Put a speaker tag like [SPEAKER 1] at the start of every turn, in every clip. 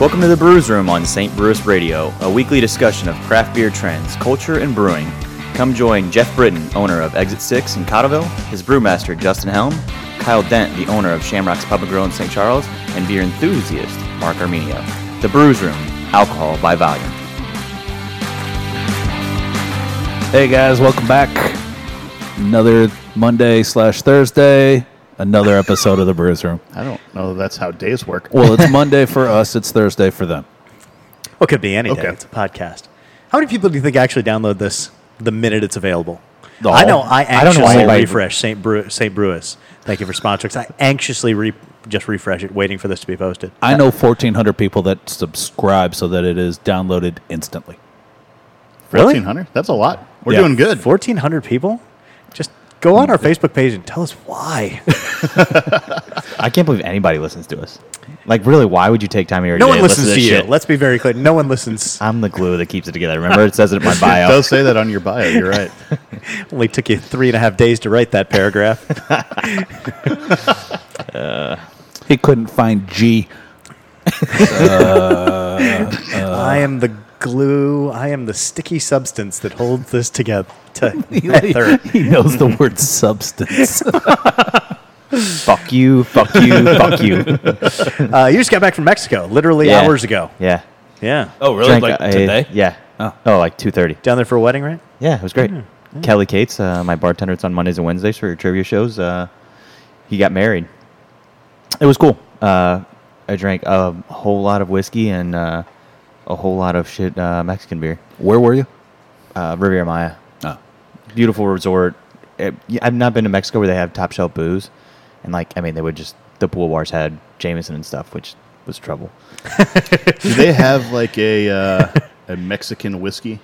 [SPEAKER 1] Welcome to the Brews Room on St. Brewis Radio, a weekly discussion of craft beer trends, culture, and brewing. Come join Jeff Britton, owner of Exit 6 in Cotterville, his brewmaster Justin Helm, Kyle Dent, the owner of Shamrock's Pub and Grill in St. Charles, and beer enthusiast Mark Armenio. The Brews Room, alcohol by volume.
[SPEAKER 2] Hey guys, welcome back. Another Monday slash Thursday, another episode of the Brews Room.
[SPEAKER 3] I don't know that that's how days work.
[SPEAKER 2] Well, it's Monday for us, it's Thursday for them.
[SPEAKER 4] Well, it could be any day.
[SPEAKER 3] Okay.
[SPEAKER 4] It's a podcast. How many people do you think actually download this the minute it's available?
[SPEAKER 2] The
[SPEAKER 4] I know
[SPEAKER 2] whole-
[SPEAKER 4] I
[SPEAKER 2] I don't know why
[SPEAKER 4] anxiously
[SPEAKER 2] anybody-
[SPEAKER 4] refresh St. Bru- St. Brewis. Thank you for sponsoring. I anxiously re- just refresh it, waiting for this to be posted.
[SPEAKER 2] I know 1,400 people that subscribe so that it is downloaded instantly.
[SPEAKER 4] Really?
[SPEAKER 3] 1400? That's a lot. We're
[SPEAKER 2] Yeah.
[SPEAKER 3] doing good.
[SPEAKER 4] 1,400 people? Just go on our Facebook page and tell us why.
[SPEAKER 1] I can't believe anybody listens to us. Like, really, why would you take time here?
[SPEAKER 4] No one
[SPEAKER 1] to listen
[SPEAKER 4] listens to
[SPEAKER 1] this
[SPEAKER 4] you.
[SPEAKER 1] shit?
[SPEAKER 4] Let's be very clear. No one listens.
[SPEAKER 1] I'm the glue that keeps it together. Remember, it says it in my
[SPEAKER 3] It
[SPEAKER 1] bio.
[SPEAKER 3] does say that on your bio. You're right.
[SPEAKER 4] Only took you three and a half days to write that paragraph.
[SPEAKER 2] He couldn't find G.
[SPEAKER 4] I am the glue. I am the sticky substance that holds this together.
[SPEAKER 2] he
[SPEAKER 4] To
[SPEAKER 2] he knows the word substance.
[SPEAKER 1] fuck you, fuck you, fuck you.
[SPEAKER 4] uh, you just got back from Mexico, literally
[SPEAKER 1] Yeah.
[SPEAKER 4] hours ago.
[SPEAKER 1] Yeah.
[SPEAKER 4] Yeah.
[SPEAKER 2] Oh,
[SPEAKER 1] Drank a- Yeah. Oh, like 2.30.
[SPEAKER 4] Down there for a wedding, right?
[SPEAKER 1] Yeah, it was
[SPEAKER 2] Hmm.
[SPEAKER 1] great. Kelly Cates, uh, my bartender, it's on Mondays and Wednesdays for trivia shows. Uh, he got married. It was cool. Uh, I drank a whole lot of whiskey and uh, a whole lot of shit uh, Mexican beer.
[SPEAKER 2] Where were you?
[SPEAKER 1] Uh, Riviera Maya,
[SPEAKER 2] Oh.
[SPEAKER 1] beautiful resort. It- yeah, I've not been to Mexico where they have top shelf booze, and like I mean, they would just the pool bars had Jameson and stuff, which was trouble.
[SPEAKER 3] Do they have like a uh, a Mexican whiskey?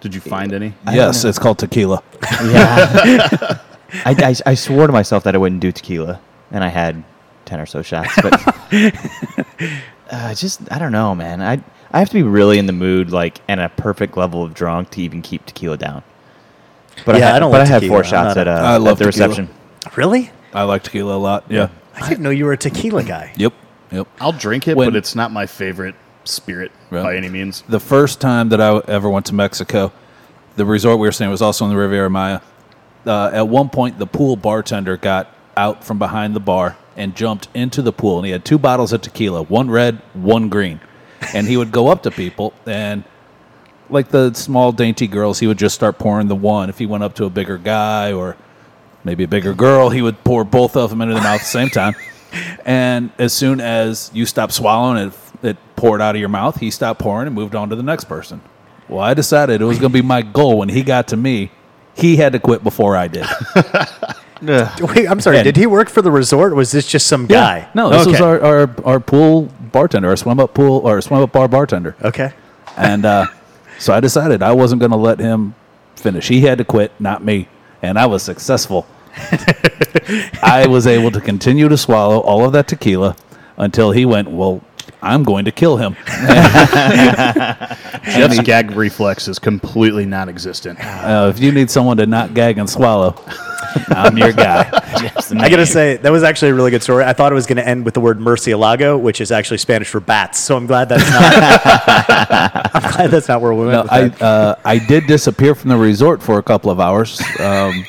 [SPEAKER 3] Did you find any?
[SPEAKER 2] Yes, it's called tequila.
[SPEAKER 1] Yeah. I, I, I swore to myself that I wouldn't do tequila, and I had 10 or so shots. But uh, just, I don't know, man. I, I have to be really in the mood, like, and a perfect level of drunk to even keep tequila down. But
[SPEAKER 4] Yeah,
[SPEAKER 1] I, had,
[SPEAKER 4] I don't
[SPEAKER 1] but
[SPEAKER 4] like
[SPEAKER 1] I had
[SPEAKER 4] tequila.
[SPEAKER 1] four
[SPEAKER 4] I'm
[SPEAKER 1] shots
[SPEAKER 4] not
[SPEAKER 1] at,
[SPEAKER 4] a-
[SPEAKER 1] uh,
[SPEAKER 2] I
[SPEAKER 1] at
[SPEAKER 2] love
[SPEAKER 1] the
[SPEAKER 2] tequila.
[SPEAKER 1] reception.
[SPEAKER 4] Really?
[SPEAKER 2] I like tequila a lot. Yeah.
[SPEAKER 4] I didn't know you were a tequila guy.
[SPEAKER 2] Yep. Yep.
[SPEAKER 3] I'll drink it,
[SPEAKER 2] When-
[SPEAKER 3] but it's not my favorite spirit
[SPEAKER 2] Right.
[SPEAKER 3] by any means.
[SPEAKER 2] the first time that I ever went to Mexico, the resort we were staying at was also in the Riviera Maya. Uh, at one point, the pool bartender got out from behind the bar and jumped into the pool, and he had two bottles of tequila, one red, one green, and he would go up to people and. Like the small dainty girls, he would just start pouring the one. If he went up to a bigger guy or maybe a bigger girl, he would pour both of them into the mouth at the same time. And as soon as you stopped swallowing it, it poured out of your mouth, he stopped pouring and moved on to the next person. Well, I decided it was going to be my goal when he got to me. He had to quit before I did.
[SPEAKER 4] Wait, I'm sorry.
[SPEAKER 2] And-
[SPEAKER 4] did he work for the resort? Or was this just some guy?
[SPEAKER 2] No, this was
[SPEAKER 4] Okay.
[SPEAKER 2] our, our, our pool bartender, our swim up pool or swim up bar bartender.
[SPEAKER 4] Okay.
[SPEAKER 2] And uh, so I decided I wasn't going to let him finish. He had to quit, not me. And I was successful. I was able to continue to swallow all of that tequila until he went, Well, I'm going to kill him.
[SPEAKER 3] Jeff's gag reflex is completely non-existent.
[SPEAKER 2] Uh, if you need someone to not gag and swallow, I'm your guy.
[SPEAKER 4] I got to say, that was actually a really good story. I thought it was going to end with the word Murcielago, which is actually Spanish for bats. So I'm glad that's not, I'm glad that's not where we went
[SPEAKER 2] No,
[SPEAKER 4] with
[SPEAKER 2] I,
[SPEAKER 4] that.
[SPEAKER 2] uh, I did disappear from the resort for a couple of hours. Um,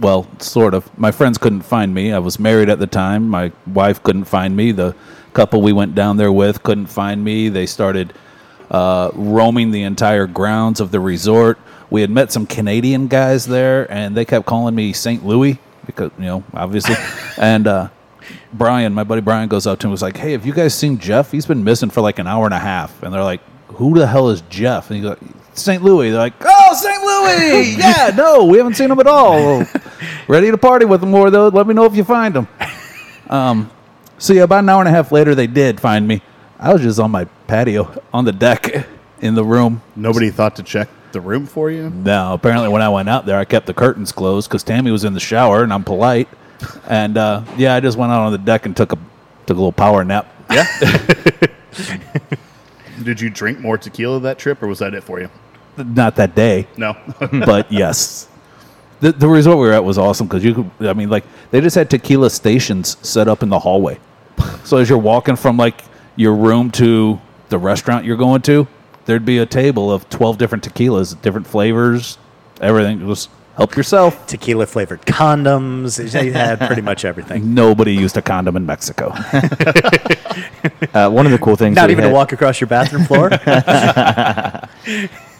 [SPEAKER 2] well, sort of. My friends couldn't find me. I was married at the time. My wife couldn't find me. The couple we went down there with couldn't find me. They started uh, roaming the entire grounds of the resort. We had met some Canadian guys there, and they kept calling me St. Louis because, you know, obviously. and uh, Brian, my buddy Brian, goes up to him and was like, Hey, have you guys seen Jeff? He's been missing for like an hour and a half. And they're like, Who the hell is Jeff? And he goes, St. Louis. They're like, Oh, St. Louis. yeah, no, we haven't seen him at all. Ready to party with him more, though. Let me know if you find him. So yeah, about an hour and a half later, they did find me. I was just on my patio, on the deck, in the room.
[SPEAKER 3] Nobody thought to check the room for you.
[SPEAKER 2] Now, apparently, when I went out there, I kept the curtains closed because Tammy was in the shower, and I'm polite. And uh, yeah, I just went out on the deck and took a took a little power nap.
[SPEAKER 3] Did you drink more tequila that trip, or was that it for you?
[SPEAKER 2] Not that day,
[SPEAKER 3] No.
[SPEAKER 2] but yes. The, the resort we were at was awesome because you could, I mean, like, they just had tequila stations set up in the hallway. So as you're walking from, like, your room to the restaurant you're going to, there'd be a table of 12 different tequilas, different flavors, everything. Just help yourself.
[SPEAKER 4] Tequila flavored condoms. They had pretty much everything.
[SPEAKER 2] Nobody used a condom in Mexico.
[SPEAKER 1] Uh, one of the cool things. that
[SPEAKER 4] Not
[SPEAKER 1] we
[SPEAKER 4] even to
[SPEAKER 1] had-
[SPEAKER 4] walk across your bathroom floor.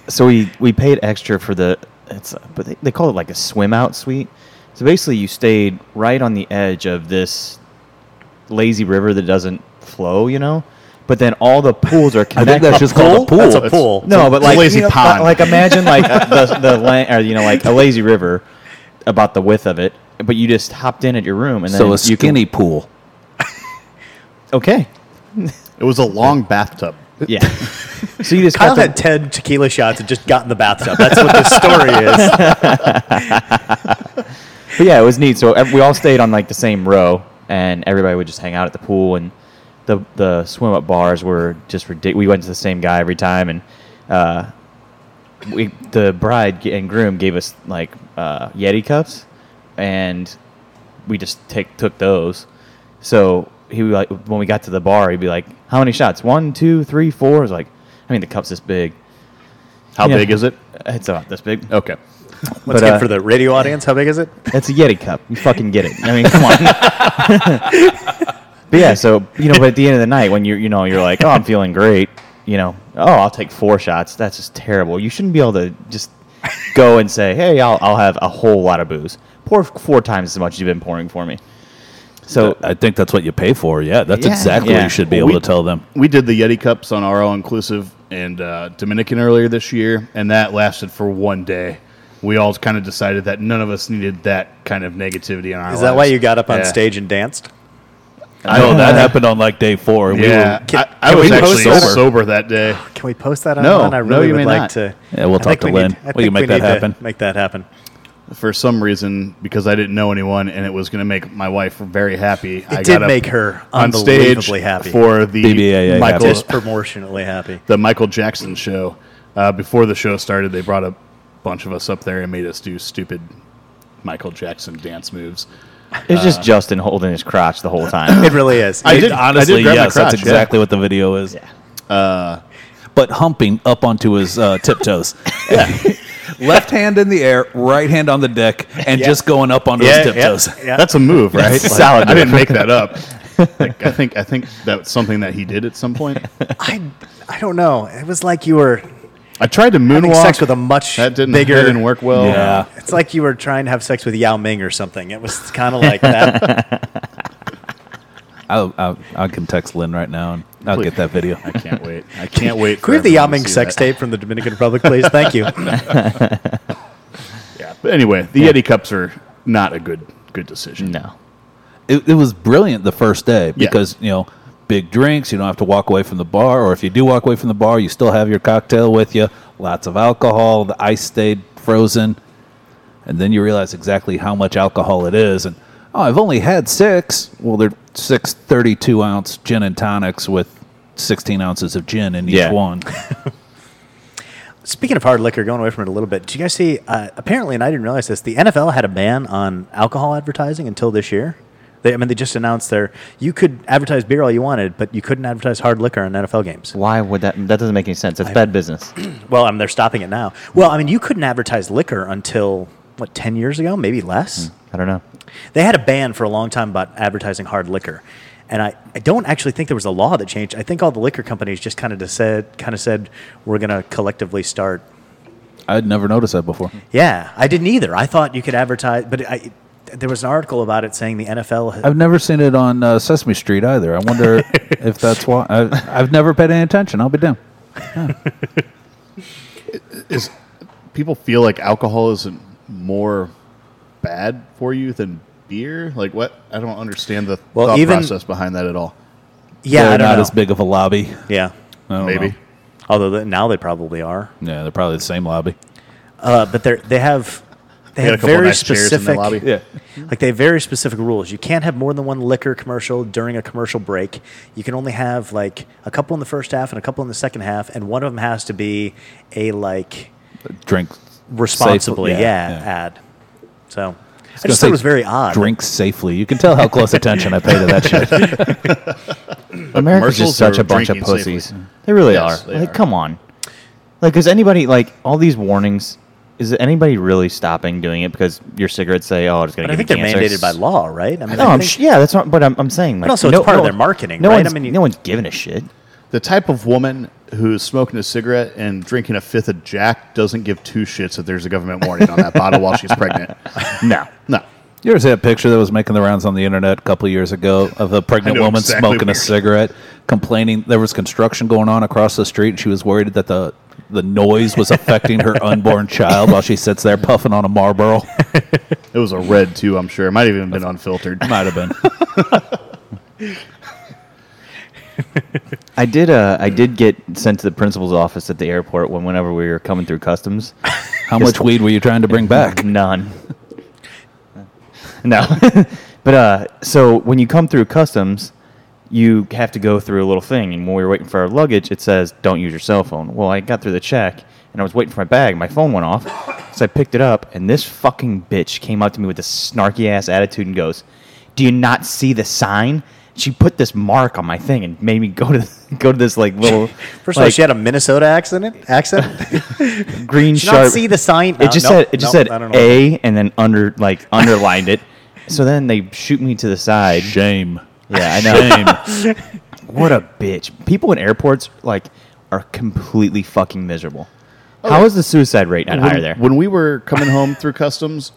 [SPEAKER 1] So we we paid extra for the it's but they, they call it like a swim out suite. So basically, you stayed right on the edge of this lazy river that doesn't flow, you know. But then all the pools are
[SPEAKER 2] I
[SPEAKER 1] connected.
[SPEAKER 2] think that's just called a pool.
[SPEAKER 4] That's a
[SPEAKER 3] That's-
[SPEAKER 4] pool.
[SPEAKER 1] no, but
[SPEAKER 3] it's a
[SPEAKER 1] like
[SPEAKER 3] lazy
[SPEAKER 1] you know,
[SPEAKER 3] pond.
[SPEAKER 1] Like imagine like the the land, or you know like a lazy river about the width of it. But you just hopped in at your room and
[SPEAKER 2] so
[SPEAKER 1] then
[SPEAKER 2] a
[SPEAKER 1] you can-
[SPEAKER 2] skinny pool.
[SPEAKER 1] okay,
[SPEAKER 3] It was a long bathtub.
[SPEAKER 1] yeah. so you just
[SPEAKER 4] Kyle
[SPEAKER 1] got the-
[SPEAKER 4] had 10 tequila shots and just got in the bathtub. That's what this story is.
[SPEAKER 1] But yeah, it was neat. So ev- we all stayed on like the same row, and everybody would just hang out at the pool. And the the swim up bars were just ridiculous. We went to the same guy every time, and uh, we the bride g- and groom gave us like uh, Yeti cups, and we just take took those. So he would, like when we got to the bar, he'd be like, "How many shots? One, two, three, four? I was like, "I mean, the cup's this big.
[SPEAKER 3] How
[SPEAKER 1] Yeah.
[SPEAKER 3] big is it?
[SPEAKER 1] It's about this big.
[SPEAKER 3] Okay.
[SPEAKER 4] Once
[SPEAKER 1] But,
[SPEAKER 4] again,
[SPEAKER 1] uh,
[SPEAKER 4] for the radio audience, how big is it?
[SPEAKER 1] That's a Yeti cup. You fucking get it. I mean, come on. but yeah, so you know, but at the end of the night, when you you know you're like, oh, I'm feeling great. You know, oh, I'll take four shots. That's just terrible. You shouldn't be able to just go and say, hey, I'll I'll have a whole lot of booze. Pour four times as much as you've been pouring for me. So
[SPEAKER 2] I think that's what you pay for. Yeah, that's
[SPEAKER 1] Yeah.
[SPEAKER 2] exactly what
[SPEAKER 1] Yeah.
[SPEAKER 2] you should be
[SPEAKER 3] Well,
[SPEAKER 2] able
[SPEAKER 3] we-
[SPEAKER 2] to tell them.
[SPEAKER 3] We did the Yeti cups on our all inclusive and uh, Dominican earlier this year, and that lasted for one day. We all kind of decided that none of us needed that kind of negativity in our lives.
[SPEAKER 4] Is that why you got up on
[SPEAKER 3] Yeah.
[SPEAKER 4] stage and danced?
[SPEAKER 2] I know that happened on like day four. and
[SPEAKER 3] Yeah,
[SPEAKER 4] Can-
[SPEAKER 3] I, I
[SPEAKER 4] can
[SPEAKER 3] was
[SPEAKER 4] we
[SPEAKER 3] actually
[SPEAKER 4] post
[SPEAKER 3] sober.
[SPEAKER 4] that?
[SPEAKER 3] that day.
[SPEAKER 4] Can we post that
[SPEAKER 3] No,
[SPEAKER 4] online? I
[SPEAKER 3] no,
[SPEAKER 4] really
[SPEAKER 3] you
[SPEAKER 4] would
[SPEAKER 3] may
[SPEAKER 4] like
[SPEAKER 3] not.
[SPEAKER 4] to.
[SPEAKER 2] Yeah, we'll
[SPEAKER 4] I think
[SPEAKER 2] talk to
[SPEAKER 4] we
[SPEAKER 2] Lynn.
[SPEAKER 4] Need, I
[SPEAKER 2] We can
[SPEAKER 4] think
[SPEAKER 2] make that
[SPEAKER 4] need to
[SPEAKER 2] happen.
[SPEAKER 4] Make that happen.
[SPEAKER 3] For some reason, because I didn't know anyone, and it was going to make my wife very happy. I
[SPEAKER 4] did
[SPEAKER 3] got up
[SPEAKER 4] make her
[SPEAKER 3] on stage
[SPEAKER 4] unbelievably happy.
[SPEAKER 3] for the
[SPEAKER 2] BBAA
[SPEAKER 3] Michael
[SPEAKER 2] happy.
[SPEAKER 4] Disproportionately happy.
[SPEAKER 3] the Michael Jackson show. Uh, before the show started, they brought a bunch of us up there and made us do stupid Michael Jackson dance moves.
[SPEAKER 1] it's just Justin holding his crotch the whole time.
[SPEAKER 4] It really is.
[SPEAKER 3] I
[SPEAKER 4] It-
[SPEAKER 3] did-
[SPEAKER 2] honestly,
[SPEAKER 3] grab my
[SPEAKER 2] yes, that's
[SPEAKER 3] crotch, yeah.
[SPEAKER 2] exactly what the video is. Uh,
[SPEAKER 1] Yeah.
[SPEAKER 2] But humping up onto his uh, tiptoes. Left hand in the air, right hand on the deck, and just going up onto his tiptoes.
[SPEAKER 4] Yeah.
[SPEAKER 3] That's a move, right?
[SPEAKER 1] That's a solid
[SPEAKER 3] I didn't
[SPEAKER 1] move.
[SPEAKER 3] make that up. Like, I think I think that's something that he did at some point.
[SPEAKER 4] I, I don't know. It was like you were
[SPEAKER 3] I tried to
[SPEAKER 4] having
[SPEAKER 3] moonwalk.
[SPEAKER 4] sex with a much
[SPEAKER 3] that didn't
[SPEAKER 4] bigger.
[SPEAKER 3] that didn't work well.
[SPEAKER 2] Yeah.
[SPEAKER 4] It's like you were trying to have sex with Yao Ming or something. It was kind of like that.
[SPEAKER 2] I, I, I can text Lynn right now and I'll
[SPEAKER 3] Please.
[SPEAKER 2] get that video.
[SPEAKER 3] I can't wait. I can't wait.
[SPEAKER 4] Can we have the Yao
[SPEAKER 3] everyone to
[SPEAKER 4] Ming
[SPEAKER 3] see
[SPEAKER 4] sex
[SPEAKER 3] that.
[SPEAKER 4] tape from the Dominican Republic, please? Thank you.
[SPEAKER 3] Yeah. But anyway, the Yeti cups are not a good good decision.
[SPEAKER 1] No.
[SPEAKER 2] it, it was brilliant the first day
[SPEAKER 3] Yeah.
[SPEAKER 2] because you know big drinks you don't have to walk away from the bar or if you do walk away from the bar you still have your cocktail with you lots of alcohol the ice stayed frozen and then you realize exactly how much alcohol it is and oh i've only had six well they're six 32 ounce gin and tonics with 16 ounces of gin in each
[SPEAKER 1] Yeah.
[SPEAKER 2] one
[SPEAKER 4] Speaking of hard liquor, going away from it a little bit, do you guys see? Uh, apparently, and I didn't realize this, the NFL had a ban on alcohol advertising until this year. They, I mean, they just announced their you could advertise beer all you wanted, but you couldn't advertise hard liquor on NFL games.
[SPEAKER 1] Why would that? That doesn't make any sense. It's bad business.
[SPEAKER 4] Well, I mean, they're stopping it now. Well, I mean, you couldn't advertise liquor until what ten years ago, maybe less.
[SPEAKER 1] I don't know.
[SPEAKER 4] They had a ban for a long time about advertising hard liquor. And I, I don't actually think there was a law that changed. I think all the liquor companies just kind of said, kind of said, we're going to collectively start
[SPEAKER 2] i'd never noticed that before
[SPEAKER 4] Yeah, I didn't either. I thought you could advertise, but I, there was an article about it saying the NFL. Had,
[SPEAKER 2] i've never seen it on uh, sesame street either i wonder if that's why I, i've never paid any attention i'll be damned
[SPEAKER 3] Is people feel like alcohol isn't more bad for you than beer? Like what? I don't understand the
[SPEAKER 4] Well,
[SPEAKER 3] thought
[SPEAKER 4] even-
[SPEAKER 3] process behind that at all.
[SPEAKER 4] yeah, I
[SPEAKER 2] they're
[SPEAKER 4] don't
[SPEAKER 2] not
[SPEAKER 4] know.
[SPEAKER 2] as big of a lobby
[SPEAKER 4] Yeah,
[SPEAKER 2] I don't
[SPEAKER 3] Maybe.
[SPEAKER 2] know.
[SPEAKER 4] although th now they probably are.
[SPEAKER 2] Yeah, they're probably the same lobby.
[SPEAKER 4] Uh, but they they have
[SPEAKER 3] They
[SPEAKER 4] they
[SPEAKER 3] had a
[SPEAKER 4] have
[SPEAKER 3] couple of
[SPEAKER 4] very
[SPEAKER 3] nice chairs in the
[SPEAKER 4] specific
[SPEAKER 3] lobby.
[SPEAKER 2] Yeah.
[SPEAKER 4] like they have very specific rules. You can't have more than one liquor commercial during a commercial break. You can only have like a couple in the first half and a couple in the second half, and one of them has to be a like
[SPEAKER 2] Drink
[SPEAKER 4] responsibly
[SPEAKER 2] Safe-
[SPEAKER 4] yeah,
[SPEAKER 2] yeah.
[SPEAKER 4] ad. So I just thought it was very odd.
[SPEAKER 2] Drink safely. You can tell how close attention I pay to that shit.
[SPEAKER 1] America's
[SPEAKER 3] Commercials
[SPEAKER 1] just such
[SPEAKER 3] are
[SPEAKER 1] a bunch of
[SPEAKER 3] drinking
[SPEAKER 1] pussies.
[SPEAKER 3] safely.
[SPEAKER 1] They really
[SPEAKER 3] Yes,
[SPEAKER 1] are.
[SPEAKER 3] they
[SPEAKER 1] like,
[SPEAKER 3] are.
[SPEAKER 1] come on. Like, is anybody like all these warnings? Is anybody really stopping doing it because your cigarettes say, "Oh, it's going
[SPEAKER 4] But
[SPEAKER 1] to
[SPEAKER 4] I
[SPEAKER 1] give
[SPEAKER 4] think
[SPEAKER 1] you
[SPEAKER 4] they're
[SPEAKER 1] cancer"?
[SPEAKER 4] mandated by law, right? I mean,
[SPEAKER 1] No,
[SPEAKER 4] I
[SPEAKER 1] I'm
[SPEAKER 4] think-
[SPEAKER 1] sh- yeah, that's not. But I'm, I'm saying, like,
[SPEAKER 4] also it's
[SPEAKER 1] no,
[SPEAKER 4] part of
[SPEAKER 1] no-
[SPEAKER 4] their marketing,
[SPEAKER 1] No
[SPEAKER 4] right? I
[SPEAKER 1] one's,
[SPEAKER 4] mean,
[SPEAKER 1] no one's giving a shit.
[SPEAKER 3] The type of woman who's smoking a cigarette and drinking a fifth of Jack doesn't give two shits that there's a government warning on that bottle while she's pregnant.
[SPEAKER 1] No,
[SPEAKER 3] No.
[SPEAKER 2] You ever see that picture that was making the rounds on the internet a couple of years ago of a pregnant
[SPEAKER 3] know
[SPEAKER 2] woman
[SPEAKER 3] exactly
[SPEAKER 2] smoking a
[SPEAKER 3] what you're-
[SPEAKER 2] cigarette, complaining there was construction going on across the street, and she was worried that the the noise was affecting her unborn child while she sits there puffing on a Marlboro.
[SPEAKER 3] It was a red, too, I'm sure. It might have even been unfiltered.
[SPEAKER 2] Might have been.
[SPEAKER 1] I did. Uh, I did get sent to the principal's office at the airport when whenever we were coming through customs.
[SPEAKER 2] How much weed were you trying to bring back?
[SPEAKER 1] None. no. but uh, so when you come through customs, you have to go through a little thing. And when we were waiting for our luggage, it says, don't use your cell phone. Well, I got through the check and I was waiting for my bag. My phone went off. So I picked it up and this fucking bitch came up to me with this snarky ass attitude and goes, Do you not see the sign? She put this mark on my thing and made me go to go to this like little
[SPEAKER 4] First of all,
[SPEAKER 1] like,
[SPEAKER 4] she had a Minnesota accent. Accent.
[SPEAKER 1] green
[SPEAKER 4] Did you
[SPEAKER 1] sharp.
[SPEAKER 4] not see the sign. No,
[SPEAKER 1] It just
[SPEAKER 4] Uh, nope,
[SPEAKER 1] said it just
[SPEAKER 4] nope, I
[SPEAKER 1] said
[SPEAKER 4] don't know.
[SPEAKER 1] A and then under like underlined it. So then they shoot me to the side.
[SPEAKER 2] Shame.
[SPEAKER 1] Yeah, I know. what a bitch. People in airports like are completely fucking miserable. How is the suicide rate not higher
[SPEAKER 3] when,
[SPEAKER 1] there?
[SPEAKER 3] when we were coming home through customs,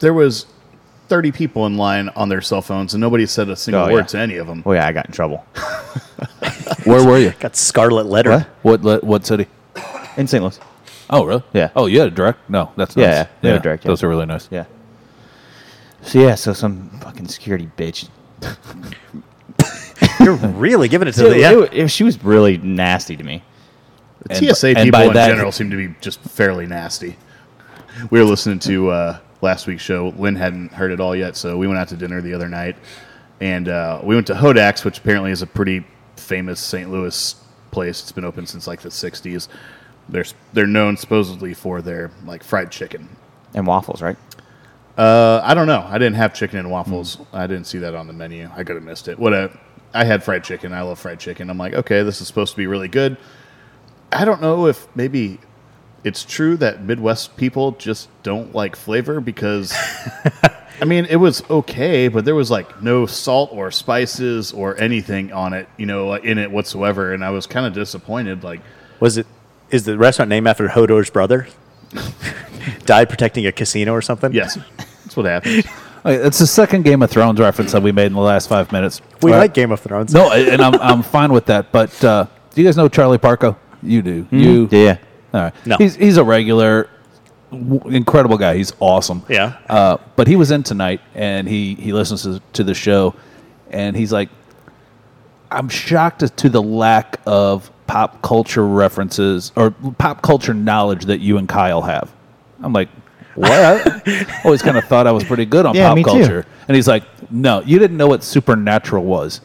[SPEAKER 3] there was 30 people in line on their cell phones, and nobody said a single
[SPEAKER 1] Oh, yeah.
[SPEAKER 3] word to any of them.
[SPEAKER 1] oh yeah, I got in trouble
[SPEAKER 2] Where were you?
[SPEAKER 4] Got scarlet letter.
[SPEAKER 1] What?
[SPEAKER 2] What le- what city?
[SPEAKER 1] in St. Louis.
[SPEAKER 2] Oh, really?
[SPEAKER 1] Yeah.
[SPEAKER 2] Oh, you had a direct? No, that's
[SPEAKER 1] Yeah,
[SPEAKER 2] nice.
[SPEAKER 1] yeah, we had a direct, yeah.
[SPEAKER 2] Those are really nice.
[SPEAKER 1] Yeah. So yeah, so some fucking security bitch.
[SPEAKER 4] You're really giving it to the.
[SPEAKER 1] It-
[SPEAKER 4] Yeah.
[SPEAKER 1] it- it- she was really nasty to me.
[SPEAKER 3] The TSA
[SPEAKER 2] and
[SPEAKER 3] people
[SPEAKER 2] by
[SPEAKER 3] in
[SPEAKER 2] that-
[SPEAKER 3] general seem to be just fairly nasty. We were listening to uh, last week's show. Lynn hadn't heard it all yet, so we went out to dinner the other night, and uh, we went to Hodak's, which apparently is a pretty famous St. Louis place. It's been open since like the '60s. They're they're known supposedly for their like fried chicken.
[SPEAKER 1] And waffles, right?
[SPEAKER 3] Uh, I don't know. I didn't have chicken and waffles. I didn't see that on the menu. I could have missed it. What a, I had fried chicken. I love fried chicken. I'm like, okay, this is supposed to be really good. I don't know if maybe it's true that Midwest people just don't like flavor because, I mean, it was okay, but there was like no salt or spices or anything on it, you know, in it whatsoever. And I was kind of disappointed. Like,
[SPEAKER 4] Was it? Is the restaurant named after Hodor's brother? Died protecting a casino or something.
[SPEAKER 3] yes, that's what happened.
[SPEAKER 2] Okay, oh, it's the second Game of Thrones reference that we made in the last five minutes.
[SPEAKER 4] We
[SPEAKER 2] All right.
[SPEAKER 4] like Game of Thrones.
[SPEAKER 2] No, I- and I'm, I'm fine with that. But uh, do you guys know Charlie Parko? You do.
[SPEAKER 1] Hmm.
[SPEAKER 2] You
[SPEAKER 1] Yeah.
[SPEAKER 2] All right.
[SPEAKER 4] No.
[SPEAKER 2] He's he's a regular, w- incredible guy. He's awesome.
[SPEAKER 4] Yeah.
[SPEAKER 2] Uh, but he was in tonight, and he he listens to, to the show, and he's like, I'm shocked as to the lack of pop culture references or pop culture knowledge that you and Kyle have. I'm like, what? I always kind of thought I was pretty good on
[SPEAKER 1] Yeah,
[SPEAKER 2] pop
[SPEAKER 1] me too.
[SPEAKER 2] culture, and he's like, no, you didn't know what supernatural was.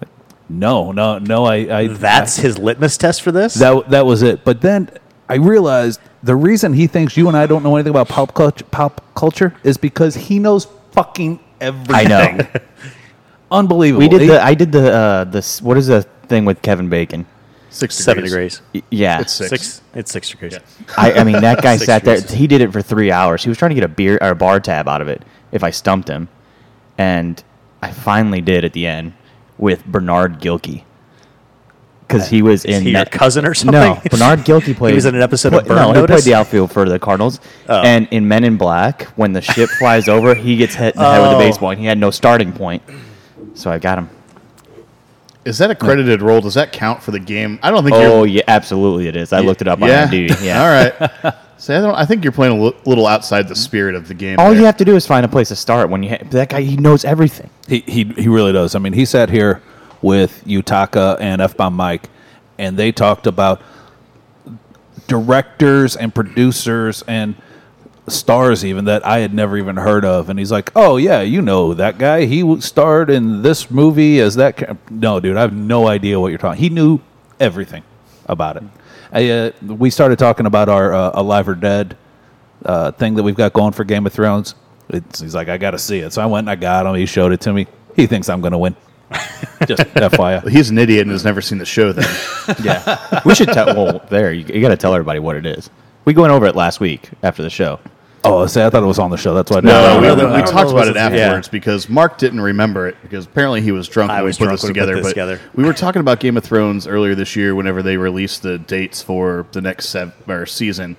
[SPEAKER 2] Like, No, no, no. I, I
[SPEAKER 4] That's his litmus test for this.
[SPEAKER 2] that that was it. But then I realized the reason he thinks you and I don't know anything about pop culture, pop culture is because he knows fucking everything.
[SPEAKER 1] I know.
[SPEAKER 2] Unbelievable.
[SPEAKER 1] We did
[SPEAKER 2] He-
[SPEAKER 1] the. I did the. Uh, this. What is the thing with Kevin Bacon?
[SPEAKER 3] Six
[SPEAKER 4] seven degrees.
[SPEAKER 1] Y- Yeah.
[SPEAKER 3] It's six.
[SPEAKER 4] Six. It's six degrees.
[SPEAKER 1] I, I mean, that guy
[SPEAKER 4] Six
[SPEAKER 1] sat there.
[SPEAKER 4] reasons.
[SPEAKER 1] He did it for three hours. He was trying to get a beer or a bar tab out of it. If I stumped him, and I finally did at the end with Bernard Gilkey, because he was in
[SPEAKER 4] he your
[SPEAKER 1] that-
[SPEAKER 4] cousin or
[SPEAKER 1] No,
[SPEAKER 4] something?
[SPEAKER 1] Bernard Gilkey played.
[SPEAKER 4] was in an episode
[SPEAKER 1] pla-
[SPEAKER 4] of Burn
[SPEAKER 1] No, he played
[SPEAKER 4] Notice?
[SPEAKER 1] the outfield for the Cardinals.
[SPEAKER 4] Oh.
[SPEAKER 1] And in Men in Black, when the ship flies over, he gets hit in the head with a
[SPEAKER 4] Oh.
[SPEAKER 1] baseball, and he had no starting point. So I got him.
[SPEAKER 3] Is that a credited role? Does that count for the game? I don't think you're
[SPEAKER 1] Oh yeah, absolutely it is. I looked it up on IMDb. Yeah.
[SPEAKER 3] All right. So I, don't, I think you're playing a li- little outside the spirit of the game.
[SPEAKER 1] All
[SPEAKER 3] there.
[SPEAKER 1] you have to do is find a place to start. When you ha- that guy, he knows everything.
[SPEAKER 2] He, he he really does. I mean, he sat here with Utaka and F Bomb Mike, and they talked about directors and producers and stars even that I had never even heard of. And he's like, "Oh yeah, you know that guy. He w- starred in this movie as that." Ca-. No, dude, I have no idea what you're talking. He knew everything about it. I, uh, we started talking about our uh, Alive or Dead uh, thing that we've got going for Game of Thrones. It's, he's like, I got to see it. So I went and I got him. He showed it to me. He thinks I'm going to win. Just FYI.
[SPEAKER 3] He's an idiot and has never seen the show. Then
[SPEAKER 1] Yeah, we should tell. Well, there you, you got to tell everybody what it is. We went over it last week after the show.
[SPEAKER 2] Oh, see, I thought it was on the show. That's why I didn't-
[SPEAKER 3] no, Uh,
[SPEAKER 4] no,
[SPEAKER 3] we,
[SPEAKER 4] no,
[SPEAKER 3] we
[SPEAKER 4] no, no,
[SPEAKER 3] talked
[SPEAKER 4] no,
[SPEAKER 3] about it
[SPEAKER 4] no, no, no.
[SPEAKER 3] afterwards because Mark didn't remember it because apparently he was drunk
[SPEAKER 4] I
[SPEAKER 3] when we
[SPEAKER 4] was
[SPEAKER 3] put
[SPEAKER 4] drunk
[SPEAKER 3] this
[SPEAKER 4] when we put
[SPEAKER 3] together.
[SPEAKER 4] this
[SPEAKER 3] but
[SPEAKER 4] together.
[SPEAKER 3] we were talking about Game of Thrones earlier this year whenever they released the dates for the next sev- or season,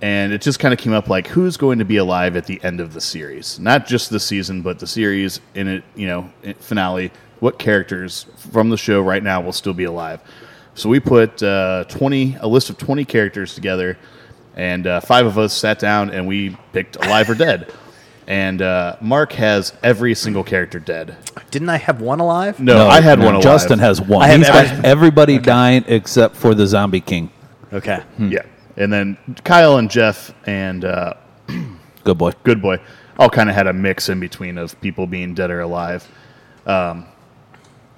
[SPEAKER 3] and it just kind of came up like who's going to be alive at the end of the series, not just the season but the series in it, you know, in- finale. What characters from the show right now will still be alive? So we put uh, twenty a list of twenty characters together, and uh, five of us sat down and we picked alive or dead. And uh, Mark has every single character dead.
[SPEAKER 4] Didn't I have one alive?
[SPEAKER 3] No, I had
[SPEAKER 2] no,
[SPEAKER 3] one. Alive.
[SPEAKER 2] Justin has one.
[SPEAKER 4] I have
[SPEAKER 2] He's got
[SPEAKER 4] every-
[SPEAKER 2] everybody dying except for the Zombie King.
[SPEAKER 4] Okay.
[SPEAKER 3] Yeah, and then Kyle and Jeff and uh,
[SPEAKER 2] Good boy.
[SPEAKER 3] Good Boy all kind of had a mix in between of people being dead or alive. Um,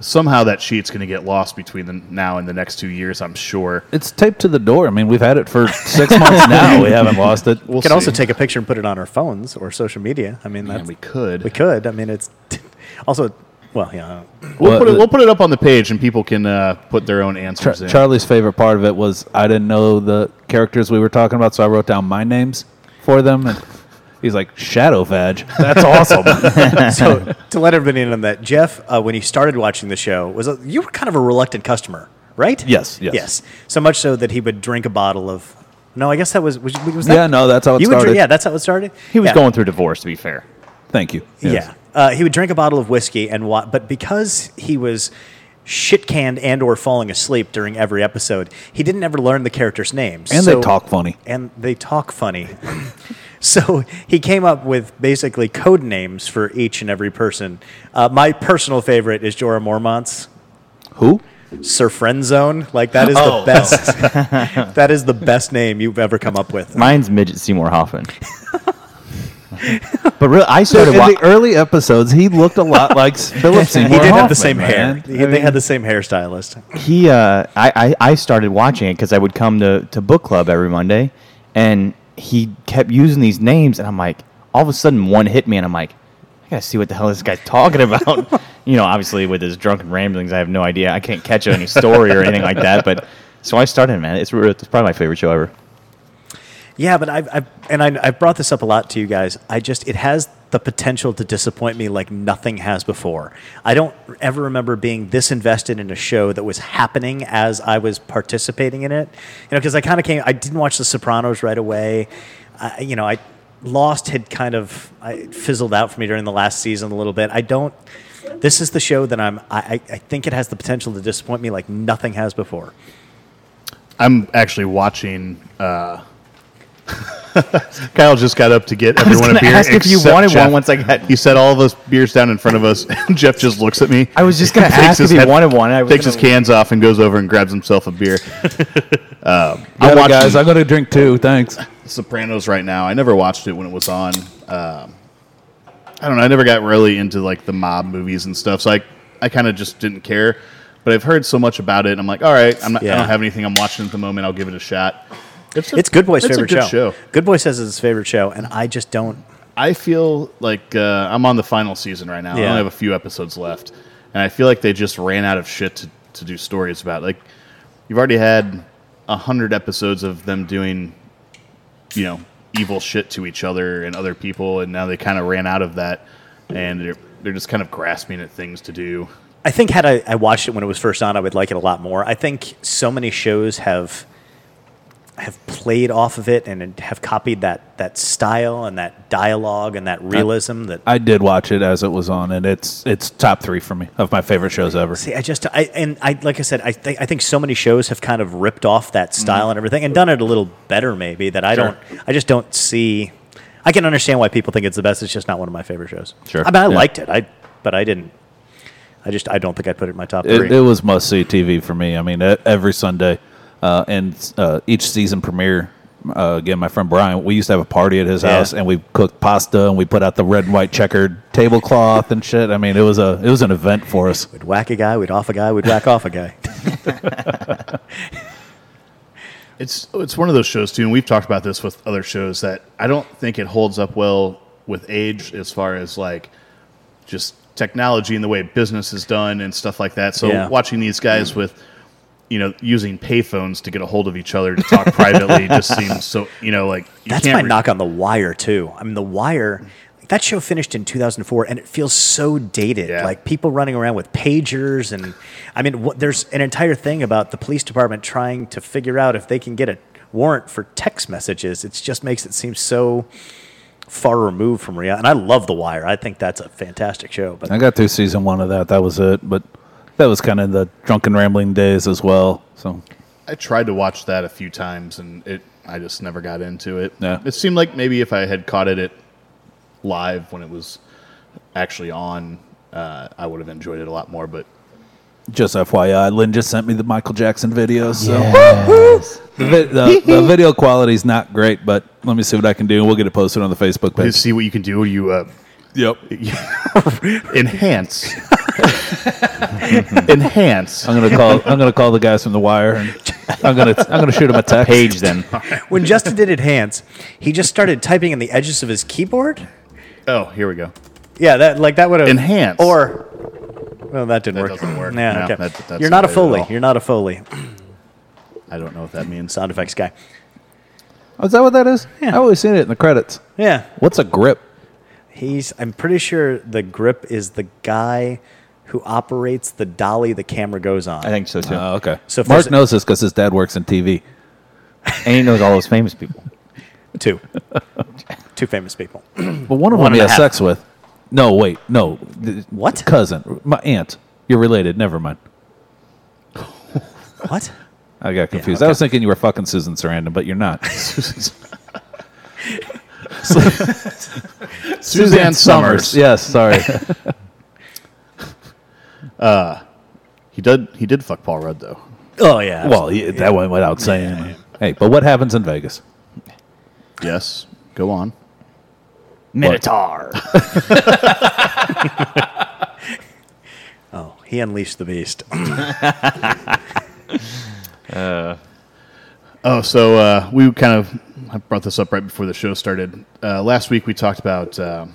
[SPEAKER 3] somehow that sheet's going to get lost between the now and the next two years. I'm sure.
[SPEAKER 2] It's taped to the door. I mean, we've had it for six months now. We haven't lost it.
[SPEAKER 3] We'll
[SPEAKER 4] could also
[SPEAKER 3] see.
[SPEAKER 4] take a picture and put it on our phones or social media. I mean,
[SPEAKER 3] Yeah,
[SPEAKER 4] that's,
[SPEAKER 3] we could.
[SPEAKER 4] we could. I mean, it's also, well, yeah.
[SPEAKER 3] We'll,
[SPEAKER 2] Well,
[SPEAKER 3] put it,
[SPEAKER 2] the-
[SPEAKER 3] we'll put it up on the page, and people can uh, put their own answers in.
[SPEAKER 2] Charlie's favorite part of it was I didn't know the characters we were talking about, so I wrote down my names for them. And he's like, Shadow Vag. That's awesome.
[SPEAKER 4] so to let everybody in on that, Jeff, uh, when he started watching the show, was a, you were kind of a reluctant customer, right?
[SPEAKER 2] Yes, yes.
[SPEAKER 4] yes. So much so that he would drink a bottle of. No, I guess that was was, was that,
[SPEAKER 2] Yeah, no, that's how it
[SPEAKER 4] you would drink-
[SPEAKER 2] started.
[SPEAKER 4] yeah, that's how it started.
[SPEAKER 1] He was
[SPEAKER 4] Yeah.
[SPEAKER 1] going through divorce, to be fair.
[SPEAKER 2] Thank you.
[SPEAKER 4] Yeah, uh, he would drink a bottle of whiskey and wa- but because he was shit canned and or falling asleep during every episode, he didn't ever learn the characters' names.
[SPEAKER 2] And they talk funny.
[SPEAKER 4] And they talk funny. so he came up with basically code names for each and every person. Uh, my personal favorite is Jorah Mormont's.
[SPEAKER 2] Who?
[SPEAKER 4] Sir Friendzone, like that is
[SPEAKER 2] Oh.
[SPEAKER 4] the best. that is the best name you've ever come up with.
[SPEAKER 1] Mine's midget Seymour Hoffman. but really, I started.
[SPEAKER 2] in
[SPEAKER 1] Wa-
[SPEAKER 2] the early episodes, he looked a lot like Philip
[SPEAKER 4] he
[SPEAKER 2] Seymour
[SPEAKER 4] did have
[SPEAKER 2] Hoffman,
[SPEAKER 4] the same hair.
[SPEAKER 2] man.
[SPEAKER 4] He- they had the same hairstylist.
[SPEAKER 1] he, uh, I, I, I started watching it because I would come to, to book club every Monday, and he kept using these names, and I'm like, all of a sudden, one hit me, and I'm like, I gotta see what the hell this guy's talking about. you know, obviously with his drunken ramblings, I have no idea. I can't catch any story or anything like that. But so I started, man. It's, re- it's probably my favorite show ever.
[SPEAKER 4] Yeah, but I've, I've and I, I've brought this up a lot to you guys. I just it has the potential to disappoint me like nothing has before. I don't ever remember being this invested in a show that was happening as I was participating in it. You know, because I kind of came. I didn't watch The Sopranos right away. I, you know, I Lost had kind of I, fizzled out for me during the last season a little bit. I don't. This is the show that I'm. I, I I think it has the potential to disappoint me like nothing has before.
[SPEAKER 3] I'm actually watching. Uh, Kyle just got up to get everyone a
[SPEAKER 1] gonna
[SPEAKER 3] beer.
[SPEAKER 1] ask if you
[SPEAKER 3] except
[SPEAKER 1] wanted one
[SPEAKER 3] Jeff.
[SPEAKER 1] once I got-
[SPEAKER 3] He set all those beers down in front of us. and Jeff just looks at me.
[SPEAKER 1] I was just gonna
[SPEAKER 3] Takes
[SPEAKER 1] ask
[SPEAKER 3] his
[SPEAKER 1] if he
[SPEAKER 3] head-
[SPEAKER 1] wanted one. I was
[SPEAKER 3] takes
[SPEAKER 1] gonna-
[SPEAKER 3] his cans off and goes over and grabs himself a beer. Um,
[SPEAKER 2] Got it,
[SPEAKER 3] watched
[SPEAKER 2] guys.
[SPEAKER 3] him.
[SPEAKER 2] I'm going to drink two. Thanks.
[SPEAKER 3] Sopranos right now. I never watched it when it was on. Um, I don't know. I never got really into like the mob movies and stuff, so I I kind of just didn't care. But I've heard so much about it. and I'm like, all right, I'm not, I
[SPEAKER 4] Yeah.
[SPEAKER 3] don't have anything I'm watching at the moment. I'll give it a shot. a-
[SPEAKER 4] It's Good Boy's
[SPEAKER 3] it's a
[SPEAKER 4] favorite
[SPEAKER 3] good
[SPEAKER 4] show. Good Boy says it's his favorite show, and I just don't.
[SPEAKER 3] I feel like uh, I'm on the final season right now. I
[SPEAKER 4] Yeah.
[SPEAKER 3] only have a few episodes left, and I feel like they just ran out of shit to, to do stories about. Like, you've already had a hundred episodes of them doing, you know, evil shit to each other and other people, and now they kind of ran out of that, and they're they're just kind of grasping at things to do.
[SPEAKER 4] I think had I, I watched it when it was first on, I would like it a lot more. I think so many shows have have played off of it and have copied that that style and that dialogue and that realism. That
[SPEAKER 2] I did watch it as it was on, and it's it's top three for me of my favorite shows ever.
[SPEAKER 4] See, I just, I and I, like I said, I think I think so many shows have kind of ripped off that style and everything, and done it a little better, maybe. That I
[SPEAKER 3] Sure.
[SPEAKER 4] don't, I just don't see. I can understand why people think it's the best. It's just not one of my favorite shows.
[SPEAKER 1] Sure.
[SPEAKER 4] I mean, I
[SPEAKER 1] Yeah.
[SPEAKER 4] liked it, I, but I didn't. I just, I don't think I'd put it in my top three.
[SPEAKER 2] It, it was must see TV for me. I mean, e- every Sunday, uh, and uh, each season premiere. Uh, again, my friend Brian, we used to have a party at his
[SPEAKER 4] Yeah.
[SPEAKER 2] house, and we cooked pasta, and we put out the red and white checkered tablecloth and shit. I mean, it was a it was an event for us.
[SPEAKER 4] we'd whack a guy, we'd off a guy, we'd whack off a guy.
[SPEAKER 3] It's it's one of those shows too, and we've talked about this with other shows that I don't think it holds up well with age as far as like just technology and the way business is done and stuff like that. So
[SPEAKER 4] Yeah.
[SPEAKER 3] watching these guys with you know using payphones to get a hold of each other to talk privately just seems so you know like you
[SPEAKER 4] That's
[SPEAKER 3] can't
[SPEAKER 4] my
[SPEAKER 3] re-
[SPEAKER 4] knock on The Wire too. I mean, The Wire. like, That show finished in 2004, and it feels so dated.
[SPEAKER 3] Yeah.
[SPEAKER 4] Like people running around with pagers, and I mean, what, there's an entire thing about the police department trying to figure out if they can get a warrant for text messages. It just makes it seem so far removed from reality. And I love The Wire. I think that's a fantastic show. But
[SPEAKER 2] I got through season one of that. That was it. But that was kind of the drunken rambling days as well. So
[SPEAKER 3] I tried to watch that a few times and it I just never got into it.
[SPEAKER 2] Yeah.
[SPEAKER 3] It seemed like maybe if I had caught it at live when it was actually on, uh, I would have enjoyed it a lot more. But
[SPEAKER 2] just FYI, Lynn just sent me the Michael Jackson video. So the, vi- the, the video quality's not great, but let me see what I can do. and We'll get it posted on the Facebook
[SPEAKER 3] you
[SPEAKER 2] page.
[SPEAKER 3] see what you can do. You uh,
[SPEAKER 2] Yep.
[SPEAKER 3] enhance, enhance.
[SPEAKER 2] I'm gonna call. I'm gonna call the guys from the wire. And I'm gonna. I'm gonna shoot them a text.
[SPEAKER 1] Page them.
[SPEAKER 4] when Justin did Enhance, he just started typing in the edges of his keyboard.
[SPEAKER 3] Oh, here we go.
[SPEAKER 4] Yeah, that like that would have
[SPEAKER 3] Enhance.
[SPEAKER 4] or. Well, that didn't
[SPEAKER 3] That
[SPEAKER 4] work.
[SPEAKER 3] doesn't work.
[SPEAKER 4] Yeah,
[SPEAKER 3] No,
[SPEAKER 4] okay.
[SPEAKER 3] that- that's
[SPEAKER 4] You're not a
[SPEAKER 3] not it at
[SPEAKER 4] Foley.
[SPEAKER 3] all.
[SPEAKER 4] You're not a Foley.
[SPEAKER 3] I don't know what that means.
[SPEAKER 4] sound effects guy.
[SPEAKER 2] Oh, is that what that is?
[SPEAKER 4] Yeah.
[SPEAKER 2] I always seen it in the credits.
[SPEAKER 4] Yeah,
[SPEAKER 2] What's a grip?
[SPEAKER 4] he's. I'm pretty sure the grip is the guy who operates the dolly the camera goes on.
[SPEAKER 1] I think so too.
[SPEAKER 2] Oh, okay.
[SPEAKER 4] So
[SPEAKER 2] So
[SPEAKER 4] if there's
[SPEAKER 2] Mark
[SPEAKER 4] a-
[SPEAKER 2] knows this because his dad works in TV.
[SPEAKER 1] and he knows all those famous people.
[SPEAKER 4] two, two famous people.
[SPEAKER 2] But one of
[SPEAKER 4] One
[SPEAKER 2] them he
[SPEAKER 4] and a
[SPEAKER 2] has
[SPEAKER 4] half.
[SPEAKER 2] sex with. No, wait, no. Th-
[SPEAKER 4] What?
[SPEAKER 2] cousin? My aunt. You're related. Never mind.
[SPEAKER 4] what?
[SPEAKER 2] I got confused. I was thinking you were fucking Susan Sarandon, but you're not.
[SPEAKER 3] Suzanne Summers.
[SPEAKER 2] Yes, sorry.
[SPEAKER 3] He did. He did fuck Paul Rudd though.
[SPEAKER 4] Oh yeah.
[SPEAKER 2] well, yeah, that went without saying. Hey, but what happens in Vegas?
[SPEAKER 3] Yes. Go on.
[SPEAKER 1] Minotaur.
[SPEAKER 4] oh, he unleashed the beast.
[SPEAKER 3] Oh, so uh, we kind of I brought this up right before the show started. Uh, last week we talked about uh,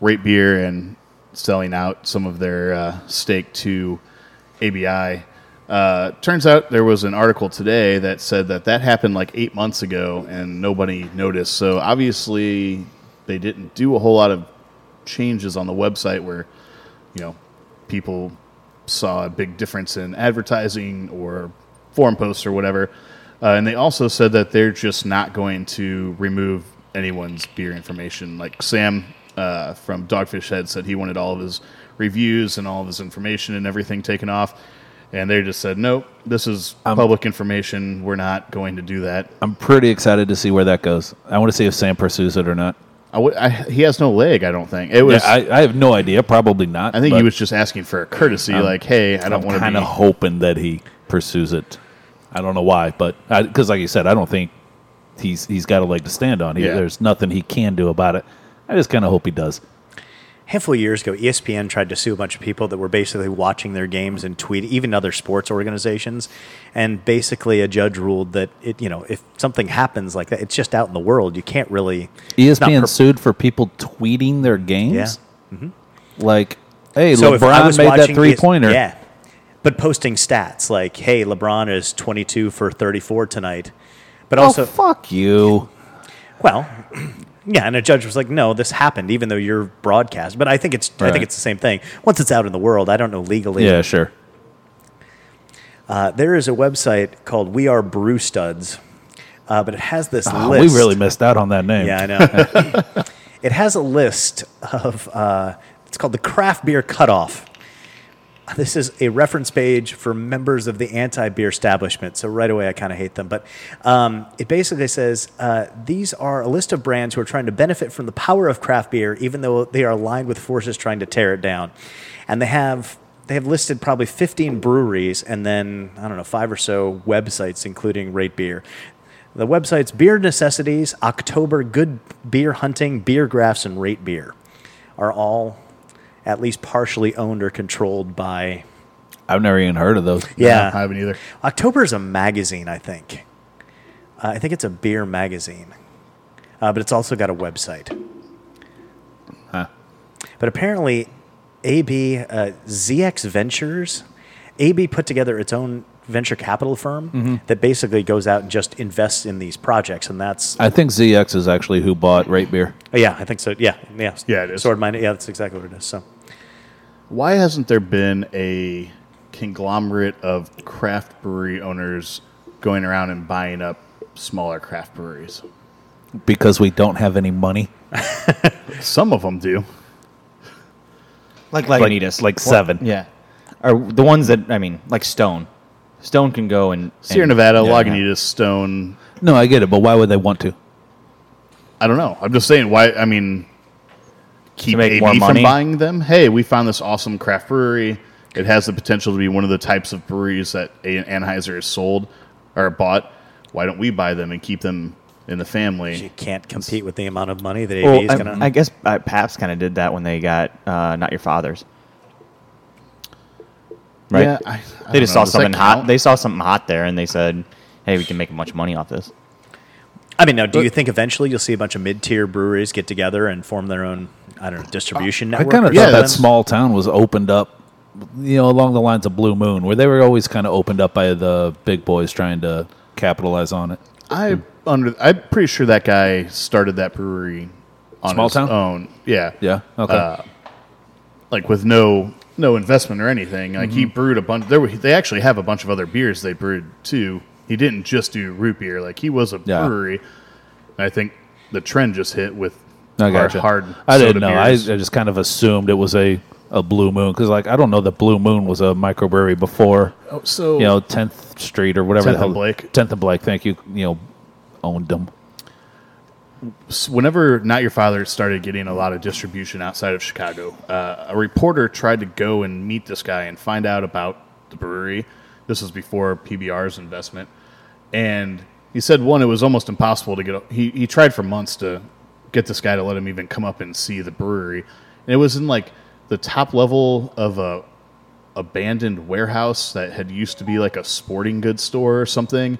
[SPEAKER 3] Rate Beer and selling out some of their uh, stake to ABI. Uh, turns out there was an article today that said that that happened like eight months ago and nobody noticed. So obviously they didn't do a whole lot of changes on the website where you know people saw a big difference in advertising or forum posts or whatever. Uh, and they also said that they're just not going to remove anyone's beer information. Like Sam uh, from Dogfish Head said, he wanted all of his reviews and all of his information and everything taken off. And they just said, nope, this is
[SPEAKER 2] Um,
[SPEAKER 3] public information. We're not going to do that.
[SPEAKER 2] I'm pretty excited to see where that goes. I want to see if Sam pursues it or not.
[SPEAKER 3] I would- I- he has no leg, I don't think. It
[SPEAKER 2] Yeah,
[SPEAKER 3] was. I,
[SPEAKER 2] I, I have no idea. Probably not.
[SPEAKER 3] think
[SPEAKER 2] but
[SPEAKER 3] he was just asking for a courtesy, like, hey, I don't
[SPEAKER 2] I'm
[SPEAKER 3] want to
[SPEAKER 2] kind
[SPEAKER 3] be.
[SPEAKER 2] of hoping that he pursues it. I don't know why, but because, like you said, I don't think he's he's got a leg to stand on. He,
[SPEAKER 3] Yeah.
[SPEAKER 2] There's nothing he can do about it. I just kind of hope he does.
[SPEAKER 4] handful of years ago, E ESPN tried to sue a bunch of people that were basically watching their games and tweet, even other sports organizations. And basically, a judge ruled that it, you know, if something happens like that, it's just out in the world. You can't really it's not
[SPEAKER 2] ESPN
[SPEAKER 4] per-
[SPEAKER 2] sued for people tweeting their games.
[SPEAKER 4] Yeah.
[SPEAKER 2] Like, hey,
[SPEAKER 4] So if I
[SPEAKER 2] LeBron
[SPEAKER 4] was
[SPEAKER 2] made that
[SPEAKER 4] watching E
[SPEAKER 2] three pointer.
[SPEAKER 4] ES yeah, but posting stats like, "Hey, LeBron is 22 for 34 tonight," but
[SPEAKER 2] Oh,
[SPEAKER 4] also,
[SPEAKER 2] fuck you.
[SPEAKER 4] well. Yeah, and a judge was like, "No, this happened, even though you're broadcast." But I think it's I
[SPEAKER 2] Right.
[SPEAKER 4] think it's the same thing. Once it's out in the world, I don't know legally
[SPEAKER 2] Yeah, sure.
[SPEAKER 4] Uh, there is a website called We Are Brew Studs, uh, but it has this
[SPEAKER 2] Oh,
[SPEAKER 4] list.
[SPEAKER 2] we really missed out on that name.
[SPEAKER 4] Yeah, I know. it has a list of. Uh, it's called the Craft Beer Cutoff. This is a reference page for members of the anti-beer establishment. So right away, I kind of hate them. But um, it basically says uh, these are a list of brands who are trying to benefit from the power of craft beer, even though they are aligned with forces trying to tear it down. And they have they have listed probably 15 breweries and then I don't know five or so websites, including Rate Beer. The websites Beer Necessities, October Good Beer Hunting, Beer Graphs, and Rate Beer are all at least partially owned or controlled by.
[SPEAKER 2] I've never even heard of those.
[SPEAKER 4] Yeah.
[SPEAKER 3] I haven't either.
[SPEAKER 4] October is a magazine, I think. Uh, I think it's a beer magazine, uh, but it's also got a website. But apparently, AB uh, ZX Ventures, AB put together its own venture capital firm that basically goes out and just invests in these projects, and that's
[SPEAKER 2] I think ZX is actually who bought Rate Beer.
[SPEAKER 4] oh, yeah, I think so. Yeah, yeah,
[SPEAKER 3] Yeah, it is.
[SPEAKER 4] Sword mine. Yeah, that's exactly what it is. So
[SPEAKER 3] Why hasn't there been a conglomerate of craft brewery owners going around and buying up smaller craft breweries?
[SPEAKER 2] because we don't have any money.
[SPEAKER 3] Some of them do.
[SPEAKER 1] Like Lagunitas.
[SPEAKER 2] like seven.
[SPEAKER 1] Yeah. Or the ones that, I mean, like Stone. Stone can go and.
[SPEAKER 3] Sierra
[SPEAKER 1] and-
[SPEAKER 3] Nevada,
[SPEAKER 1] yeah,
[SPEAKER 3] Lagunitas, Stone.
[SPEAKER 2] No, I get it, but why would they want to?
[SPEAKER 3] I don't know. I'm just saying. Why? I mean, keep
[SPEAKER 1] make
[SPEAKER 3] AB
[SPEAKER 1] more money?
[SPEAKER 3] from buying them. Hey, we found this awesome craft brewery. It has the potential to be one of the types of breweries that a- Anheuser is sold or bought. Why don't we buy them and keep them in the family?
[SPEAKER 4] you can't compete with the amount of money that AB
[SPEAKER 1] Well,
[SPEAKER 4] is
[SPEAKER 1] I,
[SPEAKER 4] going
[SPEAKER 1] I
[SPEAKER 4] to.
[SPEAKER 1] guess uh, Paps kind of did that when they got uh, Not Your Father's. Right?
[SPEAKER 3] Yeah, I, I
[SPEAKER 1] they
[SPEAKER 3] don't
[SPEAKER 1] just
[SPEAKER 3] know.
[SPEAKER 1] saw
[SPEAKER 3] Does that
[SPEAKER 1] something hot.
[SPEAKER 3] count?
[SPEAKER 1] They saw something hot there and they said, hey, we can make a bunch of money off this.
[SPEAKER 4] I mean, now, do you think eventually you'll see a bunch of mid-tier breweries get together and form their own? I don't know distribution
[SPEAKER 2] I
[SPEAKER 4] network.
[SPEAKER 2] kind
[SPEAKER 4] or
[SPEAKER 2] of
[SPEAKER 3] Yeah,
[SPEAKER 2] thought that
[SPEAKER 3] that's-
[SPEAKER 2] small town was opened up, you know, along the lines of Blue Moon, where they were always kind of opened up by the big boys trying to capitalize on it.
[SPEAKER 3] I under. I'm pretty sure that guy started that brewery on
[SPEAKER 2] Small
[SPEAKER 3] his
[SPEAKER 2] town?
[SPEAKER 3] own. Yeah,
[SPEAKER 2] Yeah. Okay.
[SPEAKER 3] Uh, like with no no investment or anything. Like
[SPEAKER 2] Mm-hmm.
[SPEAKER 3] he brewed a bunch. There were, they actually have a bunch of other beers they brewed too. He didn't just do root beer. Like he was a
[SPEAKER 2] Yeah.
[SPEAKER 3] brewery. And I think the trend just hit with
[SPEAKER 2] I
[SPEAKER 3] our
[SPEAKER 2] gotcha.
[SPEAKER 3] hard.
[SPEAKER 2] I
[SPEAKER 3] soda
[SPEAKER 2] didn't know. I, I
[SPEAKER 3] beers.
[SPEAKER 2] just kind of assumed it was a, a Blue Moon because, like, I don't know that Blue Moon was a microbrewery before,
[SPEAKER 3] Oh, so
[SPEAKER 2] you know, 10th Street or whatever.
[SPEAKER 3] 10th and Blake.
[SPEAKER 2] 10th and Blake, thank you, you know, owned them.
[SPEAKER 3] s- whenever Not Your Father started getting a lot of distribution outside of Chicago, uh, a reporter tried to go and meet this guy and find out about the brewery. This was before PBR's investment. And he said, one, it was almost impossible to get. a- He, he tried for months to get this guy to let him even come up and see the brewery. And it was in like the top level of a abandoned warehouse that had used to be like a sporting goods store or something.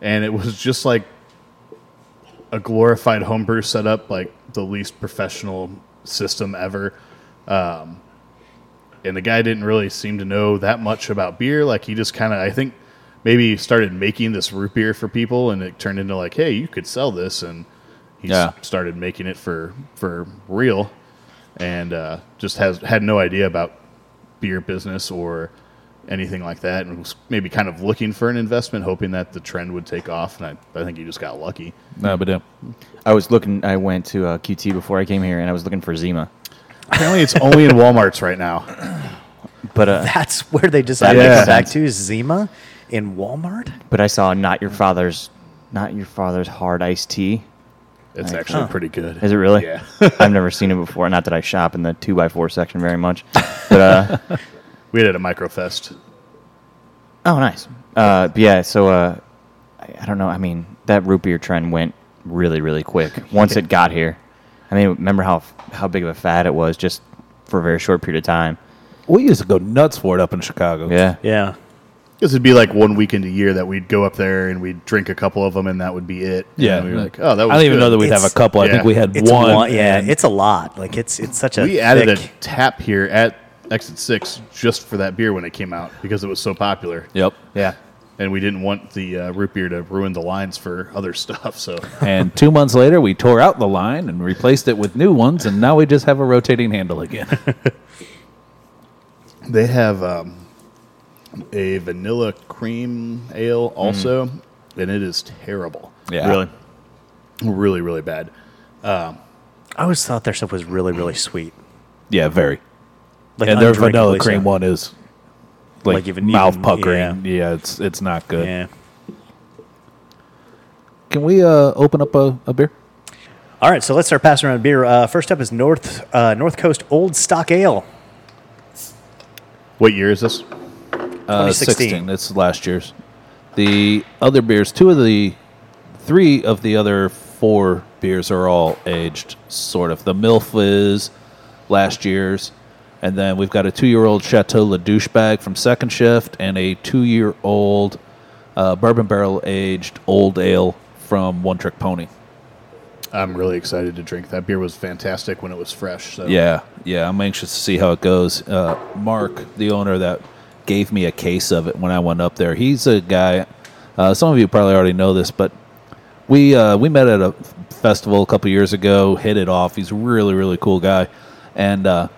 [SPEAKER 3] And it was just like a glorified homebrew setup, like the least professional system ever. Um, and the guy didn't really seem to know that much about beer. Like he just kind of, I think, maybe started making this root beer for people, and it turned into like, hey, you could sell this, and he s-
[SPEAKER 2] Yeah.
[SPEAKER 3] started making it for for real, and uh, just has had no idea about beer business or anything like that, and was maybe kind of looking for an investment, hoping that the trend would take off. And I, I think he just got lucky.
[SPEAKER 2] No, but yeah.
[SPEAKER 1] I was looking, I went to uh, QT before I came here and I was looking for Zima.
[SPEAKER 3] Apparently, it's only in Walmart's right now.
[SPEAKER 1] But uh,
[SPEAKER 4] That's where they decided to
[SPEAKER 1] Yeah.
[SPEAKER 4] go back to is Zima in Walmart.
[SPEAKER 1] but I saw Not Your Father's Not Your Father's Hard Iced Tea.
[SPEAKER 3] It's actually pretty good.
[SPEAKER 1] Is it really?
[SPEAKER 3] Yeah.
[SPEAKER 1] I've never seen it before. Not that I shop in the two by four section very much, but uh,
[SPEAKER 3] We did a microfest.
[SPEAKER 1] oh, nice. Uh, but yeah. So uh, I, I don't know. I mean, that root beer trend went really, really quick once it got here. I mean, remember how how big of a fad it was just for a very short period of time.
[SPEAKER 2] We used to go nuts for it up in Chicago.
[SPEAKER 1] Yeah.
[SPEAKER 4] Yeah.
[SPEAKER 3] Because it'd be like one weekend a year that we'd go up there and we'd drink a couple of them and that would be it. And
[SPEAKER 2] Yeah,
[SPEAKER 3] we were like, oh, that was
[SPEAKER 2] I don't even
[SPEAKER 3] good.
[SPEAKER 2] know that we'd have a
[SPEAKER 4] It's-
[SPEAKER 2] couple. I
[SPEAKER 3] yeah.
[SPEAKER 2] think we had
[SPEAKER 4] It's
[SPEAKER 2] one.
[SPEAKER 4] one, yeah,
[SPEAKER 2] and-
[SPEAKER 4] it's a lot. Like it's it's such a
[SPEAKER 3] We added
[SPEAKER 4] thick-
[SPEAKER 3] a tap here at Exit 6 just for that beer when it came out because it was so popular.
[SPEAKER 2] yep.
[SPEAKER 1] Yeah.
[SPEAKER 3] And we didn't want the uh, root beer to ruin the lines for other stuff. So
[SPEAKER 2] And two months later, we tore out the line and replaced it with new ones, and now we just have a rotating handle again.
[SPEAKER 3] they have um, a vanilla cream
[SPEAKER 2] Mm.
[SPEAKER 3] ale also, and it is terrible.
[SPEAKER 2] Yeah.
[SPEAKER 1] Really.
[SPEAKER 3] Really, really bad.
[SPEAKER 4] I always thought their stuff was really really sweet.
[SPEAKER 2] yeah, very.
[SPEAKER 4] Like
[SPEAKER 2] And their
[SPEAKER 4] undrinkably
[SPEAKER 2] vanilla
[SPEAKER 4] so.
[SPEAKER 2] cream one is like,
[SPEAKER 4] Like even-
[SPEAKER 2] mouth
[SPEAKER 4] even-
[SPEAKER 2] puckering. Yeah. it's it's not good.
[SPEAKER 4] Yeah.
[SPEAKER 2] Can we uh, open up a, a beer?
[SPEAKER 4] All right, so let's start passing around beer. Uh, first up is North uh, North Coast Old Stock Ale.
[SPEAKER 3] What year is this?
[SPEAKER 2] Uh,
[SPEAKER 4] 2016.
[SPEAKER 2] It's last year's. The other beers, two of the three of the other four beers are all aged, sort of. The MILF is last year's. And then we've got a two year old Chateau Le Douchebag from Second Shift and a two year old uh, bourbon barrel aged old ale from One Trick Pony.
[SPEAKER 3] I'm really excited to drink. That beer was fantastic when it was fresh. So.
[SPEAKER 2] Yeah, yeah. I'm anxious to see how it goes. Uh, Mark, the owner that gave me a case of it when I went up there, he's a guy. Uh, some of you probably already know this, but we uh, we met at a festival a couple years ago. Hit it off. He's a really really cool guy, and uh,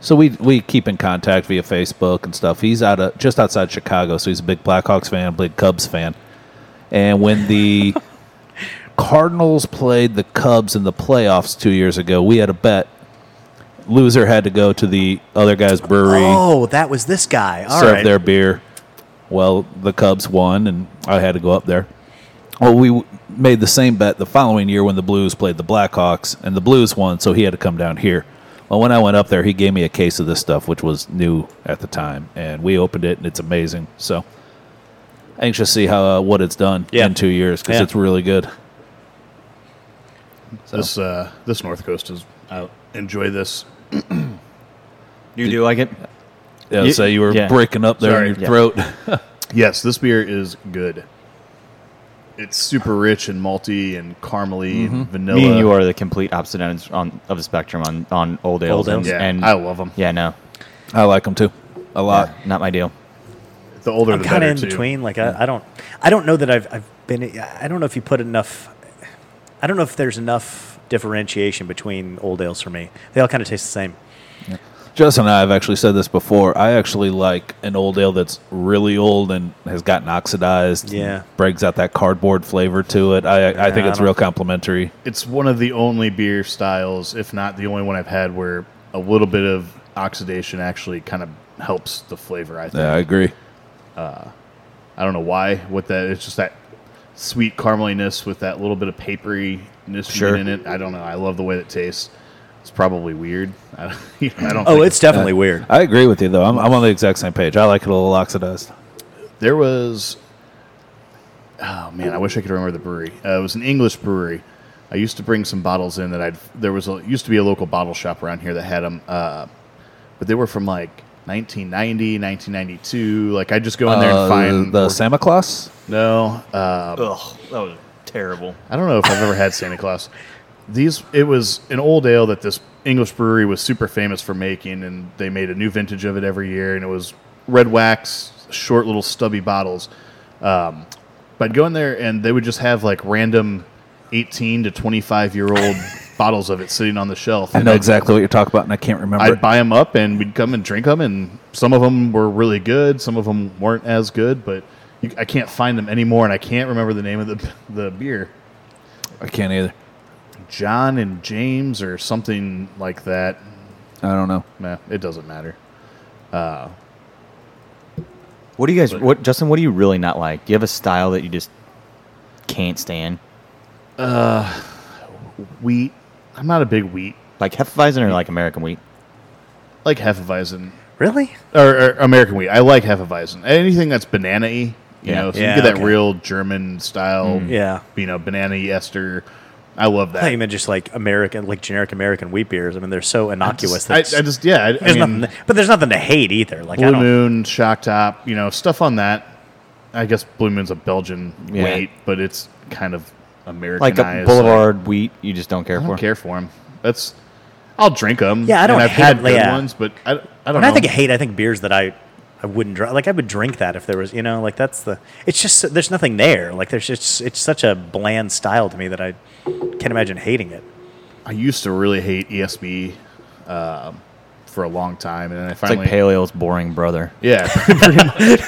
[SPEAKER 2] so we we keep in contact via Facebook and stuff. He's out of just outside Chicago, so he's a big Blackhawks fan, big Cubs fan. And when the Cardinals played the Cubs in the playoffs two years ago, we had a bet. Loser had to go to the other guy's brewery,
[SPEAKER 4] Oh, that was this guy. All right.
[SPEAKER 2] serve their beer. Well, the Cubs won, and I had to go up there. Well, we w- made the same bet the following year when the Blues played the Blackhawks, and the Blues won, so he had to come down here. Well, when I went up there, he gave me a case of this stuff, which was new at the time, and we opened it, and it's amazing. So, anxious to see how uh, what it's done
[SPEAKER 4] Yeah.
[SPEAKER 2] in two years because
[SPEAKER 4] Yeah.
[SPEAKER 2] it's really good.
[SPEAKER 3] This uh, this North Coast is. I enjoy this.
[SPEAKER 1] You do like it?
[SPEAKER 2] Yeah,
[SPEAKER 1] You-
[SPEAKER 2] so you were
[SPEAKER 1] yeah.
[SPEAKER 2] breaking up there
[SPEAKER 3] Sorry.
[SPEAKER 2] in your
[SPEAKER 1] Yeah.
[SPEAKER 2] throat.
[SPEAKER 3] Yes, this beer is good. It's super rich and malty and caramely Mm-hmm. and vanilla.
[SPEAKER 1] Me and you are the complete opposite ends on, of the spectrum on, on old ales.
[SPEAKER 4] ales.
[SPEAKER 1] and,
[SPEAKER 3] Yeah,
[SPEAKER 1] and
[SPEAKER 3] I love them.
[SPEAKER 1] Yeah, no,
[SPEAKER 2] I like them too, a lot.
[SPEAKER 1] not my deal.
[SPEAKER 3] The older
[SPEAKER 4] I'm
[SPEAKER 3] the
[SPEAKER 4] kind
[SPEAKER 3] better
[SPEAKER 4] of in
[SPEAKER 3] too.
[SPEAKER 4] between. Like I, I don't, I don't know that I've, I've been. I don't know if you put enough. I don't know if there's enough differentiation between old ales for me. They all kind of taste the same.
[SPEAKER 2] Justin and I have actually said this before. I actually like an old ale that's really old and has gotten oxidized. and
[SPEAKER 4] Yeah.
[SPEAKER 2] brings out that cardboard flavor to it. I I think
[SPEAKER 4] Yeah, I
[SPEAKER 2] it's
[SPEAKER 4] don't-
[SPEAKER 2] real complimentary.
[SPEAKER 3] It's one of the only beer styles, if not the only one I've had, where a little bit of oxidation actually kind of helps the flavor. I think.
[SPEAKER 2] Yeah, I agree.
[SPEAKER 3] I don't know why. What that? It's just that sweet carameliness with that little bit of paperiness
[SPEAKER 2] Sure.
[SPEAKER 3] in it. I don't know. I love the way that tastes. It's probably weird. I don't. you know, I don't
[SPEAKER 4] Oh,
[SPEAKER 3] think-
[SPEAKER 4] it's definitely weird.
[SPEAKER 2] I agree with you though. I'm, I'm on the exact same page. I like it a little oxidized.
[SPEAKER 3] There was. Oh man, I wish I could remember the brewery. Uh, it was an English brewery. I used to bring some bottles in that I'd. There was a, used to be a local bottle shop around here that had them, uh, but they were from like 1990, 1992. Like I just go in there
[SPEAKER 2] Uh,
[SPEAKER 3] and find
[SPEAKER 2] the Santa Claus.
[SPEAKER 3] no. Uh,
[SPEAKER 1] Ugh, that was terrible.
[SPEAKER 3] I don't know if I've ever had Santa Claus. These it was an old ale that this English brewery was super famous for making, and they made a new vintage of it every year, and it was red wax, short little stubby bottles. Um, but I'd go in there, and they would just have like random eighteen to twenty five year old bottles of it sitting on the shelf.
[SPEAKER 2] I
[SPEAKER 3] and
[SPEAKER 2] know
[SPEAKER 3] I'd-
[SPEAKER 2] exactly what you're talking about, and I can't remember.
[SPEAKER 3] I'd
[SPEAKER 2] it.
[SPEAKER 3] buy them up, and we'd come and drink them, and some of them were really good, some of them weren't as good, but you, I can't find them anymore, and I can't remember the name of the the beer.
[SPEAKER 2] I can't either.
[SPEAKER 3] John and James or something like that.
[SPEAKER 2] I don't know.
[SPEAKER 3] Nah, it doesn't matter.
[SPEAKER 1] What do you guys, what Justin? What do you really not like? Do you have a style that you just can't stand?
[SPEAKER 3] Wheat. I'm not a big wheat
[SPEAKER 1] Like Hefeweizen or like American wheat?
[SPEAKER 3] like Hefeweizen
[SPEAKER 4] Really?
[SPEAKER 3] or, or American wheat. I like Hefeweizen. Anything that's banana-y, you
[SPEAKER 1] Yeah.
[SPEAKER 3] know, so
[SPEAKER 4] Yeah,
[SPEAKER 3] you get that
[SPEAKER 4] okay. Mm.
[SPEAKER 3] real German style,
[SPEAKER 4] Yeah.
[SPEAKER 3] you know, banana-y ester. I love
[SPEAKER 4] I thought you
[SPEAKER 3] that.
[SPEAKER 4] meant just like American, like generic American wheat beers. I mean, they're so innocuous.
[SPEAKER 3] I, I
[SPEAKER 4] that it's-
[SPEAKER 3] just yeah. I, I
[SPEAKER 4] there's
[SPEAKER 3] mean,
[SPEAKER 4] nothing, but there's nothing to hate either. Like I
[SPEAKER 3] Blue
[SPEAKER 4] don't.
[SPEAKER 3] Moon, Shock Top, you know, stuff on that. I guess Blue Moon's a Belgian
[SPEAKER 1] Yeah.
[SPEAKER 3] wheat, but it's kind of Americanized.
[SPEAKER 1] Like a Boulevard wheat, you just don't care
[SPEAKER 3] I
[SPEAKER 1] for.
[SPEAKER 3] don't care for them. That's I'll drink them.
[SPEAKER 4] Yeah, I don't
[SPEAKER 3] And I've
[SPEAKER 4] hate
[SPEAKER 3] had
[SPEAKER 4] it,
[SPEAKER 3] good
[SPEAKER 4] yeah.
[SPEAKER 3] ones, but I, I don't
[SPEAKER 4] When
[SPEAKER 3] know.
[SPEAKER 4] I think of hate, I think beers that I, I wouldn't drink. Like I would drink that if there was, you know, like that's the. It's just there's nothing there. Like there's just it's such a bland style to me that I can't imagine hating it.
[SPEAKER 3] I used to really hate ESB um, for a long time, and then I
[SPEAKER 1] It's
[SPEAKER 3] finally
[SPEAKER 1] like pale ale's boring brother.
[SPEAKER 3] yeah. pretty much.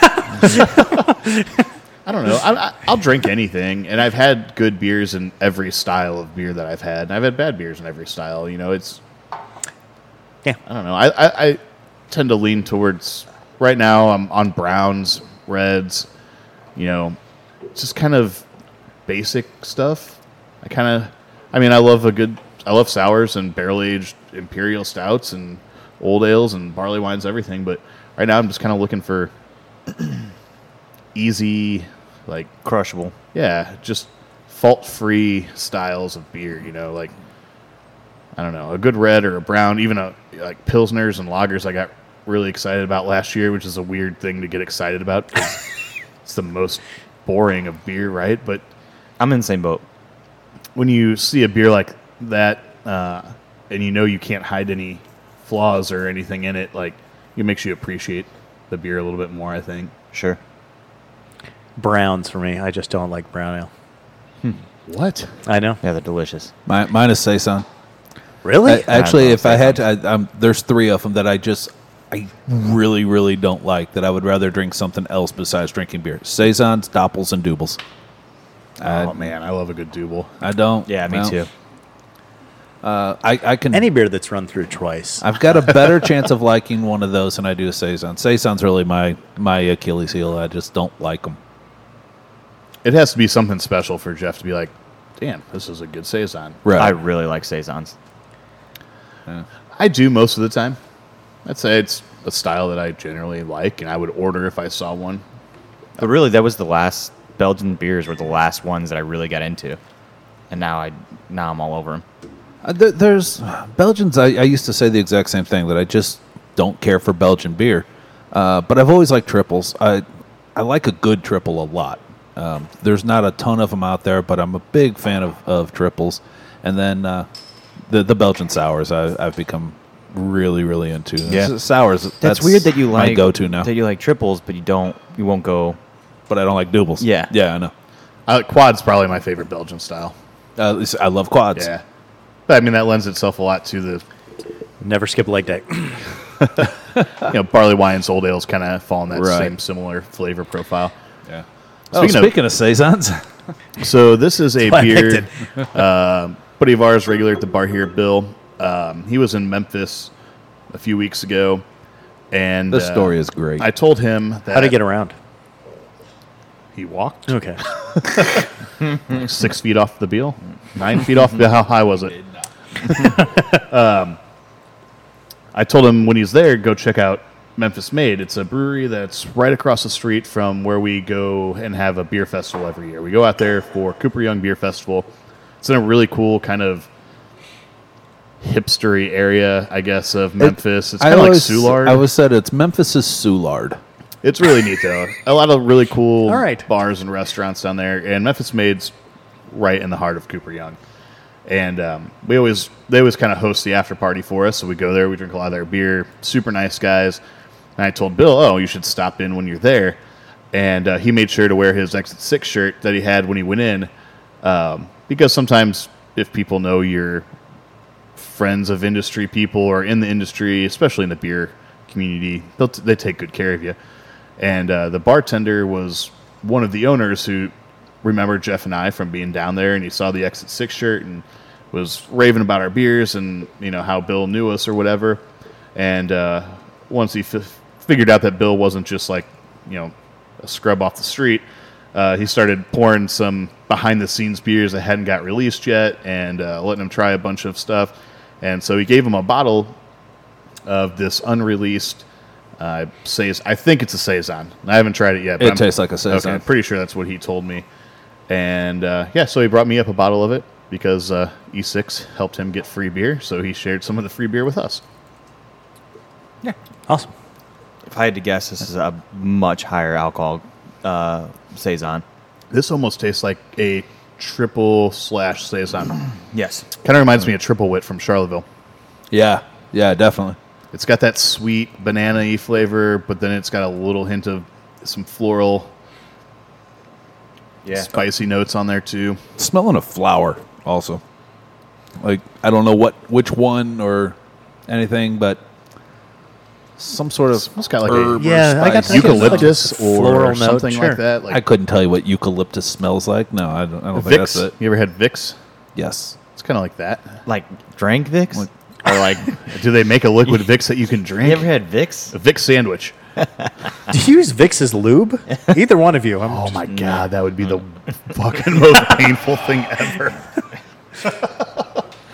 [SPEAKER 3] I don't know. I, I, I'll drink anything, and I've had good beers in every style of beer that I've had, and I've had bad beers in every style. You know, it's
[SPEAKER 4] Yeah.
[SPEAKER 3] I don't know. I, I, I tend to lean towards right now. I'm on browns, reds, you know, just kind of basic stuff. I kind of, I mean, I love a good, I love sours and barrel aged imperial stouts and old ales and barley wines, everything. But right now, I'm just kind of looking for easy, like
[SPEAKER 1] Crushable.
[SPEAKER 3] yeah, just fault free styles of beer, you know, like I don't know, a good red or a brown, even a like pilsners and lagers I got really excited about last year, which is a weird thing to get excited about 'cause it's the most boring of beer, right? But
[SPEAKER 1] I'm in the same boat.
[SPEAKER 3] when you see a beer like that, uh, and you know you can't hide any flaws or anything in it, like it makes you appreciate the beer a little bit more. I think.
[SPEAKER 1] Sure.
[SPEAKER 4] Browns for me. I just don't like brown ale.
[SPEAKER 3] What?
[SPEAKER 4] I know.
[SPEAKER 1] Yeah, they're delicious.
[SPEAKER 2] Mi- mine is saison.
[SPEAKER 4] Really?
[SPEAKER 2] I, actually,
[SPEAKER 1] I
[SPEAKER 2] if I had to, I, um, there's three of them that I just, I really, really don't like. That I would rather drink something else besides drinking beer. saisons, doppels, and doubles.
[SPEAKER 3] oh man, I love a good double.
[SPEAKER 2] I don't.
[SPEAKER 1] Yeah, me
[SPEAKER 2] no.
[SPEAKER 1] too.
[SPEAKER 2] Uh, I, I can.
[SPEAKER 4] Any beer that's run through twice.
[SPEAKER 2] I've got a better chance of liking one of those than I do a saison. Saison's really my my Achilles heel. I just don't like them.
[SPEAKER 3] It has to be something special for Jeff to be like, "Damn, this is a good saison."
[SPEAKER 1] I really like saisons.
[SPEAKER 3] I do most of the time. I'd say it's a style that I generally like, and I would order if I saw one.
[SPEAKER 1] But really, that was the last Belgian beers were the last ones that I really got into, and now I now I'm all over them.
[SPEAKER 2] Uh, there, there's Belgians. I, I used to say the exact same thing that I just don't care for Belgian beer, uh, but I've always liked triples. I I like a good triple a lot. Um, there's not a ton of them out there, but I'm a big fan of, of triples. And then uh, the the Belgian sours, I, I've become really really into.
[SPEAKER 1] Yeah.
[SPEAKER 2] sours. That's,
[SPEAKER 1] That's, weird that you like
[SPEAKER 2] my go-to now,
[SPEAKER 1] that you like triples, but you don't you won't go.
[SPEAKER 2] but I don't like doubles.
[SPEAKER 1] Yeah.
[SPEAKER 2] yeah, I know.
[SPEAKER 3] I, quad's probably my favorite Belgian style.
[SPEAKER 2] Uh, at least I love quads.
[SPEAKER 3] Yeah, but I mean that lends itself a lot to the
[SPEAKER 4] Never skip a leg day.
[SPEAKER 3] you know barley wines, old ales, kind of fall in that
[SPEAKER 2] Right.
[SPEAKER 3] same similar flavor profile.
[SPEAKER 2] Yeah. Oh,
[SPEAKER 3] Speaking
[SPEAKER 2] speaking,
[SPEAKER 3] of-
[SPEAKER 2] of, saisons,
[SPEAKER 3] So this is a
[SPEAKER 4] why I
[SPEAKER 3] beer.
[SPEAKER 4] picked
[SPEAKER 3] um buddy of ours, regular at the bar here, Bill. Um, he was in Memphis a few weeks ago, and
[SPEAKER 2] the
[SPEAKER 3] uh,
[SPEAKER 2] story is great.
[SPEAKER 3] I told him that
[SPEAKER 4] How to get around.
[SPEAKER 3] he walked
[SPEAKER 4] Okay.
[SPEAKER 3] six feet off the bill, nine feet off. the How high was it? um, I told him when he's there, go check out Memphis Made. It's a brewery that's right across the street from where we go and have a beer festival every year. We go out there for Cooper Young Beer Festival. It's in a really cool kind of hipstery area, I guess, of Memphis. it's
[SPEAKER 2] I
[SPEAKER 3] kind of like
[SPEAKER 2] always-
[SPEAKER 3] Soulard.
[SPEAKER 2] I always said it's Memphis's Soulard.
[SPEAKER 3] It's really neat though. A lot of really cool
[SPEAKER 4] All right.
[SPEAKER 3] bars and restaurants down there, and Memphis Made's right in the heart of Cooper Young. And um, we always they always kind of host the after party for us, so we go there. We drink a lot of their beer. Super nice guys. And I told Bill, oh, you should stop in when you're there. And uh, he made sure to wear his Exit Six shirt that he had when he went in, um, because sometimes if people know you're friends of industry people or in the industry, especially in the beer community, they'll t- they take good care of you. And uh, the bartender was one of the owners who remembered Jeff and I from being down there, and he saw the Exit Six shirt and was raving about our beers and you know how Bill knew us or whatever. And uh, once he f- figured out that Bill wasn't just like you know a scrub off the street, uh, he started pouring some behind the scenes beers that hadn't got released yet and uh, letting him try a bunch of stuff. And so he gave him a bottle of this unreleased uh, says I think it's a saison. I haven't tried it yet.
[SPEAKER 2] It tastes like a saison.
[SPEAKER 3] Okay, pretty sure that's what he told me. And uh, yeah, so he brought me up a bottle of it because uh, E6 helped him get free beer, so he shared some of the free beer with us.
[SPEAKER 4] Awesome.
[SPEAKER 1] If I had to guess, this is a much higher alcohol uh, saison.
[SPEAKER 3] This almost tastes like a triple slash saison.
[SPEAKER 1] Yes.
[SPEAKER 3] kind of reminds me of triple wit from Charleville.
[SPEAKER 2] Yeah, yeah, definitely.
[SPEAKER 3] It's got that sweet banana-y flavor, but then it's got a little hint of some floral,
[SPEAKER 1] Yeah.
[SPEAKER 3] spicy notes on there too.
[SPEAKER 2] Smelling of flour, also. Like I don't know what which one or anything, but some sort of
[SPEAKER 3] It's got like
[SPEAKER 2] herb or
[SPEAKER 3] a
[SPEAKER 4] Yeah, I got
[SPEAKER 2] spice.
[SPEAKER 4] that.
[SPEAKER 3] eucalyptus
[SPEAKER 4] Like a floral
[SPEAKER 3] or
[SPEAKER 4] note,
[SPEAKER 3] something
[SPEAKER 4] sure.
[SPEAKER 3] like that.
[SPEAKER 2] I
[SPEAKER 3] Like
[SPEAKER 2] couldn't tell you what eucalyptus smells like. No, I don't, I don't think that's
[SPEAKER 3] Vicks.
[SPEAKER 2] it.
[SPEAKER 3] You ever had Vicks?
[SPEAKER 2] Yes,
[SPEAKER 3] It's kind of like that.
[SPEAKER 1] Like drank Vicks? Or like you
[SPEAKER 3] Do they make a liquid Vicks that you can drink?
[SPEAKER 1] ever had Vicks?
[SPEAKER 3] a Vicks sandwich.
[SPEAKER 4] Do you use Vicks as lube? Either one of you. I'm
[SPEAKER 3] Oh my god, that would be the Mm. fucking most painful thing ever.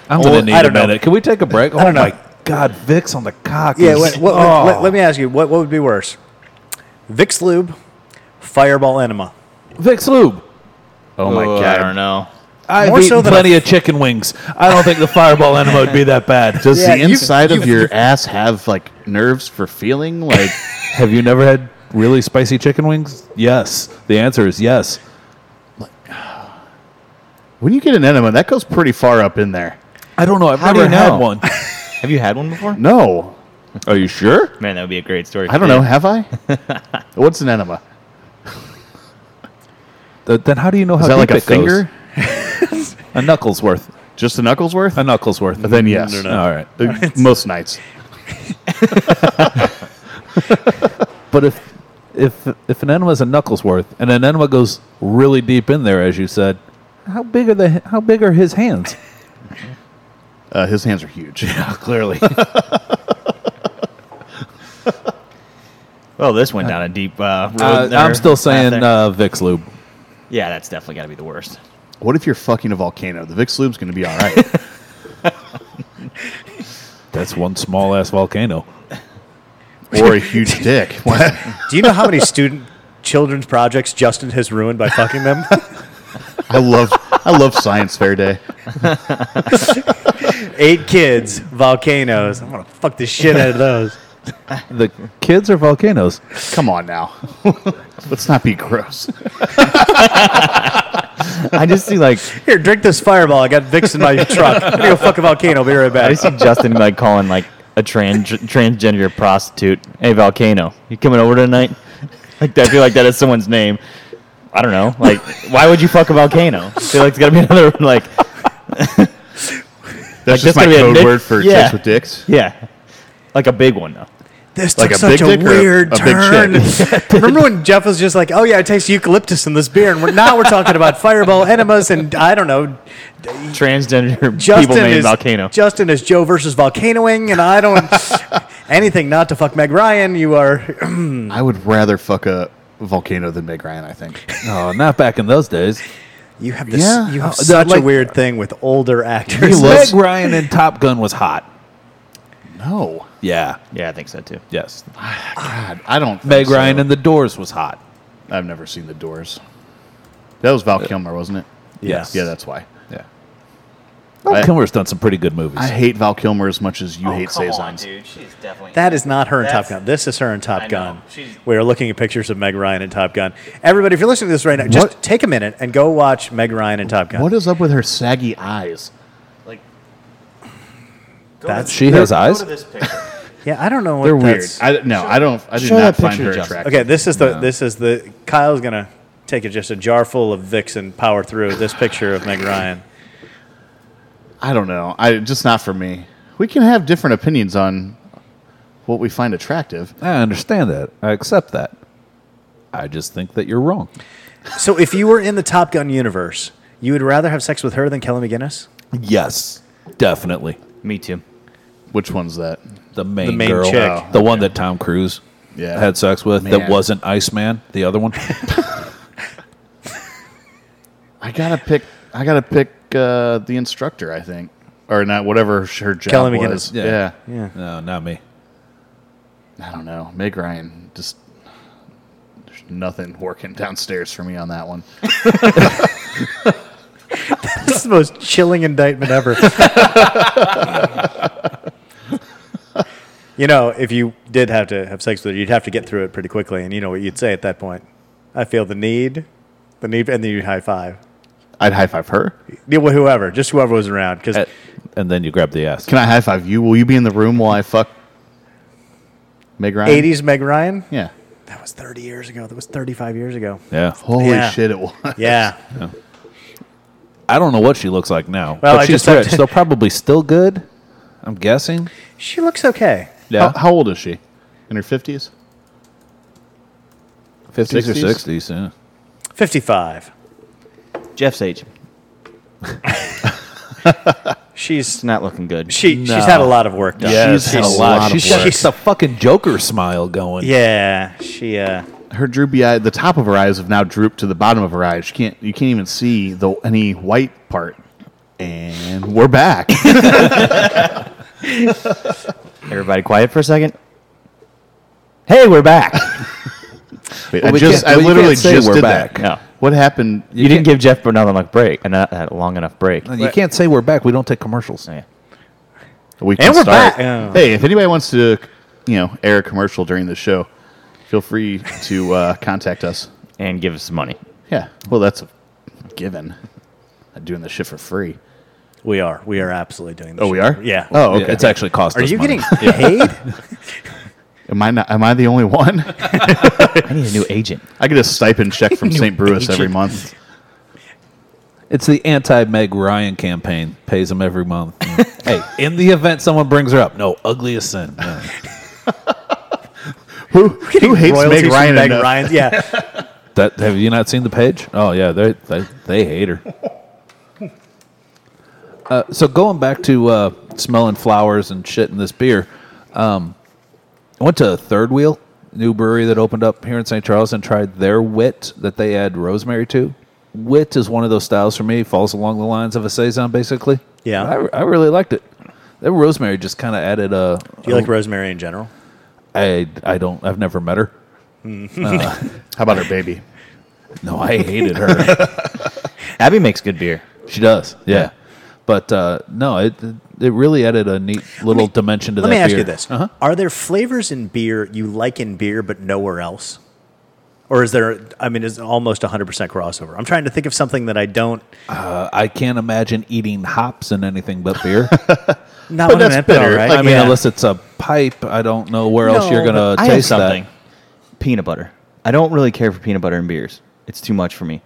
[SPEAKER 2] I'm
[SPEAKER 4] Well,
[SPEAKER 2] gonna need
[SPEAKER 4] I
[SPEAKER 2] a
[SPEAKER 4] don't know.
[SPEAKER 2] minute. Can we take a break? Oh
[SPEAKER 4] don't
[SPEAKER 2] my
[SPEAKER 4] know.
[SPEAKER 2] God, Vicks on the cock.
[SPEAKER 4] Yeah,
[SPEAKER 2] is-
[SPEAKER 4] wait, what,
[SPEAKER 2] oh.
[SPEAKER 4] let, let me ask you, what, what would be worse? Vicks Lube, Fireball Enema.
[SPEAKER 2] Vicks lube.
[SPEAKER 1] Oh my
[SPEAKER 2] Uh,
[SPEAKER 1] god, I don't know.
[SPEAKER 2] I've
[SPEAKER 4] More
[SPEAKER 2] eaten
[SPEAKER 4] so than a-
[SPEAKER 2] plenty of chicken wings. I don't think the fireball enema would be that bad.
[SPEAKER 3] Does
[SPEAKER 4] Yeah,
[SPEAKER 3] the
[SPEAKER 4] you've-
[SPEAKER 3] inside of
[SPEAKER 4] you've-
[SPEAKER 3] your ass have like nerves for feeling? Like
[SPEAKER 2] Have you never had really spicy chicken wings? Yes. The answer is yes.
[SPEAKER 3] When you get an enema, that goes pretty far up in there.
[SPEAKER 2] I don't know. I've
[SPEAKER 1] How do
[SPEAKER 2] never
[SPEAKER 1] you know?
[SPEAKER 2] had one.
[SPEAKER 1] Have you had one before?
[SPEAKER 3] No,
[SPEAKER 2] Are you sure?
[SPEAKER 1] Man, that would be a great story.
[SPEAKER 3] I don't know. Have I? What's an enema?
[SPEAKER 2] Th- then how do you know how
[SPEAKER 3] Is that
[SPEAKER 2] deep
[SPEAKER 3] like a
[SPEAKER 2] it goes?
[SPEAKER 3] finger?
[SPEAKER 2] A knuckle's worth.
[SPEAKER 3] Just a knuckles worth?
[SPEAKER 2] A knuckle's worth.
[SPEAKER 3] Then yes.
[SPEAKER 4] no, no.
[SPEAKER 2] All right.
[SPEAKER 3] Uh, Most nights.
[SPEAKER 2] But if if if an enema is a knuckle's worth, and an enema goes really deep in there, as you said, how big are the how big are his hands?
[SPEAKER 3] Uh, his hands are huge.
[SPEAKER 2] Clearly,
[SPEAKER 1] Well, this went down a deep uh, road. there.
[SPEAKER 2] I'm still saying
[SPEAKER 1] Path there.
[SPEAKER 2] uh, Vicks Lube.
[SPEAKER 1] yeah, that's definitely got to be the worst.
[SPEAKER 3] what if you're fucking a volcano? The Vicks lube's going to be all right.
[SPEAKER 2] That's one small ass volcano.
[SPEAKER 3] or a huge dick. I
[SPEAKER 4] Do you know how many student children's projects Justin has ruined by fucking them?
[SPEAKER 3] love I love science fair day.
[SPEAKER 4] Eight kids, volcanoes. I'm gonna fuck the shit out of those.
[SPEAKER 2] The kids are volcanoes.
[SPEAKER 3] Come on now. Let's not be gross.
[SPEAKER 1] I just see like
[SPEAKER 4] Here, drink this fireball. I got Vicks in my truck. I'm gonna go fuck a volcano. Be right
[SPEAKER 1] I
[SPEAKER 4] back.
[SPEAKER 1] just see Justin like calling like a trans transgender prostitute. Hey, volcano, you coming over tonight? Like I feel like that is someone's name. I don't know. Like, why would you fuck a volcano? I feel like it's got to be another like.
[SPEAKER 3] That's
[SPEAKER 1] this
[SPEAKER 3] just my
[SPEAKER 1] gonna be a
[SPEAKER 3] code
[SPEAKER 1] dick-
[SPEAKER 3] word for
[SPEAKER 1] yeah.
[SPEAKER 3] chicks with dicks.
[SPEAKER 1] Yeah, like a big one though.
[SPEAKER 4] This
[SPEAKER 3] Like
[SPEAKER 4] took
[SPEAKER 3] a
[SPEAKER 4] such
[SPEAKER 3] big
[SPEAKER 4] a
[SPEAKER 3] dick or a-
[SPEAKER 4] weird
[SPEAKER 3] a big
[SPEAKER 4] turn. Remember when Jeff was just like, "Oh yeah, it tastes eucalyptus in this beer," and we're, now we're talking about fireball enemas and I don't know.
[SPEAKER 1] Transgender
[SPEAKER 4] Justin
[SPEAKER 1] people named
[SPEAKER 4] is
[SPEAKER 1] volcano.
[SPEAKER 4] Justin is Joe versus volcanoing, and I don't anything not to fuck Meg Ryan. You are
[SPEAKER 3] I would rather fuck a volcano than Meg Ryan, I think.
[SPEAKER 2] No, not back in those days.
[SPEAKER 4] you have this
[SPEAKER 3] Yeah.
[SPEAKER 4] you have
[SPEAKER 2] Uh,
[SPEAKER 4] such
[SPEAKER 2] like-
[SPEAKER 4] a weird thing with older
[SPEAKER 2] Meg
[SPEAKER 4] actors.
[SPEAKER 2] Ryan in Top Gun was hot.
[SPEAKER 3] No.
[SPEAKER 2] Yeah.
[SPEAKER 1] yeah, I think so too.
[SPEAKER 2] Yes.
[SPEAKER 3] God, I don't think
[SPEAKER 2] Meg
[SPEAKER 3] so.
[SPEAKER 2] Ryan in The Doors was hot.
[SPEAKER 3] I've never seen The Doors. That was Val Kilmer, wasn't it?
[SPEAKER 2] Yes.
[SPEAKER 3] Yeah, that's why.
[SPEAKER 2] Yeah. Val
[SPEAKER 3] I-
[SPEAKER 2] Kilmer's done some pretty good movies.
[SPEAKER 3] I hate Val Kilmer as much as you
[SPEAKER 1] Oh,
[SPEAKER 3] hate Saisons.
[SPEAKER 1] She's definitely
[SPEAKER 4] That is not her in Top
[SPEAKER 1] That's-
[SPEAKER 4] Gun. This is her in
[SPEAKER 1] I
[SPEAKER 4] Top
[SPEAKER 1] know.
[SPEAKER 4] Gun.
[SPEAKER 1] She's-
[SPEAKER 4] We are looking at pictures of Meg Ryan in Top Gun. Everybody, if you're listening to this right now, just
[SPEAKER 3] What?
[SPEAKER 4] take a minute and go watch Meg Ryan in Top Gun.
[SPEAKER 3] What is up with her saggy eyes?
[SPEAKER 1] like.
[SPEAKER 4] That's-
[SPEAKER 2] she has eyes.
[SPEAKER 1] this picture.
[SPEAKER 4] yeah, I don't know what
[SPEAKER 3] They're weird.
[SPEAKER 4] that's-
[SPEAKER 3] I, no, I don't. I do
[SPEAKER 1] Show
[SPEAKER 3] not
[SPEAKER 1] that
[SPEAKER 3] find
[SPEAKER 1] picture,
[SPEAKER 3] her
[SPEAKER 1] Justin.
[SPEAKER 3] attractive.
[SPEAKER 4] okay, this is the this is the Kyle's gonna take just a jar full of Vicks and power through this picture of Meg Ryan.
[SPEAKER 3] I don't know. I just not for me. We can have different opinions on what we find attractive.
[SPEAKER 2] I understand that. I accept that. I just think that you're wrong.
[SPEAKER 4] So if you were in the Top Gun universe, you would rather have sex with her than Kelly McGinnis?
[SPEAKER 2] Yes, definitely.
[SPEAKER 1] Me too.
[SPEAKER 3] Which one's that?
[SPEAKER 2] The main,
[SPEAKER 4] main
[SPEAKER 2] girl,
[SPEAKER 4] chick.
[SPEAKER 2] the one that Tom Cruise
[SPEAKER 3] Yeah.
[SPEAKER 2] had sex with,
[SPEAKER 3] Man.
[SPEAKER 2] that wasn't Iceman, the other one.
[SPEAKER 3] I gotta pick. I gotta pick uh, the instructor. I think, or not. Whatever sh- her job
[SPEAKER 4] Kelly McGinnis.
[SPEAKER 3] was.
[SPEAKER 2] Yeah.
[SPEAKER 3] Yeah.
[SPEAKER 4] Yeah.
[SPEAKER 2] no, not me.
[SPEAKER 3] I don't know. Meg Ryan just. There's nothing working downstairs for me on that one.
[SPEAKER 4] This is the most chilling indictment ever. you know, if you did have to have sex with her, you'd have to get through it pretty quickly, and you know what you'd say at that point. I feel the need, the need, and then you high five.
[SPEAKER 3] I'd high five her.
[SPEAKER 4] Yeah, well, Whoever, just whoever was around, because
[SPEAKER 2] Eh, And then you grab the ass.
[SPEAKER 3] Can I high five you? Will you be in the room while I fuck Meg Ryan?
[SPEAKER 4] '80s Meg Ryan.
[SPEAKER 3] Yeah.
[SPEAKER 4] That was 30 years ago. That was 35 years ago.
[SPEAKER 2] yeah.
[SPEAKER 3] Holy
[SPEAKER 4] Yeah.
[SPEAKER 3] shit! It was.
[SPEAKER 4] Yeah,
[SPEAKER 2] I don't know what she looks like now.
[SPEAKER 4] Well, I
[SPEAKER 2] but she's
[SPEAKER 4] just have
[SPEAKER 2] rich,
[SPEAKER 4] to-
[SPEAKER 2] so probably still good. I'm guessing.
[SPEAKER 4] she looks okay.
[SPEAKER 2] Yeah,
[SPEAKER 3] How, how old is she? In her fifties.
[SPEAKER 2] fifties or
[SPEAKER 3] 60s?
[SPEAKER 2] sixties. Yeah.
[SPEAKER 4] 55.
[SPEAKER 1] Jeff's age.
[SPEAKER 4] She's
[SPEAKER 1] It's not looking good.
[SPEAKER 4] she she's had a lot of work done.
[SPEAKER 3] Yes,
[SPEAKER 2] she's had a
[SPEAKER 3] she's-
[SPEAKER 2] lot.
[SPEAKER 3] lot of
[SPEAKER 2] she's got
[SPEAKER 3] work.
[SPEAKER 2] the fucking Joker smile going.
[SPEAKER 4] Yeah, she. Uh,
[SPEAKER 3] her droopy eye the top of her eyes have now drooped to the bottom of her eyes you can't you can't even see the any white part and we're back
[SPEAKER 1] Everybody quiet for a second. Hey, we're back.
[SPEAKER 3] Wait,
[SPEAKER 2] Well,
[SPEAKER 3] i
[SPEAKER 2] we
[SPEAKER 3] just
[SPEAKER 2] can't-
[SPEAKER 3] i
[SPEAKER 2] well, you
[SPEAKER 3] literally
[SPEAKER 2] can't say
[SPEAKER 3] just
[SPEAKER 2] we're
[SPEAKER 3] did
[SPEAKER 2] back.
[SPEAKER 3] that
[SPEAKER 1] No.
[SPEAKER 3] what happened
[SPEAKER 1] You, didn't give Jeff Bernard a break, and a, a long enough break.
[SPEAKER 2] You can't say we're back. We don't take commercials.
[SPEAKER 1] Yeah.
[SPEAKER 3] we can
[SPEAKER 4] we're
[SPEAKER 3] start.
[SPEAKER 4] back. Oh.
[SPEAKER 3] hey if anybody wants to you know air a commercial during the show feel free to uh, contact us
[SPEAKER 1] And give us some money.
[SPEAKER 3] yeah well that's a given Not doing this shit for free.
[SPEAKER 4] We are. We are absolutely doing this.
[SPEAKER 3] Oh, we are.
[SPEAKER 4] Yeah.
[SPEAKER 3] Oh, okay.
[SPEAKER 2] It's actually cost
[SPEAKER 4] Are
[SPEAKER 2] us
[SPEAKER 4] you
[SPEAKER 2] money.
[SPEAKER 4] getting paid?
[SPEAKER 3] Am I not? Am I the only one?
[SPEAKER 1] I need a new agent.
[SPEAKER 3] I get a stipend check from St. Brewis every month.
[SPEAKER 2] It's the anti Meg Ryan campaign. Pays them every month. hey, in the event someone brings her up, no ugliest sin. Yeah.
[SPEAKER 3] Who who hates
[SPEAKER 4] Royalties
[SPEAKER 3] Meg
[SPEAKER 4] from
[SPEAKER 3] Ryan? uh,
[SPEAKER 4] Meg
[SPEAKER 3] enough?
[SPEAKER 4] Ryan. Yeah.
[SPEAKER 2] That have you not seen the page? Oh yeah, they they, they hate her. Uh, so going back to uh, smelling flowers and shit in this beer, um, I went to Third Wheel, new brewery that opened up here in St. Charles, and tried their wit that they add rosemary to. Wit is one of those styles for me. Falls along the lines of a saison, basically.
[SPEAKER 4] Yeah.
[SPEAKER 2] I, I really liked it. That rosemary just kind of added a.
[SPEAKER 4] Do you like rosemary in general?
[SPEAKER 2] I I don't. I've never met her.
[SPEAKER 3] How about her baby?
[SPEAKER 2] No, I hated her.
[SPEAKER 1] Abby makes good beer.
[SPEAKER 2] She does, yeah. But uh, no, it it really added a neat little dimension to
[SPEAKER 4] Let
[SPEAKER 2] that.
[SPEAKER 4] me ask you
[SPEAKER 2] beer.
[SPEAKER 4] this:
[SPEAKER 2] Uh-huh.
[SPEAKER 4] Are there flavors in beer you like in beer but nowhere else, or is there? I mean, is it almost 100 percent crossover? I'm trying to think of something that I don't.
[SPEAKER 2] Uh, I can't imagine eating hops in anything but beer.
[SPEAKER 4] Not
[SPEAKER 3] But
[SPEAKER 4] when I'm
[SPEAKER 3] that's
[SPEAKER 4] at beer,
[SPEAKER 3] better.
[SPEAKER 4] right?
[SPEAKER 3] Like,
[SPEAKER 2] Oh, I mean,
[SPEAKER 4] Yeah.
[SPEAKER 2] unless it's a pipe, I don't know where else
[SPEAKER 4] No,
[SPEAKER 2] you're gonna
[SPEAKER 1] I have
[SPEAKER 2] taste
[SPEAKER 1] something.
[SPEAKER 2] that.
[SPEAKER 1] Peanut butter. I don't really care for peanut butter in beers. It's too much for me.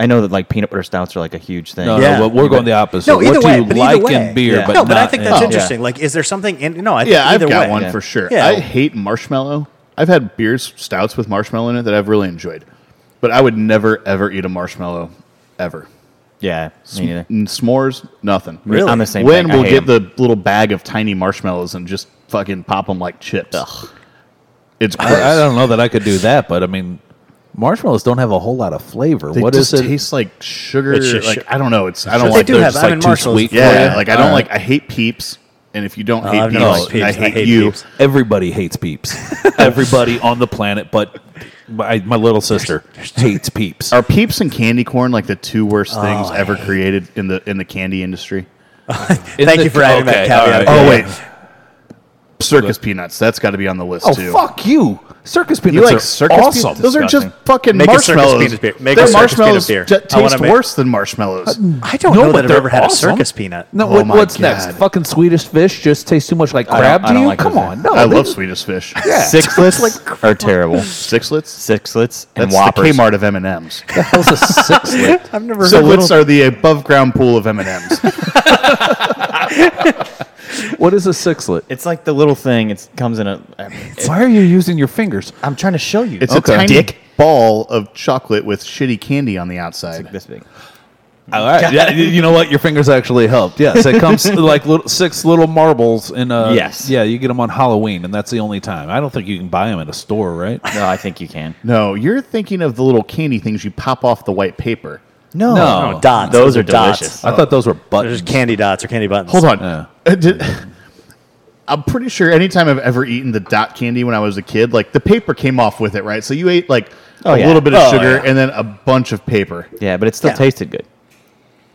[SPEAKER 1] I know that like peanut butter stouts are like a huge thing.
[SPEAKER 2] No,
[SPEAKER 4] Yeah.
[SPEAKER 2] no, but we're going the opposite.
[SPEAKER 4] No, either
[SPEAKER 2] what
[SPEAKER 4] way.
[SPEAKER 2] do you
[SPEAKER 4] but
[SPEAKER 2] like
[SPEAKER 4] either way.
[SPEAKER 2] in beer,
[SPEAKER 1] Yeah.
[SPEAKER 2] but
[SPEAKER 4] no, but I
[SPEAKER 2] not
[SPEAKER 4] think
[SPEAKER 2] in-
[SPEAKER 4] that's
[SPEAKER 1] Yeah.
[SPEAKER 4] interesting. Like, is there something in? No, I think
[SPEAKER 3] Yeah, I've
[SPEAKER 4] either
[SPEAKER 3] got
[SPEAKER 4] way.
[SPEAKER 3] one
[SPEAKER 1] Yeah.
[SPEAKER 3] for sure.
[SPEAKER 4] Yeah.
[SPEAKER 3] I hate marshmallow. I've had beers, stouts with marshmallow in it that I've really enjoyed, but I would never ever eat a marshmallow ever.
[SPEAKER 1] Yeah, me neither.
[SPEAKER 3] And s'mores, nothing.
[SPEAKER 4] Really?
[SPEAKER 1] I'm the same.
[SPEAKER 3] when
[SPEAKER 1] thing. I
[SPEAKER 3] we'll
[SPEAKER 1] hate
[SPEAKER 3] get
[SPEAKER 1] 'em.
[SPEAKER 3] the little bag of tiny marshmallows and just fucking pop them like chips. It's gross.
[SPEAKER 2] I, I don't know that I could do that, but I mean, marshmallows don't have a whole lot of flavor.
[SPEAKER 3] They
[SPEAKER 2] What is
[SPEAKER 3] just
[SPEAKER 2] it?
[SPEAKER 3] tastes like sugar.
[SPEAKER 4] It's just
[SPEAKER 3] like
[SPEAKER 4] su-
[SPEAKER 3] I don't know. It's I don't
[SPEAKER 4] But
[SPEAKER 3] like.
[SPEAKER 4] they do
[SPEAKER 2] they're just,
[SPEAKER 3] those-
[SPEAKER 4] have. Uh, I
[SPEAKER 2] like,
[SPEAKER 4] mean,
[SPEAKER 2] too
[SPEAKER 4] Marshall's
[SPEAKER 2] sweet
[SPEAKER 4] for
[SPEAKER 3] Yeah,
[SPEAKER 2] you.
[SPEAKER 3] like I don't
[SPEAKER 2] All
[SPEAKER 3] like. I hate peeps, and if you don't hate
[SPEAKER 4] Oh, I've
[SPEAKER 3] peeps,
[SPEAKER 4] never liked peeps.
[SPEAKER 3] I
[SPEAKER 4] I
[SPEAKER 3] hate,
[SPEAKER 4] hate
[SPEAKER 3] you.
[SPEAKER 4] peeps.
[SPEAKER 2] Everybody hates peeps. Everybody on the planet, but my, my little sister hates peeps.
[SPEAKER 3] Are peeps and candy corn like the two worst things
[SPEAKER 4] Oh, I
[SPEAKER 3] ever created in the in the candy industry?
[SPEAKER 2] In
[SPEAKER 4] Thank
[SPEAKER 2] the-
[SPEAKER 4] you for adding that
[SPEAKER 2] all
[SPEAKER 4] caveat.
[SPEAKER 2] right.
[SPEAKER 3] Oh wait, circus peanuts. That's got to be on the list
[SPEAKER 2] Oh,
[SPEAKER 3] too.
[SPEAKER 2] fuck you! Circus peanuts
[SPEAKER 3] You like
[SPEAKER 2] are
[SPEAKER 3] circus
[SPEAKER 2] awesome.
[SPEAKER 3] peanuts? Those are just
[SPEAKER 1] Disgusting.
[SPEAKER 3] fucking
[SPEAKER 4] Make a circus
[SPEAKER 3] marshmallows.
[SPEAKER 4] peanut beer- make a
[SPEAKER 3] Their
[SPEAKER 4] circus peanut
[SPEAKER 3] marshmallows
[SPEAKER 4] beer.
[SPEAKER 3] ju-
[SPEAKER 4] I wanna
[SPEAKER 3] taste
[SPEAKER 4] make-
[SPEAKER 3] worse than marshmallows.
[SPEAKER 4] I don't
[SPEAKER 2] No,
[SPEAKER 4] know
[SPEAKER 2] but
[SPEAKER 4] that I've
[SPEAKER 2] they're
[SPEAKER 4] ever had a
[SPEAKER 2] awesome.
[SPEAKER 4] circus peanut.
[SPEAKER 2] No,
[SPEAKER 3] Oh
[SPEAKER 2] what,
[SPEAKER 3] my
[SPEAKER 2] what's
[SPEAKER 3] God.
[SPEAKER 2] next? Fucking Swedish fish just tastes too much like
[SPEAKER 1] don't-
[SPEAKER 2] crab
[SPEAKER 1] I
[SPEAKER 2] to
[SPEAKER 1] don't
[SPEAKER 2] you.
[SPEAKER 1] like
[SPEAKER 2] Come
[SPEAKER 1] those
[SPEAKER 2] on,
[SPEAKER 1] things.
[SPEAKER 2] no,
[SPEAKER 3] I
[SPEAKER 2] they-
[SPEAKER 3] love Swedish fish.
[SPEAKER 2] Yeah.
[SPEAKER 1] sixlets are terrible.
[SPEAKER 3] Sixlets.
[SPEAKER 1] Sixlets and
[SPEAKER 3] That's
[SPEAKER 1] whoppers.
[SPEAKER 3] the Kmart of M and M's.
[SPEAKER 2] the hell's a sixlet?
[SPEAKER 4] I've never heard.
[SPEAKER 3] Sixlets are the above ground pool of M and M's.
[SPEAKER 2] What is a sixlet?
[SPEAKER 1] It's like the little thing. It comes in a. it-
[SPEAKER 2] Why are you using your fingers?
[SPEAKER 1] I'm trying to show you.
[SPEAKER 3] It's
[SPEAKER 2] Okay.
[SPEAKER 3] a tiny
[SPEAKER 2] Dick.
[SPEAKER 3] ball of chocolate with shitty candy on the outside.
[SPEAKER 1] this big.
[SPEAKER 2] All right, yeah, you you know what? Your fingers actually helped. Yes, it comes like little, six little marbles in a.
[SPEAKER 1] Yes.
[SPEAKER 2] yeah, you get them on Halloween, and that's the only time. I don't think you can buy them at a store, right?
[SPEAKER 1] No, I think you can.
[SPEAKER 3] No, you're thinking of the little candy things you pop off the white paper.
[SPEAKER 1] No,
[SPEAKER 2] No.
[SPEAKER 4] Oh, Dots.
[SPEAKER 1] Those,
[SPEAKER 4] Those
[SPEAKER 1] are,
[SPEAKER 4] are dots.
[SPEAKER 1] delicious.
[SPEAKER 2] I thought those were
[SPEAKER 4] There's
[SPEAKER 2] buttons.
[SPEAKER 4] candy dots or candy buttons.
[SPEAKER 3] Hold on.
[SPEAKER 2] Yeah.
[SPEAKER 3] Uh, did- I'm pretty sure anytime I've ever eaten the dot candy when I was a kid, like the paper came off with it, right? So you ate like
[SPEAKER 1] Oh,
[SPEAKER 3] a
[SPEAKER 1] yeah.
[SPEAKER 3] little bit of
[SPEAKER 4] Oh,
[SPEAKER 3] sugar
[SPEAKER 4] yeah.
[SPEAKER 3] and then a bunch of paper.
[SPEAKER 1] Yeah, but it still
[SPEAKER 4] Yeah.
[SPEAKER 1] tasted good.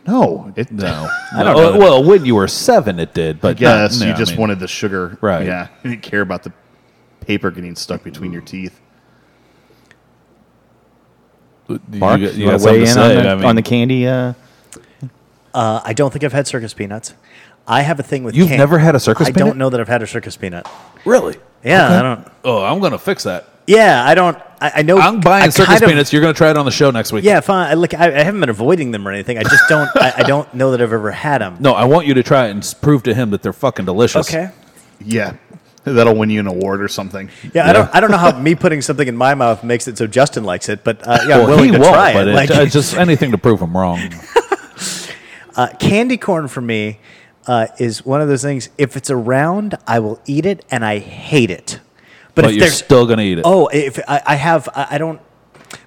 [SPEAKER 3] No, it,
[SPEAKER 2] No,
[SPEAKER 4] I don't
[SPEAKER 2] No.
[SPEAKER 4] know.
[SPEAKER 2] Well, when you were seven, it did, but
[SPEAKER 3] Yes,
[SPEAKER 2] not-
[SPEAKER 3] you
[SPEAKER 2] no, I
[SPEAKER 3] just
[SPEAKER 2] mean-
[SPEAKER 3] wanted the sugar.
[SPEAKER 2] Right.
[SPEAKER 3] Yeah. You didn't care about the paper getting stuck between your teeth.
[SPEAKER 2] You
[SPEAKER 1] Mark,
[SPEAKER 2] got- you
[SPEAKER 1] you,
[SPEAKER 2] got
[SPEAKER 1] want to
[SPEAKER 2] something
[SPEAKER 1] weigh
[SPEAKER 2] to
[SPEAKER 1] in
[SPEAKER 2] say,
[SPEAKER 1] on, the,
[SPEAKER 2] I mean-
[SPEAKER 1] on the candy? Uh,
[SPEAKER 4] Uh, I don't think I've had circus peanuts. I have a thing with.
[SPEAKER 2] You've
[SPEAKER 4] can-
[SPEAKER 2] never had a circus
[SPEAKER 4] I
[SPEAKER 2] peanut?
[SPEAKER 4] don't know that I've had a circus peanut.
[SPEAKER 2] Really?
[SPEAKER 4] Yeah, I don't.
[SPEAKER 2] Oh, I'm gonna fix that.
[SPEAKER 4] Yeah, I don't. I, I know.
[SPEAKER 2] I'm buying
[SPEAKER 4] Oh, I
[SPEAKER 2] circus
[SPEAKER 4] kind of-
[SPEAKER 2] peanuts. You're gonna try it on the show next week.
[SPEAKER 4] Yeah, fine. I, like I, I haven't been avoiding them or anything. I just don't. I, I don't know that I've ever had them.
[SPEAKER 2] No, I want you to try it and s- prove to him that they're fucking delicious.
[SPEAKER 4] Okay.
[SPEAKER 3] Yeah. That'll win you an award or something.
[SPEAKER 4] Yeah, I don't. I don't know how me putting something in my mouth makes it so Justin likes it, but uh, yeah, I'm willing
[SPEAKER 2] he
[SPEAKER 4] to
[SPEAKER 2] won't,
[SPEAKER 4] try
[SPEAKER 2] but
[SPEAKER 4] it. Like,
[SPEAKER 2] it's just anything to prove him wrong.
[SPEAKER 4] uh, candy corn for me uh, is one of those things. If it's around, I will eat it, and I hate it. But,
[SPEAKER 2] But
[SPEAKER 4] if
[SPEAKER 2] you're
[SPEAKER 4] there's
[SPEAKER 2] still gonna eat it.
[SPEAKER 4] oh, if I, I have, I, I don't.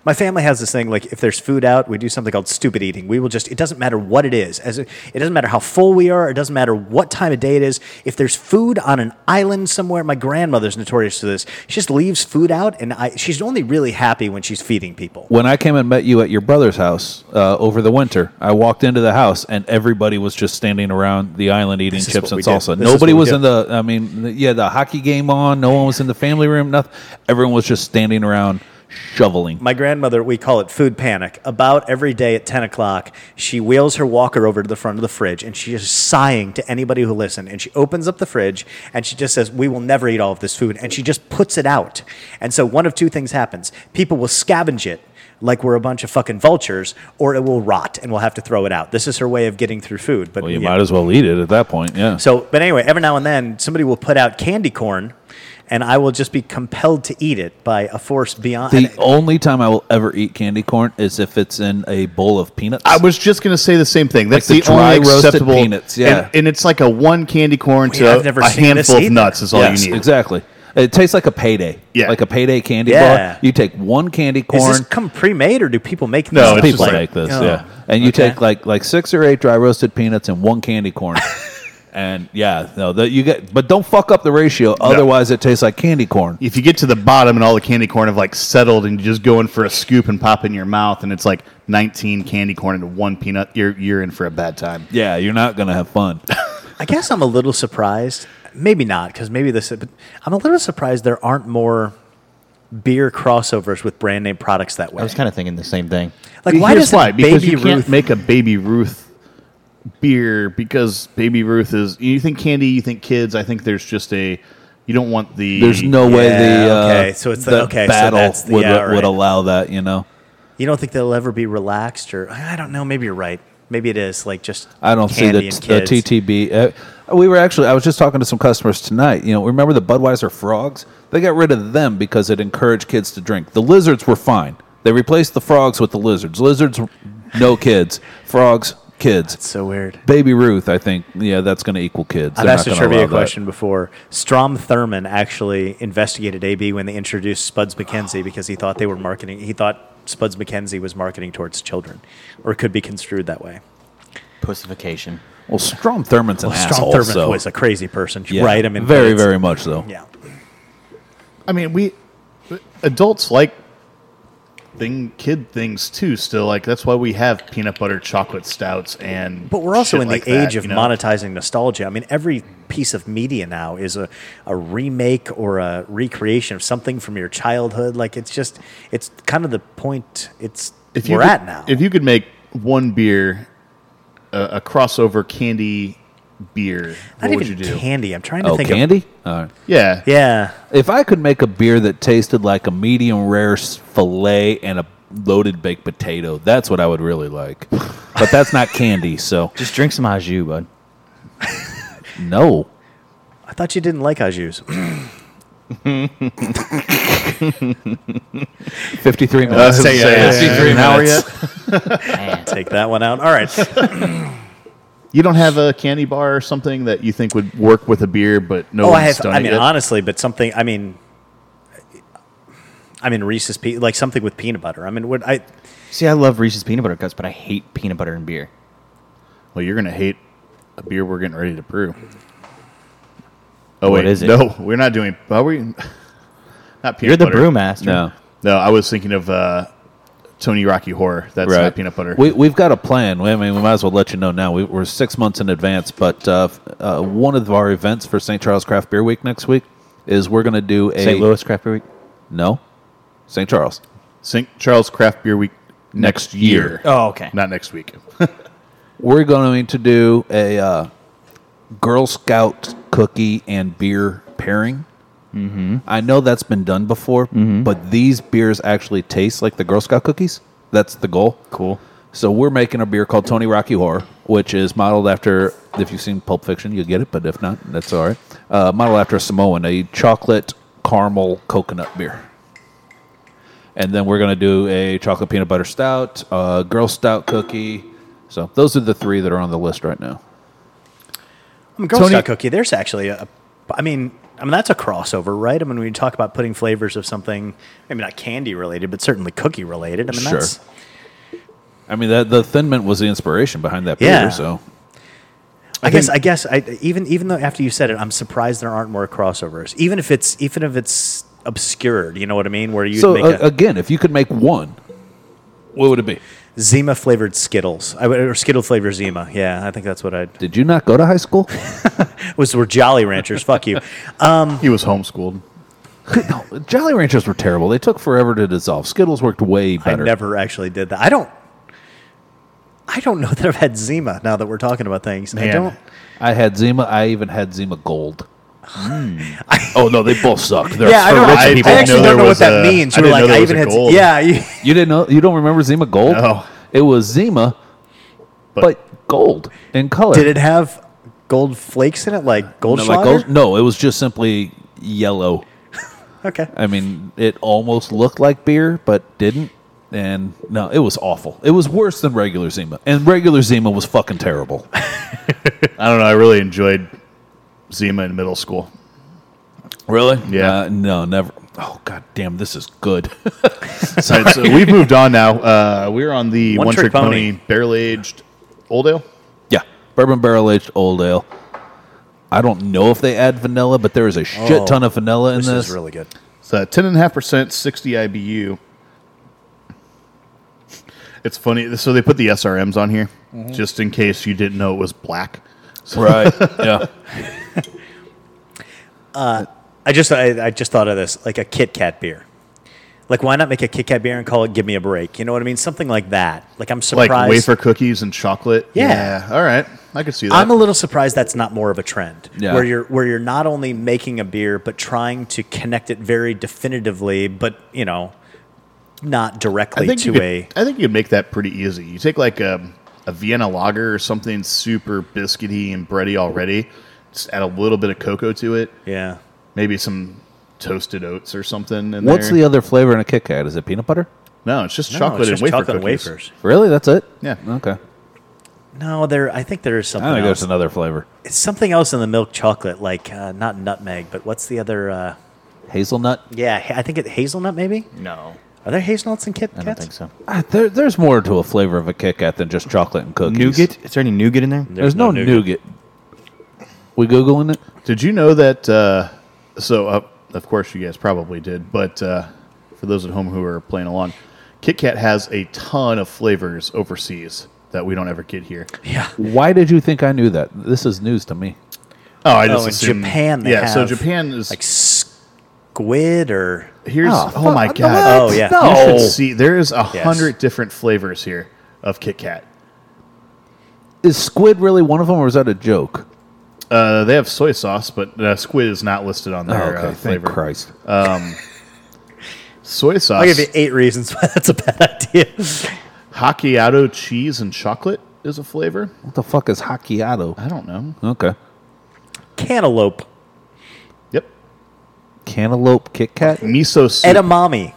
[SPEAKER 4] My family has this thing like if there's food out, we do something called stupid eating. We will just it doesn't matter what it is, as it, it doesn't matter how full we are, it doesn't matter what time of day it is. If there's food on an island somewhere, my grandmother's notorious for this. She just leaves food out, and I she's only really happy when she's feeding people.
[SPEAKER 2] When I came and met you at your brother's house uh, over the winter, I walked into the house and everybody was just standing around the island eating
[SPEAKER 4] This is
[SPEAKER 2] chips
[SPEAKER 4] what
[SPEAKER 2] and
[SPEAKER 4] we do.
[SPEAKER 2] salsa.
[SPEAKER 4] This is
[SPEAKER 2] Nobody
[SPEAKER 4] what we
[SPEAKER 2] was
[SPEAKER 4] do.
[SPEAKER 2] in the. I mean, the- yeah, the hockey game on. No one was in the family room. Nothing. Everyone was just standing around shoveling.
[SPEAKER 4] My grandmother, we call it food panic. About every day at 10 o'clock, she wheels her walker over to the front of the fridge and she is sighing to anybody who listened. And she opens up the fridge and she just says, We will never eat all of this food. And she just puts it out. And so one of two things happens people will scavenge it like we're a bunch of fucking vultures, or it will rot and we'll have to throw it out. This is her way of getting through food. But
[SPEAKER 2] Well, you
[SPEAKER 4] yeah.
[SPEAKER 2] might as well eat it at that point. Yeah.
[SPEAKER 4] So, but anyway, every now and then somebody will put out candy corn, and I will just be compelled to eat it by a force beyond.
[SPEAKER 2] the only time I will ever eat candy corn is if it's in a bowl of peanuts.
[SPEAKER 3] I was just gonna say the same thing. That's
[SPEAKER 2] the
[SPEAKER 3] the,
[SPEAKER 2] dry
[SPEAKER 3] only
[SPEAKER 2] roasted
[SPEAKER 3] acceptable
[SPEAKER 2] peanuts, yeah.
[SPEAKER 3] and, and it's like a one candy corn
[SPEAKER 4] Wait,
[SPEAKER 3] to
[SPEAKER 4] I've never
[SPEAKER 3] a
[SPEAKER 4] seen this
[SPEAKER 3] handful
[SPEAKER 4] either.
[SPEAKER 3] of nuts is all
[SPEAKER 2] yes,
[SPEAKER 3] you need.
[SPEAKER 2] exactly. It tastes like a payday.
[SPEAKER 3] Yeah.
[SPEAKER 2] Like a payday candy
[SPEAKER 4] Yeah.
[SPEAKER 2] bar. You take one candy
[SPEAKER 4] Is
[SPEAKER 2] corn.
[SPEAKER 4] this come pre-made or do people make this?
[SPEAKER 3] No, it's
[SPEAKER 2] people
[SPEAKER 3] just like-
[SPEAKER 2] make this,
[SPEAKER 4] Oh.
[SPEAKER 2] yeah. And you
[SPEAKER 4] Okay.
[SPEAKER 2] take like like six or eight dry roasted peanuts and one candy corn. and yeah, no, that you get but don't fuck up the ratio, otherwise it tastes like candy corn.
[SPEAKER 3] If you get to the bottom and all the candy corn have like settled and you just go in for a scoop and pop in your mouth and it's like nineteen candy corn into one peanut, you're you're in for a bad time.
[SPEAKER 2] Yeah, you're not gonna have fun.
[SPEAKER 4] I guess I'm a little surprised. Maybe not, because maybe this. But I'm a little surprised there aren't more beer crossovers with brand name products that way.
[SPEAKER 1] I was kind of thinking the same thing.
[SPEAKER 4] like, why
[SPEAKER 3] Here's
[SPEAKER 4] does
[SPEAKER 3] why? Because
[SPEAKER 4] Baby
[SPEAKER 3] you can't
[SPEAKER 4] Ruth?
[SPEAKER 3] make a Baby Ruth beer because Baby Ruth is. You think candy, you think kids. I think there's just a. You don't want the.
[SPEAKER 2] There's no way
[SPEAKER 4] Yeah,
[SPEAKER 2] the uh,
[SPEAKER 4] okay, so it's the-
[SPEAKER 2] the
[SPEAKER 4] okay, so
[SPEAKER 2] battle
[SPEAKER 4] that's the-
[SPEAKER 2] would
[SPEAKER 4] yeah, right.
[SPEAKER 2] would allow that, you know.
[SPEAKER 4] you don't think they'll ever be relaxed, or I don't know. Maybe you're right. Maybe it is like just.
[SPEAKER 2] I don't see
[SPEAKER 4] candy
[SPEAKER 2] the,
[SPEAKER 4] and
[SPEAKER 2] t- the
[SPEAKER 4] kids.
[SPEAKER 2] TTB. Uh, we were actually, I was just talking to some customers tonight. You know, remember the Budweiser frogs? They got rid of them because it encouraged kids to drink. The lizards were fine. They replaced the frogs with the lizards. Lizards, no kids. Frogs, kids.
[SPEAKER 4] So weird.
[SPEAKER 2] Baby Ruth, I think, yeah, that's going to equal kids.
[SPEAKER 4] I've
[SPEAKER 2] They're
[SPEAKER 4] asked
[SPEAKER 2] not
[SPEAKER 4] a
[SPEAKER 2] gonna
[SPEAKER 4] trivia
[SPEAKER 2] allow that.
[SPEAKER 4] question before. Strom Thurmond actually investigated AB when they introduced Spuds McKenzie because he thought they were marketing. He thought Spuds McKenzie was marketing towards children, or could be construed that way.
[SPEAKER 1] Pussification.
[SPEAKER 2] Well, Strom Thurmond's an
[SPEAKER 4] Strom
[SPEAKER 2] asshole.
[SPEAKER 4] Thurmond
[SPEAKER 2] so-
[SPEAKER 4] was a crazy person,
[SPEAKER 2] yeah,
[SPEAKER 4] right? I mean,
[SPEAKER 2] very,
[SPEAKER 4] it's-
[SPEAKER 2] very much so.
[SPEAKER 4] yeah.
[SPEAKER 3] I mean, we adults like thing kid things too. Still, like that's why we have peanut butter chocolate stouts and.
[SPEAKER 4] But we're also
[SPEAKER 3] shit
[SPEAKER 4] in the
[SPEAKER 3] like that,
[SPEAKER 4] age of
[SPEAKER 3] you know?
[SPEAKER 4] monetizing nostalgia. I mean, every piece of media now is a, a remake or a recreation of something from your childhood. Like it's just, it's kind of the point. It's
[SPEAKER 3] If you
[SPEAKER 4] we're
[SPEAKER 3] could,
[SPEAKER 4] at now.
[SPEAKER 3] If you could make one beer, a, a crossover candy beer,
[SPEAKER 4] Not
[SPEAKER 3] what would you
[SPEAKER 4] even
[SPEAKER 3] do?
[SPEAKER 4] candy. I'm trying to
[SPEAKER 2] Oh,
[SPEAKER 4] think. Of,
[SPEAKER 2] candy? All right.
[SPEAKER 3] yeah,
[SPEAKER 4] yeah.
[SPEAKER 2] If I could make a beer that tasted like a medium rare s- fillet and a loaded baked potato, that's what I would really like. But that's not candy, so
[SPEAKER 1] Just drink some au jus, bud.
[SPEAKER 2] no.
[SPEAKER 4] I thought you didn't like ajus.
[SPEAKER 2] 53
[SPEAKER 3] I
[SPEAKER 2] minutes.
[SPEAKER 3] was gonna say, uh,
[SPEAKER 2] yeah, yeah, yeah.
[SPEAKER 3] hour
[SPEAKER 2] minutes.
[SPEAKER 3] yet?
[SPEAKER 1] Man.
[SPEAKER 4] Take that one out. All right.
[SPEAKER 3] You don't have a candy bar or something that you think would work with a beer, but no
[SPEAKER 4] Oh, I
[SPEAKER 3] one's
[SPEAKER 4] have.
[SPEAKER 3] done
[SPEAKER 4] I
[SPEAKER 3] it
[SPEAKER 4] mean,
[SPEAKER 3] yet?
[SPEAKER 4] honestly, but something. I mean, I mean Reese's pe- like something with peanut butter. I mean, what I
[SPEAKER 1] See, I love Reese's peanut butter cups, but I hate peanut butter and beer.
[SPEAKER 3] Well, you're gonna hate a beer we're getting ready to brew. Oh wait,
[SPEAKER 1] What is it?
[SPEAKER 3] no, we're not doing. Are we? Not peanut
[SPEAKER 1] You're the
[SPEAKER 3] butter.
[SPEAKER 1] brewmaster.
[SPEAKER 2] No.
[SPEAKER 3] No, I was thinking of uh, Tony Rocky Horror. That's not peanut butter.
[SPEAKER 2] We, we've got a plan. We, I mean, we might as well let you know now. We, we're six months in advance, but uh, f- uh, one of our events for St. Charles Craft Beer Week next week is we're going to do a.
[SPEAKER 1] St. Louis Craft Beer Week.
[SPEAKER 2] No. St. Charles.
[SPEAKER 3] St. Charles Craft Beer Week next year.
[SPEAKER 1] Oh, okay.
[SPEAKER 3] Not next week.
[SPEAKER 2] We're going to do a uh, Girl Scout cookie and beer pairing. I know that's been done before, but these beers actually taste like the Girl Scout cookies. That's the goal.
[SPEAKER 1] Cool.
[SPEAKER 2] So we're making a beer called Tony Rocky Horror, which is modeled after. If you've seen Pulp Fiction, you'll get it, but if not, that's all right. Uh, modeled after a Samoan, a chocolate caramel coconut beer. And then we're gonna do a chocolate peanut butter stout, uh, girl stout cookie. So those are the three that are on the list right now.
[SPEAKER 4] I mean, Girl
[SPEAKER 3] Tony-
[SPEAKER 4] Scout cookie. There's actually a. I mean, I mean that's a crossover, right? I mean, when you talk about putting flavors of something, maybe not candy related, but certainly cookie related. I mean,
[SPEAKER 2] Sure.
[SPEAKER 4] that's.
[SPEAKER 2] I mean, that, the Thin Mint was the inspiration behind that beer.
[SPEAKER 4] Yeah.
[SPEAKER 2] So
[SPEAKER 4] I, guess.
[SPEAKER 3] think-
[SPEAKER 4] I guess. I even even though after you said it, I'm surprised there aren't more crossovers. Even if it's even if it's obscured, you know what I mean? Where you
[SPEAKER 2] so
[SPEAKER 4] make
[SPEAKER 2] uh,
[SPEAKER 4] a,
[SPEAKER 2] again, if you could make one, what would it be?
[SPEAKER 4] Zima flavored Skittles. I would, or Skittle flavored Zima. Yeah, I think that's what I'd.
[SPEAKER 2] Did you not go to high school?
[SPEAKER 4] Was we're Jolly Ranchers. Fuck you.
[SPEAKER 3] he was homeschooled.
[SPEAKER 2] No, Jolly Ranchers were terrible. They took forever to dissolve. Skittles worked way
[SPEAKER 4] I
[SPEAKER 2] better.
[SPEAKER 4] never actually did that. I don't. I don't know that I've had Zima. Now that we're talking about things, I
[SPEAKER 3] Man.
[SPEAKER 4] don't.
[SPEAKER 2] I had Zima. I even had Zima Gold. oh no, they both suck. They're
[SPEAKER 4] yeah, I don't.
[SPEAKER 2] horrific.
[SPEAKER 4] I,
[SPEAKER 3] people
[SPEAKER 4] I actually
[SPEAKER 3] know
[SPEAKER 4] don't
[SPEAKER 3] there
[SPEAKER 4] know what
[SPEAKER 3] was
[SPEAKER 4] that
[SPEAKER 3] a-
[SPEAKER 4] means.
[SPEAKER 3] I
[SPEAKER 4] You were
[SPEAKER 3] didn't know
[SPEAKER 4] like,
[SPEAKER 3] there
[SPEAKER 4] I
[SPEAKER 3] was
[SPEAKER 4] even
[SPEAKER 3] a
[SPEAKER 4] had.
[SPEAKER 3] gold.
[SPEAKER 4] Yeah, you,
[SPEAKER 2] You didn't know? You don't remember Zima Gold?
[SPEAKER 3] No.
[SPEAKER 2] It was Zima, but, gold in color.
[SPEAKER 4] did it have gold flakes in it, like gold?
[SPEAKER 2] no, like gold? No, it was just simply yellow.
[SPEAKER 4] Okay.
[SPEAKER 2] I mean, it almost looked like beer, but didn't. And no, it was awful. It was worse than regular Zima, and regular Zima was fucking terrible.
[SPEAKER 3] I don't know. I really enjoyed Zima in middle school.
[SPEAKER 2] Really?
[SPEAKER 3] Yeah.
[SPEAKER 2] Uh, no, never. Oh god damn, this is good.
[SPEAKER 3] All right, so we've moved on now. Uh, we're on the
[SPEAKER 4] One
[SPEAKER 3] One,
[SPEAKER 4] Trick
[SPEAKER 3] Trick,
[SPEAKER 4] Pony.
[SPEAKER 3] Pony, barrel aged old ale.
[SPEAKER 2] yeah, bourbon barrel aged old ale. I don't know if they add vanilla, but there is a shit
[SPEAKER 4] Oh,
[SPEAKER 2] ton of vanilla in
[SPEAKER 4] This
[SPEAKER 2] this.
[SPEAKER 4] is really good.
[SPEAKER 3] It's uh, 10.5%, 60 IBU. It's funny. So they put the SRMs on here
[SPEAKER 4] Mm-hmm.
[SPEAKER 3] just in case you didn't know it was black.
[SPEAKER 2] right? Yeah.
[SPEAKER 4] I just I, I just thought of this like a Kit Kat beer. Like why not make a Kit Kat beer and call it "Give Me a Break"? You know what I mean? Something like that. Like I'm
[SPEAKER 3] Like
[SPEAKER 4] surprised.
[SPEAKER 3] wafer cookies and chocolate.
[SPEAKER 4] Yeah.
[SPEAKER 3] All right. I could see that.
[SPEAKER 4] I'm a little surprised that's not more of a trend
[SPEAKER 2] Yeah.
[SPEAKER 4] where you're where you're not only making a beer but trying to connect it very definitively, but you know, not
[SPEAKER 3] I
[SPEAKER 4] directly
[SPEAKER 3] think
[SPEAKER 4] to
[SPEAKER 3] you could,
[SPEAKER 4] a
[SPEAKER 3] I think you'd make that pretty easy. You take like a, a Vienna lager or something super biscuity and bready already. Just add a little bit of cocoa to it.
[SPEAKER 4] yeah.
[SPEAKER 3] Maybe some toasted oats or something. In
[SPEAKER 2] What's
[SPEAKER 3] there.
[SPEAKER 2] the other flavor in a Kit Kat? Is it peanut butter?
[SPEAKER 3] No, it's just
[SPEAKER 4] No,
[SPEAKER 3] chocolate
[SPEAKER 4] it's just
[SPEAKER 3] and wafer
[SPEAKER 4] chocolate
[SPEAKER 3] cookies.
[SPEAKER 4] wafers.
[SPEAKER 2] Really? That's it?
[SPEAKER 3] Yeah.
[SPEAKER 2] Okay.
[SPEAKER 4] No, there. I think there is
[SPEAKER 2] I
[SPEAKER 4] something
[SPEAKER 2] think
[SPEAKER 4] else.
[SPEAKER 2] there's another flavor.
[SPEAKER 4] It's something else in the milk chocolate, like uh, not nutmeg, but what's the other? Uh,
[SPEAKER 2] Hazelnut.
[SPEAKER 4] yeah, ha- I think it hazelnut maybe.
[SPEAKER 1] No,
[SPEAKER 4] Are there hazelnuts in Kit
[SPEAKER 1] I
[SPEAKER 4] Kats?
[SPEAKER 1] don't think so.
[SPEAKER 2] Ah, there, there's more to a flavor of a Kit Kat than just chocolate and cookies.
[SPEAKER 1] Nougat? Is there any nougat in there?
[SPEAKER 2] There's, no, nougat. We googling it?
[SPEAKER 3] Did you know that? Uh, so, uh, of course, you guys probably did, but uh, for those at home who are playing along, Kit Kat has a ton of flavors overseas that we don't ever get here.
[SPEAKER 4] Yeah.
[SPEAKER 2] Why did you think I knew that? This is news to me.
[SPEAKER 3] Oh, I
[SPEAKER 4] Oh,
[SPEAKER 3] just
[SPEAKER 4] in
[SPEAKER 3] assumed-
[SPEAKER 4] Japan. They
[SPEAKER 3] yeah, so
[SPEAKER 4] have,
[SPEAKER 3] Japan is
[SPEAKER 4] like squid or
[SPEAKER 3] here's.
[SPEAKER 2] Oh,
[SPEAKER 3] Oh,
[SPEAKER 2] fuck,
[SPEAKER 3] my
[SPEAKER 2] what?
[SPEAKER 3] god!
[SPEAKER 4] Oh, yeah.
[SPEAKER 3] You
[SPEAKER 2] No.
[SPEAKER 3] should see. There is a
[SPEAKER 4] Yes.
[SPEAKER 3] hundred different flavors here of Kit Kat.
[SPEAKER 2] Is squid really one of them, or is that a joke?
[SPEAKER 3] Uh, they have soy sauce, but uh, squid is not listed on their uh,
[SPEAKER 2] Oh, Thank
[SPEAKER 3] flavor.
[SPEAKER 2] Christ.
[SPEAKER 3] Soy sauce.
[SPEAKER 4] I'll give you eight reasons why that's a bad idea.
[SPEAKER 3] Hakiado cheese and chocolate is a flavor.
[SPEAKER 2] what the fuck is Hakiato?
[SPEAKER 3] I don't know.
[SPEAKER 2] Okay.
[SPEAKER 4] Cantaloupe,
[SPEAKER 3] Yep.
[SPEAKER 2] Cantaloupe Kit Kat?
[SPEAKER 3] Miso soup.
[SPEAKER 4] edamame.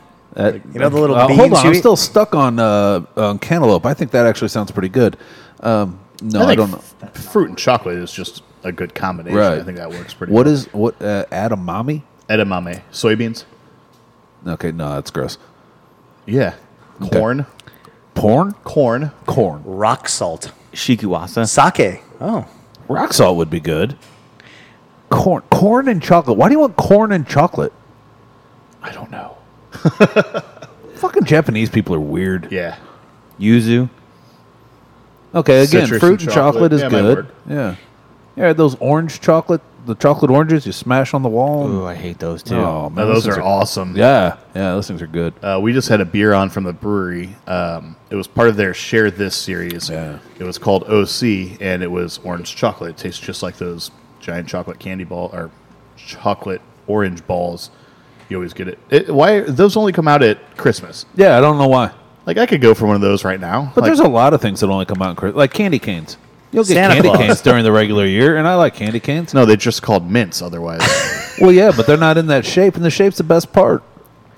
[SPEAKER 4] you know the little
[SPEAKER 2] Uh,
[SPEAKER 4] beans.
[SPEAKER 2] hold on.
[SPEAKER 4] you
[SPEAKER 2] I'm
[SPEAKER 4] eat?
[SPEAKER 2] still stuck on, uh, on cantaloupe. I think that actually sounds pretty good. Um, no, I,
[SPEAKER 3] think
[SPEAKER 2] don't know.
[SPEAKER 3] f- Fruit and chocolate is just a good combination.
[SPEAKER 2] Right.
[SPEAKER 3] I think that works pretty.
[SPEAKER 2] What
[SPEAKER 3] well.
[SPEAKER 2] is what uh, edamame?
[SPEAKER 3] edamame? Soybeans.
[SPEAKER 2] Okay, no, that's gross.
[SPEAKER 3] Yeah.
[SPEAKER 2] Okay.
[SPEAKER 3] Corn.
[SPEAKER 2] Porn?
[SPEAKER 3] Corn.
[SPEAKER 2] Corn.
[SPEAKER 4] rock salt,
[SPEAKER 1] Shikuwasa.
[SPEAKER 4] sake. Oh,
[SPEAKER 2] Rock salt would be good. Corn, corn and chocolate. Why do you want corn and chocolate?
[SPEAKER 3] I don't know.
[SPEAKER 2] Fucking Japanese people are weird.
[SPEAKER 3] Yeah.
[SPEAKER 1] Yuzu.
[SPEAKER 2] Okay, again,
[SPEAKER 3] Citrus and
[SPEAKER 2] fruit and chocolate,
[SPEAKER 3] chocolate.
[SPEAKER 2] is
[SPEAKER 3] Yeah, might
[SPEAKER 2] good.
[SPEAKER 3] work.
[SPEAKER 2] Yeah, yeah. Those orange chocolate, the chocolate oranges you smash on the wall.
[SPEAKER 1] Oh, I hate those too.
[SPEAKER 2] Oh,
[SPEAKER 3] Now,
[SPEAKER 2] man,
[SPEAKER 3] those
[SPEAKER 2] things
[SPEAKER 3] are awesome.
[SPEAKER 2] Yeah, yeah. Those things are good.
[SPEAKER 3] Uh, we just had a beer on from the brewery. Um, it was part of their Share This series.
[SPEAKER 2] Yeah.
[SPEAKER 3] It was called OC, and it was orange chocolate. It tastes just like those giant chocolate candy ball or chocolate orange balls. You always get it. it why those only come out at Christmas?
[SPEAKER 2] Yeah, I don't know why,
[SPEAKER 3] Like I could go for one of those right now.
[SPEAKER 2] but
[SPEAKER 3] Like,
[SPEAKER 2] there's a lot of things that only come out in Christmas, like candy canes. You'll get
[SPEAKER 4] Santa
[SPEAKER 2] candy
[SPEAKER 4] Claus.
[SPEAKER 2] canes during the regular year, and I like candy canes.
[SPEAKER 3] no, they just called mints otherwise.
[SPEAKER 2] Well, yeah, but they're not in that shape, and the shape's the best part.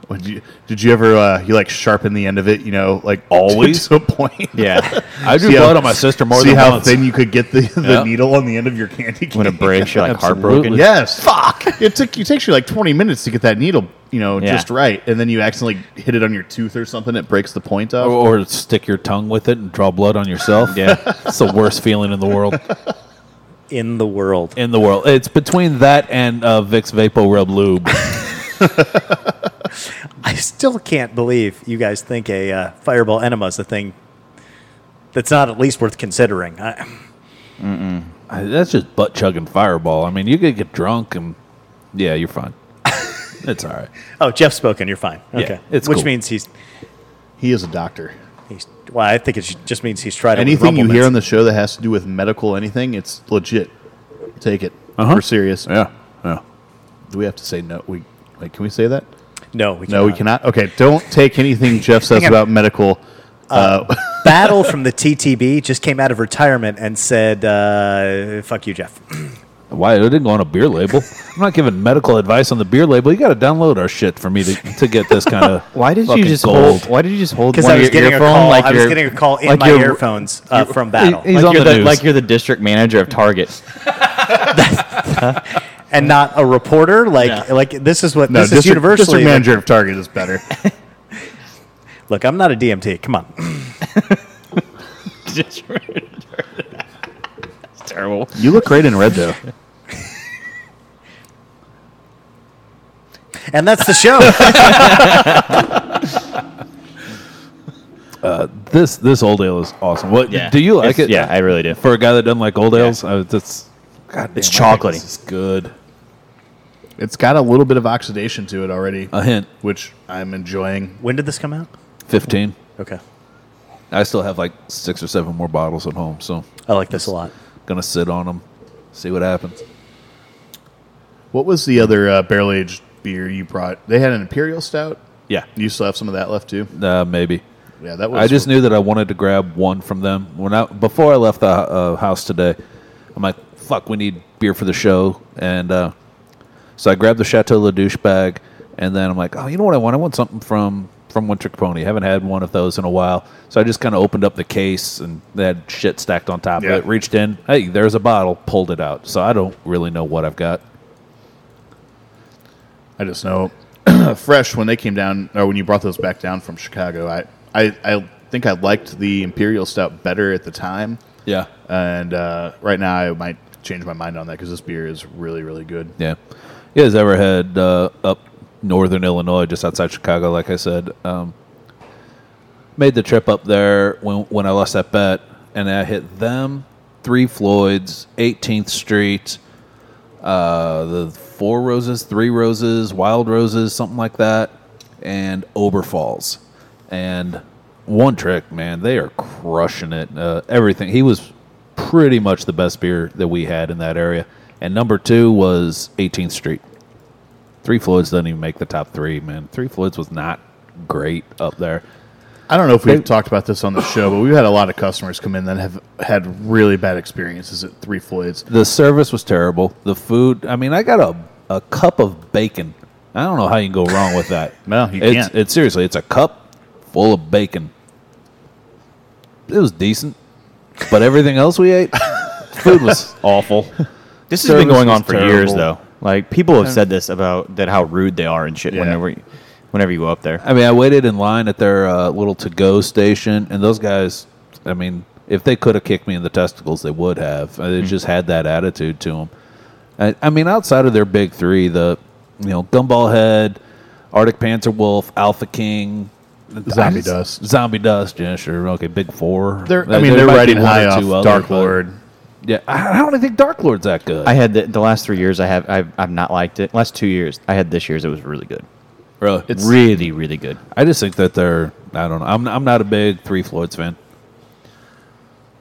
[SPEAKER 3] Would you, did you ever uh, you like sharpen the end of it? You know, like
[SPEAKER 2] Always?
[SPEAKER 3] to a point.
[SPEAKER 1] Yeah.
[SPEAKER 2] I drew
[SPEAKER 3] See
[SPEAKER 2] blood
[SPEAKER 3] how-
[SPEAKER 2] on my sister more
[SPEAKER 3] See
[SPEAKER 2] than
[SPEAKER 3] how
[SPEAKER 2] once.
[SPEAKER 3] thin you could get the, the
[SPEAKER 2] Yeah.
[SPEAKER 3] needle on the end of your candy cane.
[SPEAKER 1] when it breaks, you're like
[SPEAKER 2] Absolutely.
[SPEAKER 1] heartbroken.
[SPEAKER 2] Yeah.
[SPEAKER 3] Yes. Fuck. It took you takes you like twenty minutes to get that needle, you know,
[SPEAKER 1] Yeah.
[SPEAKER 3] just right, and then you accidentally hit it on your tooth or something. It breaks the point off.
[SPEAKER 2] or, or stick your tongue with it and draw blood on yourself.
[SPEAKER 1] Yeah.
[SPEAKER 2] it's the worst feeling in the world.
[SPEAKER 4] in the world.
[SPEAKER 2] In the world, it's between that and uh, Vicks Vapo Rub Lube.
[SPEAKER 4] I still can't believe you guys think a uh, fireball enema is a thing that's not at least worth considering. I,
[SPEAKER 2] I- That's just butt chugging Fireball. I mean, you could get drunk and yeah, you're fine. It's all right.
[SPEAKER 4] Oh, Jeff's spoken. You're fine.
[SPEAKER 2] Yeah,
[SPEAKER 4] Okay.
[SPEAKER 2] it's
[SPEAKER 4] Which
[SPEAKER 2] cool.
[SPEAKER 4] means he's,
[SPEAKER 3] He is a doctor.
[SPEAKER 4] he's, well, I think it sh- just means he's tried it with
[SPEAKER 3] Anything you
[SPEAKER 4] Rumplemans.
[SPEAKER 3] hear on the show that has to do with medical anything, it's legit. Take it.
[SPEAKER 2] Uh-huh.
[SPEAKER 3] We're serious.
[SPEAKER 2] Yeah. Yeah.
[SPEAKER 3] Do we have to say no? We like, can we say that?
[SPEAKER 4] No, we
[SPEAKER 3] No, we cannot. Okay, don't take anything Jeff says
[SPEAKER 4] Hang on.
[SPEAKER 3] about medical. Uh,
[SPEAKER 4] Battle from the TTB just came out of retirement and said, uh, "Fuck you, Jeff."
[SPEAKER 2] Why it didn't go on a beer label? I'm not giving medical advice on the beer label. You got to download our shit for me to, to get this kind of.
[SPEAKER 1] Why did you
[SPEAKER 2] fucking
[SPEAKER 1] just
[SPEAKER 2] gold.
[SPEAKER 1] hold? Why did you just hold?
[SPEAKER 4] Because
[SPEAKER 1] one
[SPEAKER 4] I
[SPEAKER 1] of
[SPEAKER 4] was
[SPEAKER 1] your
[SPEAKER 4] getting a
[SPEAKER 1] earphone
[SPEAKER 4] call.
[SPEAKER 1] like
[SPEAKER 4] I was
[SPEAKER 1] you're-
[SPEAKER 4] getting a call in
[SPEAKER 1] like
[SPEAKER 4] my
[SPEAKER 1] you're-
[SPEAKER 4] earphones uh, from Battle,
[SPEAKER 2] He's
[SPEAKER 1] like
[SPEAKER 2] on
[SPEAKER 1] you're
[SPEAKER 2] the
[SPEAKER 1] the,
[SPEAKER 2] news.
[SPEAKER 1] like you're the district manager of Target.
[SPEAKER 4] and not a reporter. Like,
[SPEAKER 1] Yeah.
[SPEAKER 4] like this is what
[SPEAKER 3] no,
[SPEAKER 4] this is
[SPEAKER 3] district,
[SPEAKER 4] universally.
[SPEAKER 3] district manager of Target is better.
[SPEAKER 4] Look, I'm not a DMT. Come on,
[SPEAKER 1] That's terrible.
[SPEAKER 3] you look great in red though.
[SPEAKER 4] and that's the show.
[SPEAKER 2] This this old ale is awesome. What
[SPEAKER 1] Yeah.
[SPEAKER 2] do you like
[SPEAKER 1] It's-
[SPEAKER 2] it?
[SPEAKER 1] Yeah, I really do.
[SPEAKER 2] for a guy that doesn't like old ales, uh, that's God
[SPEAKER 1] It's
[SPEAKER 2] damn, I think
[SPEAKER 1] chocolatey.
[SPEAKER 2] This is good.
[SPEAKER 3] It's got a little bit of oxidation to it already,
[SPEAKER 2] A hint.
[SPEAKER 3] which I'm enjoying.
[SPEAKER 4] when did this come out?
[SPEAKER 2] Fifteen.
[SPEAKER 4] Okay,
[SPEAKER 2] I still have like six or seven more bottles at home, so
[SPEAKER 4] I like this a lot.
[SPEAKER 2] gonna sit on them, see what happens.
[SPEAKER 3] What was the other uh, barrel aged beer you brought? They had an imperial stout.
[SPEAKER 2] Yeah,
[SPEAKER 3] You still have some of that left too.
[SPEAKER 2] uh, maybe.
[SPEAKER 3] Yeah, that was.
[SPEAKER 2] I just knew that I wanted to grab one from them when I before I left the uh, house today. I'm like, fuck, we need beer for the show, and uh, so I grabbed the Chateau La Douche bag, and then I'm like, oh, you know what I want? I want something from from One Trick Pony. I haven't had one of those in a while, so I just kind of opened up the case and they had shit stacked on top
[SPEAKER 3] Yeah.
[SPEAKER 2] of it. Reached in, hey, there's a bottle, pulled it out. So I don't really know what I've got.
[SPEAKER 3] I just know fresh when they came down or when you brought those back down from Chicago. I I, I think I liked the imperial stout better at the time,
[SPEAKER 2] Yeah,
[SPEAKER 3] and uh, right now I might change my mind on that because this beer is really really good.
[SPEAKER 2] Yeah. You guys ever had uh, up northern Illinois, just outside Chicago, like I said? Um, made the trip up there when, when I lost that bet, and I hit them, Three Floyds, 18th Street, uh, the Four Roses, Three Roses, Wild Roses, something like that, and Oberfalls. And one trick, man, they are crushing it. Uh, everything. He was pretty much the best beer that we had in that area. And number two was 18th Street. Three Floyds doesn't even make the top three, man. Three Floyds was not great up there.
[SPEAKER 3] I don't know if we've talked about this on the show, but we've had a lot of customers come in that have had really bad experiences at Three Floyds.
[SPEAKER 2] The service was terrible. The food, I mean, I got a, a cup of bacon. I don't know how you can go wrong with that.
[SPEAKER 3] No, you
[SPEAKER 2] it's,
[SPEAKER 3] can't.
[SPEAKER 2] It's seriously, it's a cup full of bacon. It was decent, but everything else we ate, food was awful.
[SPEAKER 1] This has been
[SPEAKER 2] Service
[SPEAKER 1] going on
[SPEAKER 2] was
[SPEAKER 1] for years,
[SPEAKER 2] terrible.
[SPEAKER 1] though. Like people have said this about that how rude they are and shit.
[SPEAKER 3] Yeah.
[SPEAKER 1] Whenever, you- whenever you go up there,
[SPEAKER 2] I mean, I waited in line at their uh, little to go station, and those guys, I mean, if they could have kicked me in the testicles, they would have. Uh, They
[SPEAKER 3] Mm-hmm.
[SPEAKER 2] just had that attitude to them. I, I mean, outside of their big three, the, you know, Gumball Head, Arctic Panther Wolf, Alpha King,
[SPEAKER 3] Zombie
[SPEAKER 2] I just-
[SPEAKER 3] Dust.
[SPEAKER 2] Zombie Dust, yeah, sure. Okay, big four.
[SPEAKER 3] They're,
[SPEAKER 2] There-
[SPEAKER 3] I mean,
[SPEAKER 2] there
[SPEAKER 3] they're
[SPEAKER 2] might be
[SPEAKER 3] riding
[SPEAKER 2] one or
[SPEAKER 3] high
[SPEAKER 2] two
[SPEAKER 3] off
[SPEAKER 2] other,
[SPEAKER 3] Dark
[SPEAKER 2] but-
[SPEAKER 3] Lord.
[SPEAKER 2] Yeah, I, I don't even think Dark Lord's that good.
[SPEAKER 1] I had the, the last three years. I have I've, I've not liked it. Last two years, I had this year's. It was really good.
[SPEAKER 2] really.
[SPEAKER 3] It's-
[SPEAKER 1] really, really good.
[SPEAKER 2] I just think that they're, I don't know. I'm, I'm not a big Three Floyds fan.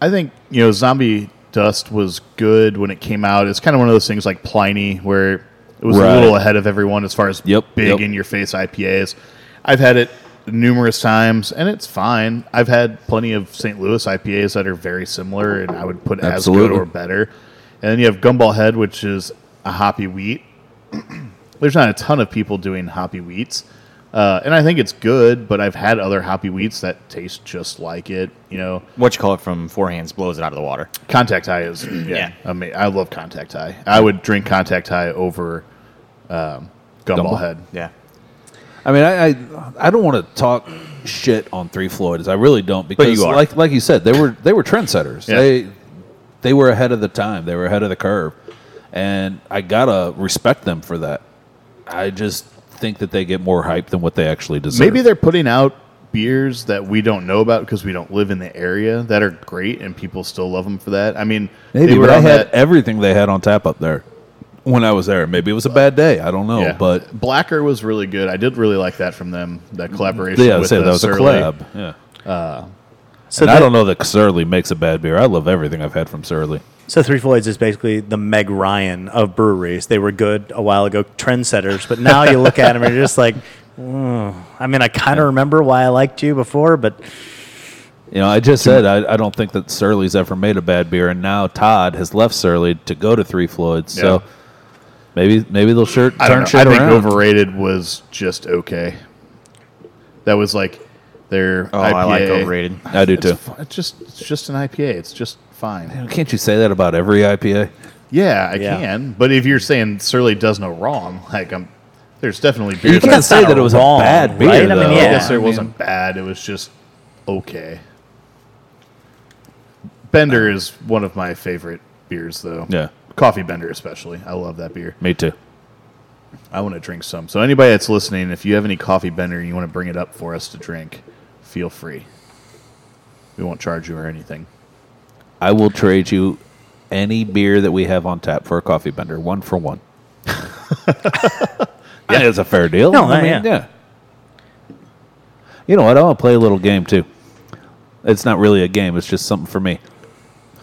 [SPEAKER 3] I think you know, Zombie Dust was good when it came out. It's kind of one of those things like Pliny, where it was
[SPEAKER 2] Right.
[SPEAKER 3] a little ahead of everyone as far as
[SPEAKER 2] Yep,
[SPEAKER 3] big
[SPEAKER 2] yep.
[SPEAKER 3] in your face IPAs. I've had it numerous times, and it's fine. I've had plenty of St. Louis IPAs that are very similar, and I would put as
[SPEAKER 2] Absolutely.
[SPEAKER 3] good or better. And then you have Gumball Head, which is a hoppy wheat. There's not a ton of people doing hoppy wheats. Uh, and I think it's good, but I've had other hoppy wheats that taste just like it. You know,
[SPEAKER 1] What you call it from four hands blows it out of the water.
[SPEAKER 3] Contact high is yeah.
[SPEAKER 1] Yeah.
[SPEAKER 3] I mean, I love contact high. I would drink contact high over um, gumball,
[SPEAKER 2] Gumball?
[SPEAKER 3] head.
[SPEAKER 1] Yeah,
[SPEAKER 2] I mean, I I, I don't want to talk shit on Three Floyds. I really don't because,
[SPEAKER 1] you are.
[SPEAKER 2] like like you said, they were they were trendsetters.
[SPEAKER 3] Yeah.
[SPEAKER 2] They they were ahead of the time. They were ahead of the curve, and I gotta respect them for that. I just think that they get more hype than what they actually deserve.
[SPEAKER 3] Maybe they're putting out beers that we don't know about because we don't live in the area that are great and people still love them for that. I mean,
[SPEAKER 2] maybe, but I
[SPEAKER 3] on
[SPEAKER 2] had
[SPEAKER 3] that-
[SPEAKER 2] everything they had on tap up there. when I was there. Maybe it was a bad day. I don't know,
[SPEAKER 3] Yeah.
[SPEAKER 2] but
[SPEAKER 3] Blacker was really good. I did really like that from them. That collaboration.
[SPEAKER 2] yeah, I
[SPEAKER 3] with
[SPEAKER 2] said
[SPEAKER 3] uh,
[SPEAKER 2] that was a
[SPEAKER 3] Surly.
[SPEAKER 2] collab. Yeah.
[SPEAKER 4] So
[SPEAKER 2] and I
[SPEAKER 4] that-
[SPEAKER 2] don't know that Surly makes a bad beer. I love everything I've had from Surly.
[SPEAKER 4] So Three Floyds is basically the Meg Ryan of breweries. They were good a while ago, trendsetters, but now you look at them and you're just like, "Mm." I mean, I kind of remember why I liked you before, but
[SPEAKER 2] You know, I just said I, I don't think that Surly's ever made a bad beer, and now Todd has left Surly to go to Three Floyds. So
[SPEAKER 3] Yeah.
[SPEAKER 2] maybe maybe they'll sure, turn
[SPEAKER 3] I don't know.
[SPEAKER 2] shit
[SPEAKER 3] I think
[SPEAKER 2] around.
[SPEAKER 3] overrated was just okay. That was like their.
[SPEAKER 1] Oh, I like
[SPEAKER 3] IPA.
[SPEAKER 1] overrated.
[SPEAKER 2] I do
[SPEAKER 3] It's,
[SPEAKER 2] too.
[SPEAKER 3] fi- it's just it's just an IPA. It's just fine.
[SPEAKER 2] Can't you say that about every IPA?
[SPEAKER 3] Yeah, I
[SPEAKER 4] Yeah.
[SPEAKER 3] can. But if you're saying Surly does no wrong, like I'm, there's definitely beers.
[SPEAKER 2] You can't
[SPEAKER 4] that's
[SPEAKER 2] say
[SPEAKER 4] not
[SPEAKER 2] that it was
[SPEAKER 4] wrong,
[SPEAKER 2] a bad beer.
[SPEAKER 4] right? I mean,
[SPEAKER 2] though.
[SPEAKER 3] I
[SPEAKER 4] yeah.
[SPEAKER 3] guess
[SPEAKER 4] I
[SPEAKER 3] it
[SPEAKER 2] mean-
[SPEAKER 3] wasn't bad. It was just okay. Bender is one of my favorite beers, though.
[SPEAKER 2] Yeah.
[SPEAKER 3] Coffee Bender, especially. I love that beer.
[SPEAKER 2] Me too.
[SPEAKER 3] I want to drink some. So, anybody that's listening, if you have any Coffee Bender and you want to bring it up for us to drink, feel free. We won't charge you or anything.
[SPEAKER 2] I will trade you any beer that we have on tap for a coffee bender, one for one. yeah, it's a fair deal.
[SPEAKER 4] No,
[SPEAKER 2] I mean,
[SPEAKER 4] yeah.
[SPEAKER 2] yeah. You know what? I want to play a little game too. It's not really a game; it's just something for me.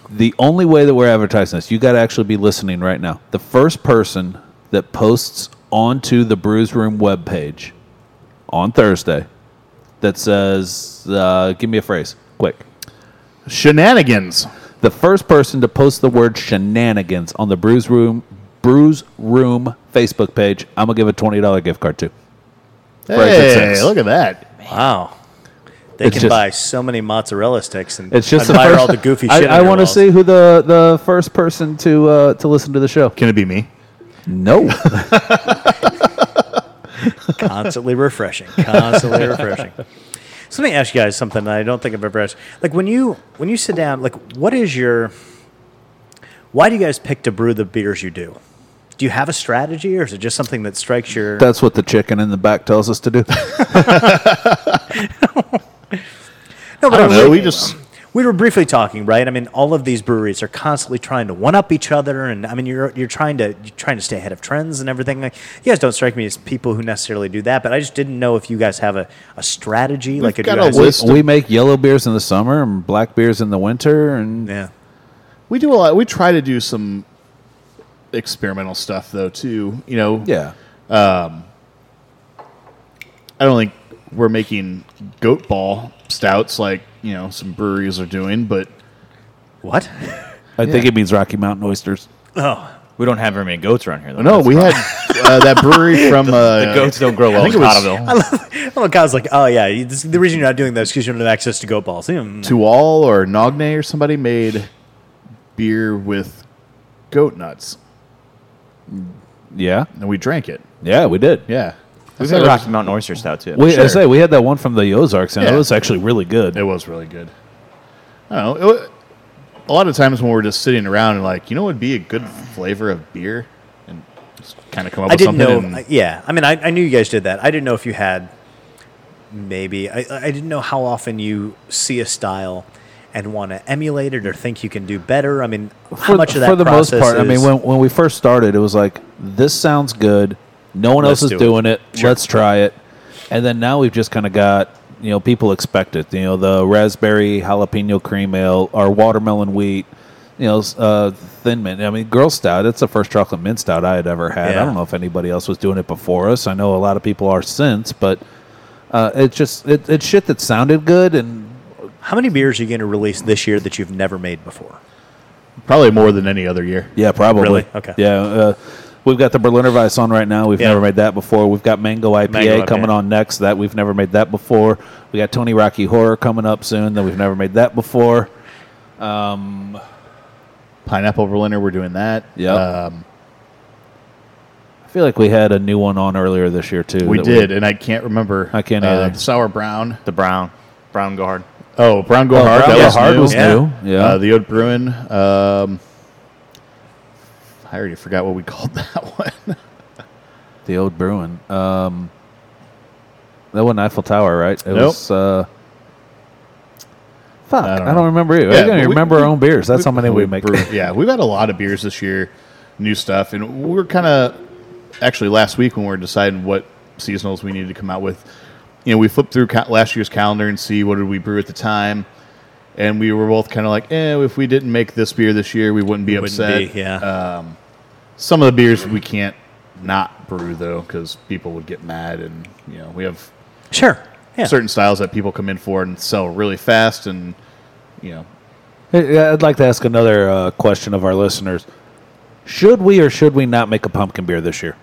[SPEAKER 2] The only way that we're advertising this, you got to actually be listening right now. The first person that posts onto the Brews Room webpage on Thursday that says, uh, "Give me a phrase, quick."
[SPEAKER 3] Shenanigans.
[SPEAKER 2] the first person to post the word shenanigans on the Brews Room Brews Room Facebook page, I'm gonna give a twenty dollar gift card to. Right, that's
[SPEAKER 3] Hey,
[SPEAKER 2] it.
[SPEAKER 3] look at that.
[SPEAKER 4] wow. They
[SPEAKER 2] It's
[SPEAKER 4] can
[SPEAKER 2] just-
[SPEAKER 4] buy so many mozzarella sticks and
[SPEAKER 2] It's just the
[SPEAKER 4] admire
[SPEAKER 2] first,
[SPEAKER 4] all the goofy
[SPEAKER 2] I-
[SPEAKER 4] shit.
[SPEAKER 2] I, want to see who the, the first person to uh, to listen to the show.
[SPEAKER 3] Can it be me?
[SPEAKER 2] No,
[SPEAKER 4] constantly refreshing, constantly refreshing. So let me ask you guys something that I don't think I've ever asked. Like when you when you sit down, like what is your why do you guys pick to brew the beers you do? Do you have a strategy, or is it just something that strikes your?
[SPEAKER 2] that's what the chicken in the back tells us to do.
[SPEAKER 4] no, but
[SPEAKER 3] I don't
[SPEAKER 4] I'm
[SPEAKER 3] know.
[SPEAKER 4] really-
[SPEAKER 3] We just
[SPEAKER 4] we were briefly talking, right? I mean, all of these breweries are constantly trying to one up each other, and I mean, you're you're trying to you're trying to stay ahead of trends and everything. Like, you guys don't strike me as people who necessarily do that, but I just didn't know if you guys have a, a strategy. like, do
[SPEAKER 3] got
[SPEAKER 4] you
[SPEAKER 3] a
[SPEAKER 4] guys-
[SPEAKER 2] we,
[SPEAKER 3] Wisdom.
[SPEAKER 2] we make yellow beers in the summer and black beers in the winter, and
[SPEAKER 4] yeah,
[SPEAKER 3] we do a lot. We try to do some experimental stuff though too. You know,
[SPEAKER 2] yeah,
[SPEAKER 3] I don't think we're making goat ball stouts like you know some breweries are doing, but
[SPEAKER 4] what?
[SPEAKER 2] I think it means Rocky Mountain oysters.
[SPEAKER 4] Oh,
[SPEAKER 1] We don't have very many goats around here, though.
[SPEAKER 3] no, we had uh, that brewery from uh,
[SPEAKER 1] the goats don't grow
[SPEAKER 3] I
[SPEAKER 1] well in
[SPEAKER 3] think it was
[SPEAKER 1] Cottleville.
[SPEAKER 4] Well, Kyle's like, oh yeah, you- this, the reason you're not doing that is because you don't have access to goat balls. Hmm.
[SPEAKER 3] Tuol or Nogne or somebody made beer with goat nuts,
[SPEAKER 2] Yeah,
[SPEAKER 3] and we drank it.
[SPEAKER 2] yeah, we did.
[SPEAKER 3] Yeah,
[SPEAKER 1] We've
[SPEAKER 3] That's
[SPEAKER 1] had
[SPEAKER 3] how
[SPEAKER 1] Rocky Mountain Oyster Stout, too.
[SPEAKER 2] We, I
[SPEAKER 3] Sure.
[SPEAKER 2] say we had that one from the Ozarks, and
[SPEAKER 3] Yeah.
[SPEAKER 2] it was actually really good.
[SPEAKER 3] It was really good. I don't know. It wa- a lot of times when we're just sitting around and like, you know, what would be a good flavor of beer, and just kind of come up
[SPEAKER 4] I
[SPEAKER 3] with
[SPEAKER 4] didn't
[SPEAKER 3] something.
[SPEAKER 4] know.
[SPEAKER 3] and-
[SPEAKER 4] I- yeah, I mean, I, I knew you guys did that. I didn't know if you had maybe. I, I didn't know how often you see a style and want to emulate it or think you can do better. I mean, how much of that
[SPEAKER 2] for the most
[SPEAKER 4] process
[SPEAKER 2] part i mean
[SPEAKER 4] is-
[SPEAKER 2] when, when we first started it was like this sounds good no one else
[SPEAKER 4] Let's
[SPEAKER 2] is
[SPEAKER 4] do it.
[SPEAKER 2] doing it, let's try it and then now we've just kind of got you know people expect it you know the raspberry jalapeno cream ale our watermelon wheat you know s- uh, thin mint i mean girl stout it's the first chocolate mint stout i had ever had
[SPEAKER 4] Yeah.
[SPEAKER 2] i don't know if anybody else was doing it before us i know a lot of people are since but uh, it's just it, it's shit that sounded good and
[SPEAKER 4] how many beers are you going to release this year that you've never made before?
[SPEAKER 3] Probably more than any other year.
[SPEAKER 2] Yeah, probably.
[SPEAKER 4] Really? Okay.
[SPEAKER 2] Yeah, uh, we've got the Berliner Weiss on right now. We've
[SPEAKER 4] Yeah.
[SPEAKER 2] never made that before. We've got Mango IPA
[SPEAKER 4] Mango IPA.
[SPEAKER 2] coming on next. That we've never made that before. We got Tony Rocky Horror coming up soon. That we've never made that before.
[SPEAKER 3] Pineapple Berliner, we're doing that.
[SPEAKER 2] Yep.
[SPEAKER 3] Um,
[SPEAKER 2] I feel like we had a new one on earlier this year too.
[SPEAKER 3] we
[SPEAKER 2] that
[SPEAKER 3] did, and I can't remember.
[SPEAKER 2] I can't
[SPEAKER 3] uh,
[SPEAKER 2] either.
[SPEAKER 3] Sour Brown.
[SPEAKER 1] The brown. Brown go hard.
[SPEAKER 3] Oh, Brown Go
[SPEAKER 2] Oh,
[SPEAKER 3] Hard.
[SPEAKER 2] Brown
[SPEAKER 3] that
[SPEAKER 2] Go
[SPEAKER 3] was
[SPEAKER 2] Hard
[SPEAKER 3] new.
[SPEAKER 2] was
[SPEAKER 4] Yeah.
[SPEAKER 2] new. Yeah.
[SPEAKER 3] Uh, the Ode Bruin. Um, I already forgot what we called that one.
[SPEAKER 2] the old Bruin. Um, that wasn't Eiffel Tower, right? It
[SPEAKER 3] Nope.
[SPEAKER 2] was. Uh, Fuck, I
[SPEAKER 3] don't
[SPEAKER 2] don't,
[SPEAKER 3] know.
[SPEAKER 2] remember either.
[SPEAKER 3] Yeah,
[SPEAKER 2] I don't
[SPEAKER 3] but
[SPEAKER 2] even
[SPEAKER 3] we-
[SPEAKER 2] remember our own beers. That's how many we,
[SPEAKER 3] We've
[SPEAKER 2] make.
[SPEAKER 3] brewed- yeah, we've had a lot of beers this year. new stuff. And we're kind of actually last week when we were deciding what seasonals we needed to come out with. You know, we flipped through ca- last year's calendar and see what did we brew at the time. And we were both kind of like, eh, if we didn't make this beer this year, we wouldn't be
[SPEAKER 4] Wouldn't
[SPEAKER 3] upset. Uh,
[SPEAKER 4] be, yeah.
[SPEAKER 3] Some of the beers we can't not brew though, because people would get mad, and you know we have
[SPEAKER 4] sure. Yeah.
[SPEAKER 3] certain styles that people come in for and sell really fast, and you know
[SPEAKER 2] Hey, yeah, I'd like to ask another uh, question of our listeners. Should we or should we not make a pumpkin beer this year?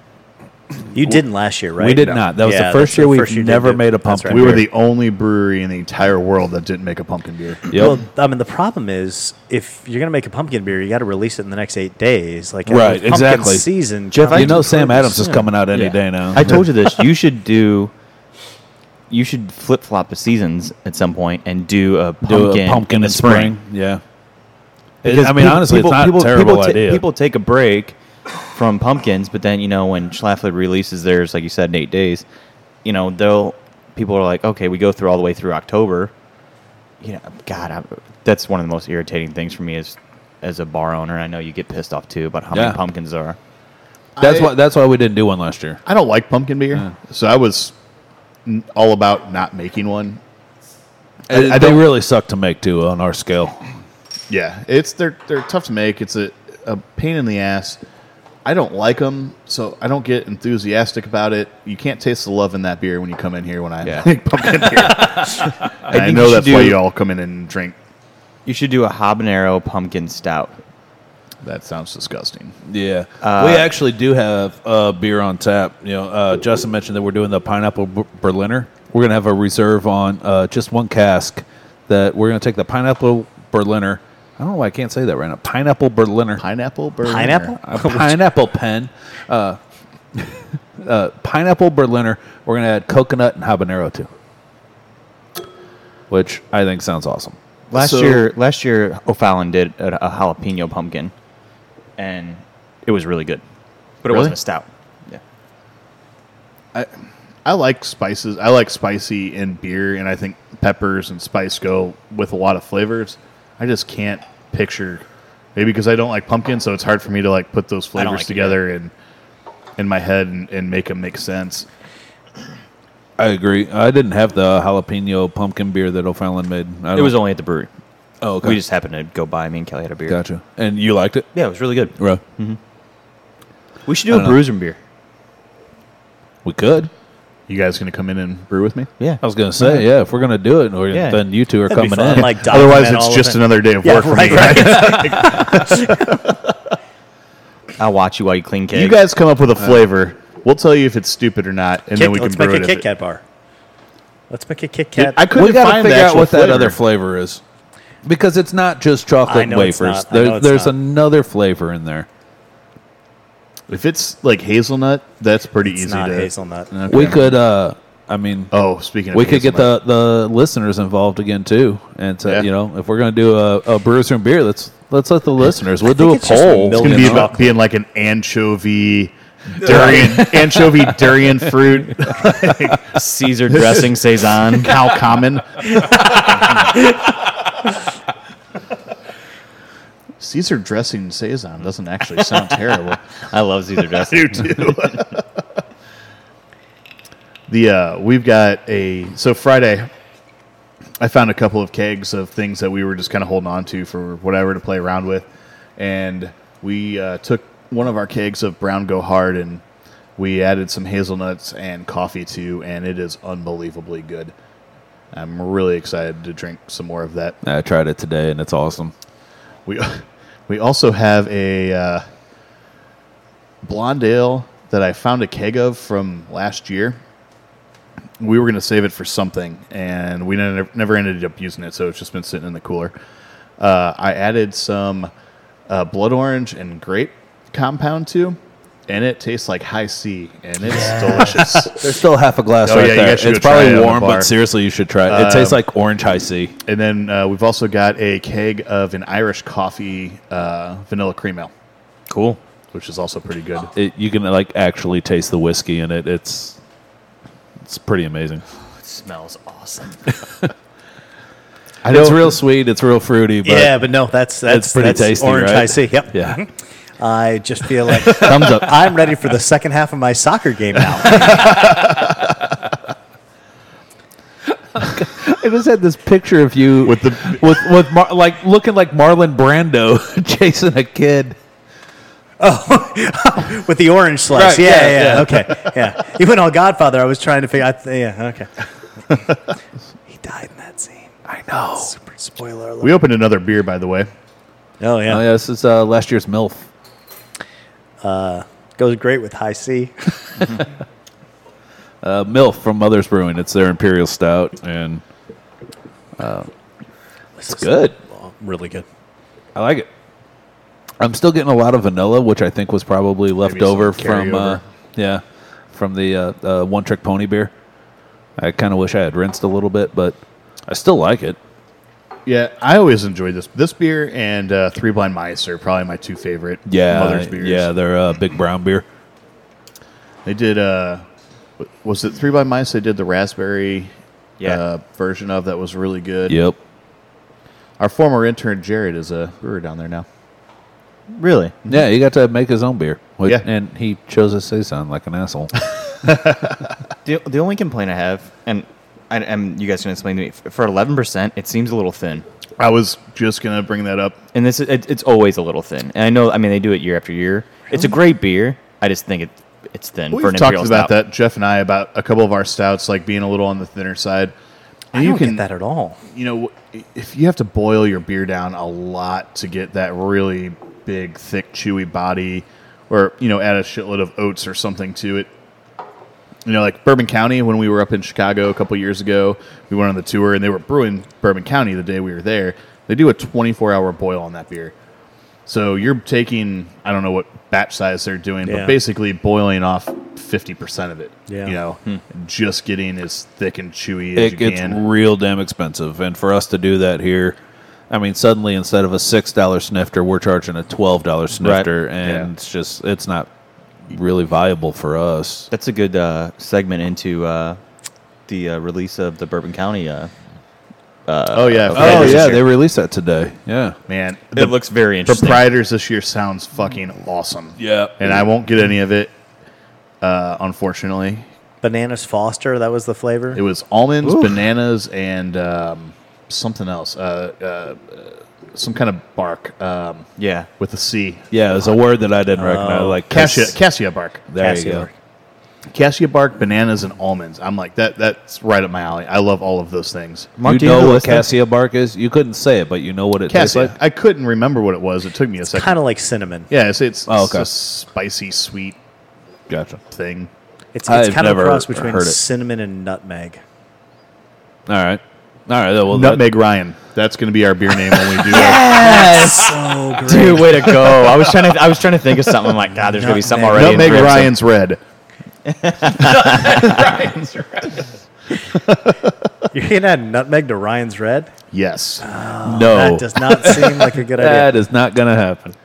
[SPEAKER 4] You didn't last year, right?
[SPEAKER 2] We did not. That was
[SPEAKER 4] Yeah,
[SPEAKER 2] the first
[SPEAKER 4] that's
[SPEAKER 2] year
[SPEAKER 4] the
[SPEAKER 2] we've
[SPEAKER 4] first year you
[SPEAKER 2] never
[SPEAKER 4] did.
[SPEAKER 2] made a
[SPEAKER 4] That's
[SPEAKER 2] pumpkin.
[SPEAKER 4] right.
[SPEAKER 3] we were
[SPEAKER 2] beer.
[SPEAKER 3] the only brewery in the entire world that didn't make a pumpkin beer.
[SPEAKER 2] Yep.
[SPEAKER 4] Well, I mean, the problem is if you're going to make a pumpkin beer, you got to release it in the next eight days. Like
[SPEAKER 2] Right,
[SPEAKER 4] pumpkin
[SPEAKER 2] exactly.
[SPEAKER 4] Season.
[SPEAKER 2] Jeff,
[SPEAKER 4] comes
[SPEAKER 2] you know
[SPEAKER 4] pretty
[SPEAKER 2] Sam Adams is
[SPEAKER 4] soon.
[SPEAKER 2] coming out any
[SPEAKER 1] Yeah.
[SPEAKER 2] day now.
[SPEAKER 1] I told you this. You should do. You should flip flop the seasons at some point and do a pumpkin,
[SPEAKER 2] do a pumpkin in spring. Yeah. It- I mean,
[SPEAKER 1] peop-
[SPEAKER 2] honestly, it's not a terrible
[SPEAKER 1] people ta-
[SPEAKER 2] idea.
[SPEAKER 1] people take a break from pumpkins, but then you know when Schlafly releases theirs, like you said, in eight days, you know they'll people are like, okay, we go through all the way through October. You know, God, i that's one of the most irritating things for me is as a bar owner. I know you get pissed off too about how
[SPEAKER 2] Yeah.
[SPEAKER 1] many pumpkins there are.
[SPEAKER 2] that's
[SPEAKER 3] I-
[SPEAKER 2] why. That's why we didn't do one last year.
[SPEAKER 3] I don't like pumpkin beer, so I was n- all about not making one. I
[SPEAKER 2] I, they
[SPEAKER 3] don't-
[SPEAKER 2] really suck to make too on our scale.
[SPEAKER 3] Yeah, it's they're they're tough to make. It's a, a pain in the ass. I don't like them, so I don't get enthusiastic about it. You can't taste the love in that beer when you come in here when I
[SPEAKER 1] Yeah.
[SPEAKER 3] make pumpkin beer. And I,
[SPEAKER 1] think
[SPEAKER 3] know
[SPEAKER 1] you should
[SPEAKER 3] that's why
[SPEAKER 1] do-
[SPEAKER 3] you all come in and drink.
[SPEAKER 1] You should do a habanero pumpkin stout.
[SPEAKER 3] That sounds disgusting.
[SPEAKER 2] Yeah,
[SPEAKER 1] Uh,
[SPEAKER 2] we actually do have uh, beer on tap. You know, uh, Justin mentioned that we're doing the pineapple Ber- Berliner. We're gonna have a reserve on uh, just one cask. That we're gonna take the pineapple Berliner. I don't know why I can't say that right now. Pineapple Berliner.
[SPEAKER 3] Pineapple, Berliner.
[SPEAKER 4] Pineapple?
[SPEAKER 2] a pineapple pen, uh, uh, pineapple Berliner. We're gonna add coconut and habanero too, which I think sounds awesome.
[SPEAKER 1] Last
[SPEAKER 3] So-
[SPEAKER 1] year, last year O'Fallon did a, a jalapeno pumpkin, and it was really good, but it
[SPEAKER 3] Really?
[SPEAKER 1] wasn't a stout. Yeah,
[SPEAKER 3] I like spices. I like spicy in beer, and I think peppers and spice go with a lot of flavors. I just can't picture, maybe because I don't like pumpkin, so it's hard for me to like put those
[SPEAKER 1] don't
[SPEAKER 3] flavors
[SPEAKER 1] like it
[SPEAKER 3] together and in my head and, and make them make sense.
[SPEAKER 2] I agree. I didn't have the jalapeno pumpkin beer that O'Fallon made. I
[SPEAKER 1] it
[SPEAKER 2] don't-
[SPEAKER 1] was only at the brewery.
[SPEAKER 2] oh, okay.
[SPEAKER 1] We just happened to go by. Me and Kelly had a beer.
[SPEAKER 2] gotcha. And you liked it,
[SPEAKER 1] Yeah, it was really good.
[SPEAKER 2] right?
[SPEAKER 1] We should do a
[SPEAKER 2] don't know.
[SPEAKER 1] brews and beer.
[SPEAKER 2] We could.
[SPEAKER 3] You guys gonna come in and brew with me?
[SPEAKER 1] Yeah,
[SPEAKER 2] I was gonna say, yeah, if we're gonna do it, or
[SPEAKER 1] Yeah.
[SPEAKER 2] then you two are
[SPEAKER 4] That'd be
[SPEAKER 2] coming
[SPEAKER 4] fun,
[SPEAKER 2] in.
[SPEAKER 4] Like
[SPEAKER 3] Otherwise,
[SPEAKER 4] document all
[SPEAKER 3] it's
[SPEAKER 4] of
[SPEAKER 3] just
[SPEAKER 4] it.
[SPEAKER 3] another day of
[SPEAKER 4] Yeah,
[SPEAKER 3] work for
[SPEAKER 4] right,
[SPEAKER 3] me.
[SPEAKER 4] right.
[SPEAKER 1] I'll watch you while you clean cake.
[SPEAKER 3] You guys come up with a flavor. We'll tell you if it's stupid or not, and
[SPEAKER 4] Kit,
[SPEAKER 3] then we
[SPEAKER 4] Uh, let's
[SPEAKER 3] can brew
[SPEAKER 4] make a
[SPEAKER 3] it.
[SPEAKER 4] Kit
[SPEAKER 3] if
[SPEAKER 4] Kat bar. Let's make a Kit
[SPEAKER 3] it-
[SPEAKER 4] Kat.
[SPEAKER 3] I couldn't
[SPEAKER 2] we gotta
[SPEAKER 3] find the
[SPEAKER 2] figure out
[SPEAKER 3] actual
[SPEAKER 2] what
[SPEAKER 3] flavor.
[SPEAKER 2] that other flavor is, because it's not just
[SPEAKER 4] I
[SPEAKER 2] chocolate and
[SPEAKER 4] know it's
[SPEAKER 2] wafers.
[SPEAKER 4] not. I know
[SPEAKER 2] There-
[SPEAKER 4] it's
[SPEAKER 2] there's
[SPEAKER 4] not.
[SPEAKER 2] another flavor in there.
[SPEAKER 3] If it's like hazelnut, that's pretty
[SPEAKER 4] it's
[SPEAKER 3] easy
[SPEAKER 4] not
[SPEAKER 3] to.
[SPEAKER 4] hazelnut.
[SPEAKER 3] Okay.
[SPEAKER 2] We could. uh I mean,
[SPEAKER 3] Oh, speaking of
[SPEAKER 2] we could get
[SPEAKER 3] hazelnut.
[SPEAKER 2] the, the listeners involved again too, and say,
[SPEAKER 3] Yeah.
[SPEAKER 2] you know, if we're going to do a, a brewers room beer, let's let's let the listeners. We'll do
[SPEAKER 4] think
[SPEAKER 2] a
[SPEAKER 4] it's just the
[SPEAKER 2] poll.
[SPEAKER 3] It's
[SPEAKER 4] milk
[SPEAKER 3] gonna
[SPEAKER 2] you
[SPEAKER 3] be
[SPEAKER 2] know?
[SPEAKER 3] about being like an anchovy durian, anchovy durian fruit.
[SPEAKER 1] Caesar dressing saison.
[SPEAKER 3] How common? Caesar dressing saison doesn't actually sound terrible.
[SPEAKER 1] I love Caesar dressing.
[SPEAKER 3] Do too. the uh, we've got a so Friday. I found a couple of kegs of things that we were just kind of holding on to for whatever to play around with, and we uh, took one of our kegs of brown go hard and we added some hazelnuts and coffee too, and it is unbelievably good. I'm really excited to drink some more of that.
[SPEAKER 2] I tried it today and it's awesome.
[SPEAKER 3] We we also have a uh, blonde ale that I found a keg of from last year. We were going to save it for something, and we never, never ended up using it, so it's just been sitting in the cooler. Uh, I added some uh, blood orange and grape compound to, and it tastes like high C, and it's delicious.
[SPEAKER 2] There's still half a glass
[SPEAKER 3] Oh,
[SPEAKER 2] right
[SPEAKER 3] yeah, you
[SPEAKER 2] there.
[SPEAKER 3] guys should
[SPEAKER 2] It's
[SPEAKER 3] go try it
[SPEAKER 2] probably
[SPEAKER 3] on the
[SPEAKER 2] warm,
[SPEAKER 3] bar. Um,
[SPEAKER 2] but seriously, you should try it. It tastes like orange high C.
[SPEAKER 3] And then uh, we've also got a keg of an Irish coffee uh, vanilla cream ale,
[SPEAKER 1] Cool.
[SPEAKER 3] which is also pretty good.
[SPEAKER 2] It, you can like actually taste the whiskey in it. It's it's pretty amazing.
[SPEAKER 1] It smells awesome.
[SPEAKER 2] it's real sweet. It's real fruity. But
[SPEAKER 4] yeah, but no, that's that's
[SPEAKER 2] pretty
[SPEAKER 4] that's
[SPEAKER 2] tasty,
[SPEAKER 4] Orange
[SPEAKER 2] right?
[SPEAKER 4] high C. Yep.
[SPEAKER 2] yeah.
[SPEAKER 4] I just feel like
[SPEAKER 2] Thumbs up.
[SPEAKER 4] I'm ready for the second half of my soccer game now.
[SPEAKER 2] I just had this picture of you
[SPEAKER 3] With the-
[SPEAKER 2] with with Mar- like looking like Marlon Brando chasing a kid.
[SPEAKER 4] with the orange slice.
[SPEAKER 2] Right,
[SPEAKER 4] yeah,
[SPEAKER 2] yeah,
[SPEAKER 4] yeah, yeah, Okay. Yeah. You went all Godfather. I was trying to figure out. Yeah, okay. he died in that scene.
[SPEAKER 2] I know.
[SPEAKER 4] Super spoiler alert.
[SPEAKER 3] We opened another beer, by the way.
[SPEAKER 4] Oh, yeah.
[SPEAKER 2] Oh, yeah, this is uh, last year's MILF.
[SPEAKER 4] Goes great with high C.
[SPEAKER 2] Uh, MILF from Mother's Brewing. It's their Imperial Stout, and uh,
[SPEAKER 4] It's
[SPEAKER 2] good.
[SPEAKER 4] Really good.
[SPEAKER 2] I like it. I'm still getting a lot of vanilla, which I think was probably left
[SPEAKER 3] Maybe some
[SPEAKER 2] over from uh,
[SPEAKER 3] carryover.
[SPEAKER 2] yeah, from the uh, uh, One Trick Pony beer. I kind of wish I had rinsed a little bit, but I still like it.
[SPEAKER 3] Yeah, I always enjoyed this. This beer and uh, Three Blind Mice are probably my two favorite
[SPEAKER 2] Yeah,
[SPEAKER 3] mother's beers.
[SPEAKER 2] yeah, they're uh, big brown beer.
[SPEAKER 3] They did. Uh, w- was it Three by Mice? They did the raspberry
[SPEAKER 1] Yeah.
[SPEAKER 3] uh, version of that was really good.
[SPEAKER 2] Yep.
[SPEAKER 3] Our former intern Jared is a brewer down there now.
[SPEAKER 1] Really?
[SPEAKER 2] Yeah, he got to make his own beer, which,
[SPEAKER 3] Yeah.
[SPEAKER 2] and he chose a saison like an asshole.
[SPEAKER 1] The, the only complaint I have, and I, and you guys can explain to me, f- for 11%, it seems a little thin.
[SPEAKER 3] I was just gonna bring that up.
[SPEAKER 1] And this is, it, it's always a little thin. And I know, I mean, they do it year after year. It's a great beer. I just think it it's thin
[SPEAKER 3] We've
[SPEAKER 1] for an
[SPEAKER 3] talked
[SPEAKER 1] imperial
[SPEAKER 3] about
[SPEAKER 1] stout.
[SPEAKER 3] that, Jeff and I, about a couple of our stouts like being a little on the thinner side. And
[SPEAKER 4] I
[SPEAKER 3] you
[SPEAKER 4] don't
[SPEAKER 3] can,
[SPEAKER 4] get that at all.
[SPEAKER 3] you know, if you have to boil your beer down a lot to get that really big, thick, chewy body, or you know, add a shitload of oats or something to it. You know, like Bourbon County when we were up in Chicago a couple years ago, we went on the tour and they were brewing Bourbon County the day we were there. They do a 24 hour boil on that beer. So you're taking, I don't know what batch size they're doing,
[SPEAKER 4] Yeah.
[SPEAKER 3] but basically boiling off 50% of it.
[SPEAKER 4] Yeah.
[SPEAKER 3] You know, just getting as thick and chewy as
[SPEAKER 2] Hmm. it
[SPEAKER 3] you
[SPEAKER 2] gets
[SPEAKER 3] can.
[SPEAKER 2] real damn expensive, and for us to do that here, I mean, suddenly instead of a six dollar snifter, we're charging a twelve dollar snifter, and
[SPEAKER 3] Yeah.
[SPEAKER 2] it's just it's not really viable for us.
[SPEAKER 1] That's a good uh, segment into uh, the uh, release of the Bourbon County. Uh,
[SPEAKER 3] oh, yeah.
[SPEAKER 2] Oh
[SPEAKER 3] Flavors
[SPEAKER 2] yeah,
[SPEAKER 3] are-
[SPEAKER 2] they released that today. Yeah,
[SPEAKER 3] Man,
[SPEAKER 1] it looks very interesting.
[SPEAKER 3] proprietors this year sounds fucking awesome.
[SPEAKER 2] Yeah.
[SPEAKER 3] and I won't get any of it. Uh, unfortunately,
[SPEAKER 4] Bananas Foster, that was the flavor.
[SPEAKER 3] it was almonds, bananas, and um, something else. Uh, uh, uh, some kind of bark um,
[SPEAKER 1] yeah.
[SPEAKER 3] with a C.
[SPEAKER 2] yeah, it's a word that I didn't recognize. Like
[SPEAKER 3] Cassia,
[SPEAKER 2] Oh. cas-
[SPEAKER 3] cassia bark.
[SPEAKER 2] There you
[SPEAKER 4] Cassia
[SPEAKER 2] go.
[SPEAKER 4] bark.
[SPEAKER 3] Cassia bark, bananas, and almonds. I'm like that. That's right up my alley. I love all of those things.
[SPEAKER 1] Mark, do
[SPEAKER 2] you
[SPEAKER 1] you know
[SPEAKER 2] know
[SPEAKER 1] the
[SPEAKER 2] what
[SPEAKER 1] list then?
[SPEAKER 2] cassia bark is? You couldn't say it, but you know what it tastes
[SPEAKER 3] Cassia.
[SPEAKER 2] like.
[SPEAKER 3] I couldn't remember what it was. It took me a second.
[SPEAKER 4] Kind of like cinnamon.
[SPEAKER 3] yeah, it's it's,
[SPEAKER 2] Oh, okay.
[SPEAKER 3] it's a spicy, sweet
[SPEAKER 2] Gotcha.
[SPEAKER 3] thing.
[SPEAKER 4] It's,
[SPEAKER 2] I've
[SPEAKER 4] it's kind of a
[SPEAKER 2] never
[SPEAKER 4] cross between
[SPEAKER 2] heard it.
[SPEAKER 4] cinnamon and nutmeg.
[SPEAKER 2] All right, all right. Well, that-
[SPEAKER 3] Nutmeg Ryan. That's going to be our beer name when we do. our-
[SPEAKER 1] Yes!
[SPEAKER 4] So great.
[SPEAKER 1] Dude, way to go! I was trying to, I was trying to think of something. I'm like, God, there's gonna be something
[SPEAKER 4] Nutmeg.
[SPEAKER 1] already. in
[SPEAKER 3] Nutmeg
[SPEAKER 1] here, so-
[SPEAKER 3] Ryan's red.
[SPEAKER 4] You're going to add nutmeg to Ryan's Red?
[SPEAKER 3] Yes.
[SPEAKER 2] no,
[SPEAKER 4] That does not seem like a good idea.
[SPEAKER 2] that is not going to happen.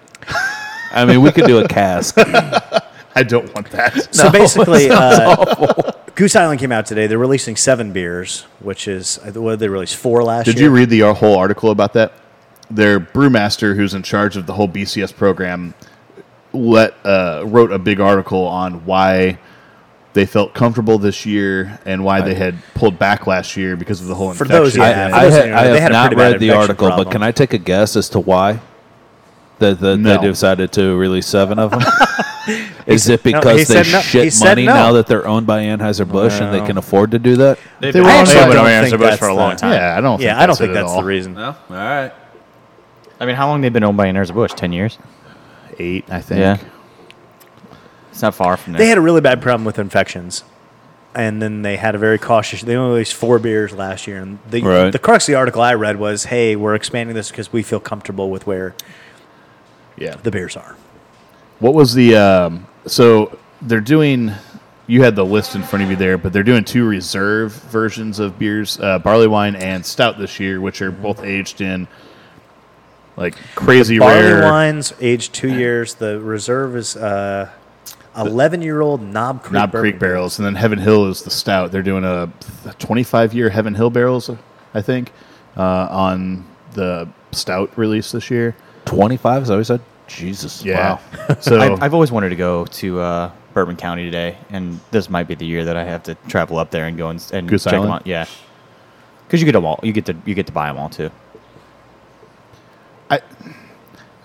[SPEAKER 2] I mean, we could do a cask.
[SPEAKER 3] I don't want that.
[SPEAKER 4] So basically, uh, Goose Island came out today. They're releasing seven beers, which is what did they released four last
[SPEAKER 3] Did
[SPEAKER 4] year.
[SPEAKER 3] you read the uh, whole article about that? Their brewmaster, who's in charge of the whole BCS program, let uh, wrote a big article on why they felt comfortable this year and why they had pulled back last year because of the whole
[SPEAKER 4] For
[SPEAKER 3] infection.
[SPEAKER 4] those,
[SPEAKER 2] I,
[SPEAKER 4] Yeah,
[SPEAKER 2] I,
[SPEAKER 4] those
[SPEAKER 2] ha-
[SPEAKER 4] are-
[SPEAKER 2] I have
[SPEAKER 4] they had a
[SPEAKER 2] not
[SPEAKER 4] pretty bad
[SPEAKER 2] read the
[SPEAKER 4] infection
[SPEAKER 2] article, but
[SPEAKER 4] problem.
[SPEAKER 2] can I take a guess as to why that the,
[SPEAKER 3] No.
[SPEAKER 2] they decided to release seven of them? Is it
[SPEAKER 4] no,
[SPEAKER 2] because
[SPEAKER 4] he
[SPEAKER 2] they
[SPEAKER 4] said no- he
[SPEAKER 2] shit
[SPEAKER 4] said
[SPEAKER 2] money
[SPEAKER 4] no.
[SPEAKER 2] now that they're owned by Anheuser Busch and they can afford to do that?
[SPEAKER 3] They were
[SPEAKER 4] I
[SPEAKER 3] on
[SPEAKER 4] actually
[SPEAKER 3] Amazon
[SPEAKER 4] don't
[SPEAKER 3] and
[SPEAKER 4] think
[SPEAKER 1] Bush
[SPEAKER 4] that's
[SPEAKER 1] for a long
[SPEAKER 4] the-
[SPEAKER 1] time.
[SPEAKER 3] yeah, I don't.
[SPEAKER 4] Yeah,
[SPEAKER 3] think
[SPEAKER 4] I don't
[SPEAKER 3] that's
[SPEAKER 4] think
[SPEAKER 3] it at
[SPEAKER 4] that's
[SPEAKER 3] all.
[SPEAKER 4] the reason.
[SPEAKER 2] No, all right.
[SPEAKER 1] I mean, how long they've been owned by Anheuser Busch? Ten years.
[SPEAKER 3] Eight, I think.
[SPEAKER 1] Yeah. It's not far from there.
[SPEAKER 4] They had a really bad problem with infections, and then they had a very cautious. They only released four beers last year, and the
[SPEAKER 2] Right.
[SPEAKER 4] the crux of the article I read was, "Hey, we're expanding this because we feel comfortable with where
[SPEAKER 3] Yeah.
[SPEAKER 4] the beers are."
[SPEAKER 3] What was the um, so they're doing? You had the list in front of you there, but they're doing two reserve versions of beers, uh, barley wine and stout this year, which are both aged in like crazy rare.
[SPEAKER 4] Barley wines aged two years. The reserve is uh, eleven year old Knob Creek.
[SPEAKER 3] Knob
[SPEAKER 4] bourbon
[SPEAKER 3] Creek barrels, and then Heaven Hill is the stout. They're doing a 25 year Heaven Hill barrels, I think, uh, on the stout release this year.
[SPEAKER 2] Twenty-five is that what you said? Jesus.
[SPEAKER 3] Yeah.
[SPEAKER 2] Wow.
[SPEAKER 3] So
[SPEAKER 1] I've, I've always wanted to go to uh, Bourbon County today, and this might be the year that I have to travel up there and go and, s- and
[SPEAKER 3] Goose
[SPEAKER 1] check them
[SPEAKER 3] Island?
[SPEAKER 1] out. Yeah, because you get them all. You get to you get to buy them all too.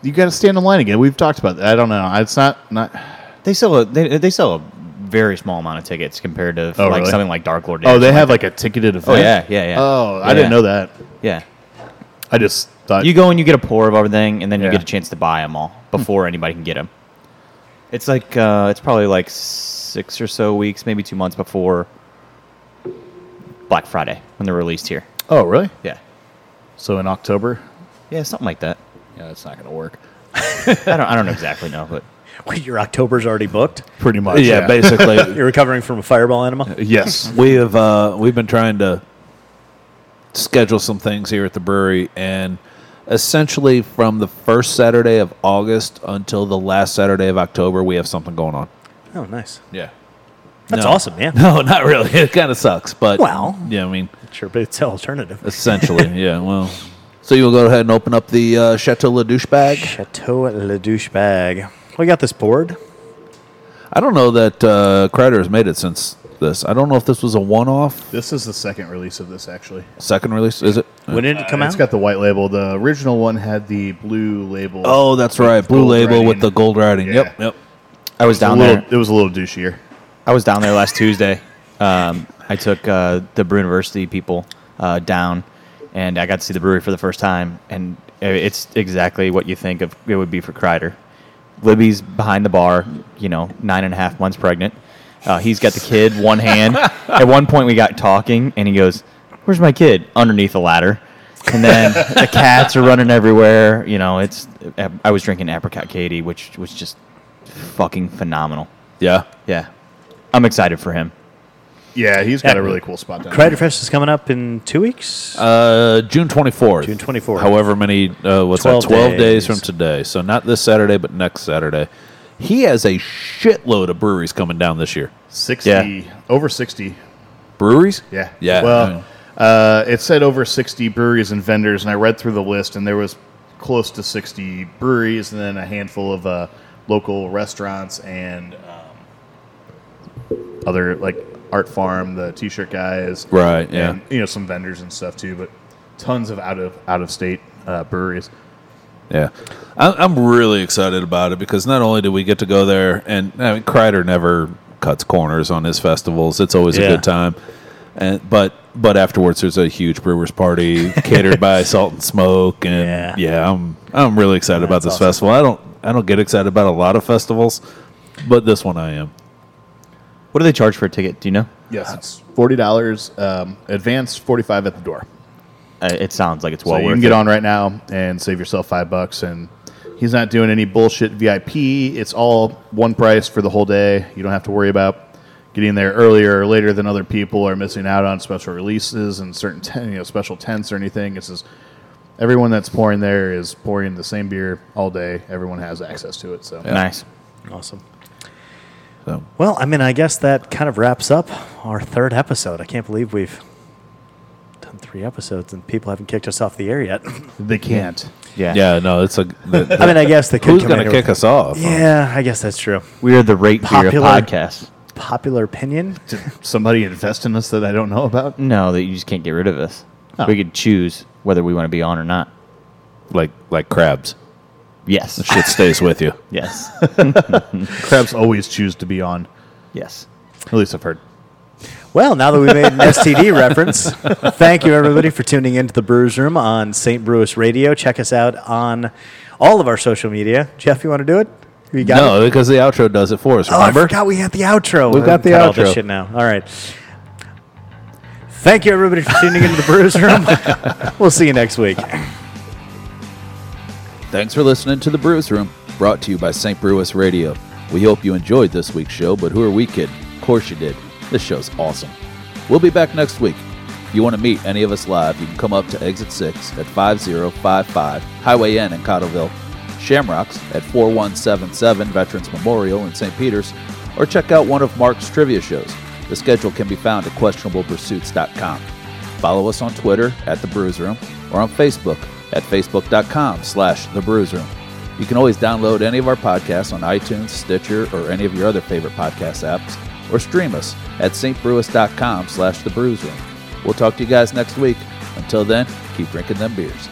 [SPEAKER 3] you got to stand in line again. We've talked about that. I don't know. It's not not.
[SPEAKER 1] They sell a they, they sell a very small amount of tickets compared to
[SPEAKER 3] Oh,
[SPEAKER 1] like
[SPEAKER 3] really?
[SPEAKER 1] something like Dark Lord. Day
[SPEAKER 3] Oh,
[SPEAKER 1] or
[SPEAKER 3] they
[SPEAKER 1] something
[SPEAKER 3] have
[SPEAKER 1] like
[SPEAKER 3] like a ticketed event.
[SPEAKER 1] Oh, yeah, yeah, yeah.
[SPEAKER 3] Oh,
[SPEAKER 1] Yeah.
[SPEAKER 3] I didn't know that.
[SPEAKER 1] that. yeah.
[SPEAKER 3] I just thought
[SPEAKER 1] You go and you get a pour of everything, and then you
[SPEAKER 3] Uh, Yeah. Hmm.
[SPEAKER 1] get a chance to buy them all before anybody can get them. It's like uh, it's probably like six or so weeks, maybe two months before Black Friday when they're released here.
[SPEAKER 3] Oh, really?
[SPEAKER 1] Yeah,
[SPEAKER 3] So in October?
[SPEAKER 1] yeah, something like that.
[SPEAKER 3] Yeah, that's not going to work.
[SPEAKER 1] I don't I don't exactly know, but
[SPEAKER 4] Wait, your October's already booked?
[SPEAKER 3] Pretty much.
[SPEAKER 2] Yeah, basically.
[SPEAKER 4] You're recovering from a fireball
[SPEAKER 2] Uh,
[SPEAKER 4] enema?
[SPEAKER 3] yes.
[SPEAKER 2] we have uh, we've been trying to schedule some things here at the brewery and essentially from the first Saturday of August until the last Saturday of October we have something going on.
[SPEAKER 4] Oh, nice.
[SPEAKER 2] Yeah.
[SPEAKER 4] That's
[SPEAKER 2] No.
[SPEAKER 4] awesome, man.
[SPEAKER 2] No, not really. It kind of sucks, but
[SPEAKER 4] Well.
[SPEAKER 2] yeah, I mean,
[SPEAKER 4] Sure, but it's an alternative.
[SPEAKER 2] essentially, yeah. Well, so you'll go ahead and open up the uh, Chateau La Douche bag.
[SPEAKER 4] Chateau Le Douche Bag. We got this board.
[SPEAKER 2] I don't know that uh, Kreider has made it since this. I don't know if this was a one-off
[SPEAKER 3] This is the second release of this, actually.
[SPEAKER 2] second release. Is it?
[SPEAKER 4] When did it come
[SPEAKER 3] Uh,
[SPEAKER 4] out?
[SPEAKER 3] It's got the white label. The original one had the blue label.
[SPEAKER 2] Oh, that's right. Blue
[SPEAKER 3] gold
[SPEAKER 2] label with
[SPEAKER 3] writing.
[SPEAKER 2] the gold writing. Yep,
[SPEAKER 3] Yeah.
[SPEAKER 2] yep.
[SPEAKER 1] I was
[SPEAKER 3] It was a
[SPEAKER 1] down
[SPEAKER 3] little-
[SPEAKER 1] there.
[SPEAKER 3] It was a little douchier.
[SPEAKER 1] I was down there last Tuesday. Um, I took uh, the Brew University people uh, down, and I got to see the brewery for the first time. And i- it's exactly what you think of it would be for Kreider. Libby's behind the bar, you know, nine and a half months pregnant. Uh, he's got the kid, one hand. At one point, we got talking, and he goes, "Where's my kid?" Underneath the ladder. And then the cats are running everywhere. You know, it's. I was drinking apricot Katie, which was just fucking phenomenal.
[SPEAKER 2] Yeah.
[SPEAKER 1] Yeah. I'm excited for him.
[SPEAKER 3] Yeah, he's got
[SPEAKER 4] Yeah.
[SPEAKER 3] a really cool spot down
[SPEAKER 4] Crater Fest is coming up in two weeks.
[SPEAKER 2] Uh, June 24th.
[SPEAKER 4] June 24th.
[SPEAKER 2] However many, uh, what's
[SPEAKER 4] 12
[SPEAKER 2] that, 12 days.
[SPEAKER 4] days.
[SPEAKER 2] from today. So not this Saturday, but next Saturday. He has a shitload of breweries coming down this year.
[SPEAKER 3] there. 60,
[SPEAKER 1] Yeah.
[SPEAKER 3] over 60.
[SPEAKER 2] Breweries?
[SPEAKER 3] Yeah.
[SPEAKER 2] Yeah. I mean,
[SPEAKER 3] Well, uh, it said over 60 breweries and vendors, and I read through the list, and there was close to 60 breweries, and then a handful of uh, local restaurants and um, other like Art Farm, the T-shirt guys,
[SPEAKER 2] Right, yeah.
[SPEAKER 3] and you know some vendors and stuff too, but tons of out of out of state uh, breweries.
[SPEAKER 2] Yeah, I- I'm really excited about it because not only do we get to go there, and I mean, Kreider never cuts corners on his festivals. It's always
[SPEAKER 4] Yeah.
[SPEAKER 2] a good time, and but but afterwards there's a huge brewers party catered by Salt and Smoke, and
[SPEAKER 4] Yeah.
[SPEAKER 2] yeah, I'm I'm really excited about this
[SPEAKER 4] That's awesome.
[SPEAKER 2] festival. I don't I don't get excited about a lot of festivals, but this one I am.
[SPEAKER 1] What do they charge for a ticket? Do you know?
[SPEAKER 3] Yes, it's Uh, forty dollars um, advance, forty five at the door.
[SPEAKER 1] Uh, it sounds like it's
[SPEAKER 3] So
[SPEAKER 1] well
[SPEAKER 3] you
[SPEAKER 1] worth
[SPEAKER 3] can get
[SPEAKER 1] it.
[SPEAKER 3] on right now and save yourself five bucks. And he's not doing any bullshit VIP. It's all one price for the whole day. You don't have to worry about getting there earlier or later than other people or missing out on special releases and certain ten, you know special tents or anything. It's just everyone that's pouring there is pouring the same beer all day. Everyone has access to it. So
[SPEAKER 1] Nice.
[SPEAKER 4] awesome.
[SPEAKER 2] So
[SPEAKER 4] Well, I mean, I guess that kind of wraps up our third episode. I can't believe we've done three episodes and people haven't kicked us off the air yet.
[SPEAKER 3] they can't.
[SPEAKER 1] Yeah.
[SPEAKER 2] yeah, no, it's a. The, the-
[SPEAKER 4] I mean, I guess they could
[SPEAKER 2] who's
[SPEAKER 4] come
[SPEAKER 2] going
[SPEAKER 4] in
[SPEAKER 2] to
[SPEAKER 4] or-
[SPEAKER 2] kick us off?
[SPEAKER 4] Yeah, I guess that's true.
[SPEAKER 1] We are the rate beer of
[SPEAKER 4] Popular-
[SPEAKER 1] podcasts.
[SPEAKER 4] Popular opinion.
[SPEAKER 3] Did somebody invest in us that I don't know about?
[SPEAKER 1] No, that you just can't get rid of us.
[SPEAKER 3] Oh.
[SPEAKER 1] We could choose whether we want to be on or not.
[SPEAKER 2] Like like crabs,
[SPEAKER 1] Yes.
[SPEAKER 2] shit stays with you.
[SPEAKER 1] yes.
[SPEAKER 3] Crabs always choose to be on.
[SPEAKER 1] Yes.
[SPEAKER 3] At least I've heard.
[SPEAKER 4] Well, now that we made an STD reference, thank you everybody for tuning into the Brewers Room on St. Brewis Radio. Check us out on all of our social media. Jeff, you want to do it? You got it?
[SPEAKER 2] No, because the outro does it for us.
[SPEAKER 4] Oh, I
[SPEAKER 2] Remember?
[SPEAKER 4] forgot we had the outro.
[SPEAKER 2] We've got the
[SPEAKER 4] Cut All this
[SPEAKER 2] outro.
[SPEAKER 4] shit now. All right. Thank you everybody for tuning into the Brewers Room. we'll see you next week.
[SPEAKER 2] Thanks for listening to The Brewis Room, brought to you by St. Brewis Radio. We hope you enjoyed this week's show, but who are we kidding? Of course you did. This show's awesome. We'll be back next week. If you want to meet any of us live, you can come up to Exit 6 at 5055 Highway N in Cottleville, Shamrocks at 4177 Veterans Memorial in St. Peter's, or check out one of Mark's trivia shows. The schedule can be found at questionablepursuits.com. Follow us on Twitter at The Brews Room or on Facebook at facebook.com slash The Brews Room. You can always download any of our podcasts on iTunes, Stitcher, or any of your other favorite podcast apps, or stream us at stbrewis.com slash the brews room. We'll talk to you guys next week. Until then, keep drinking them beers.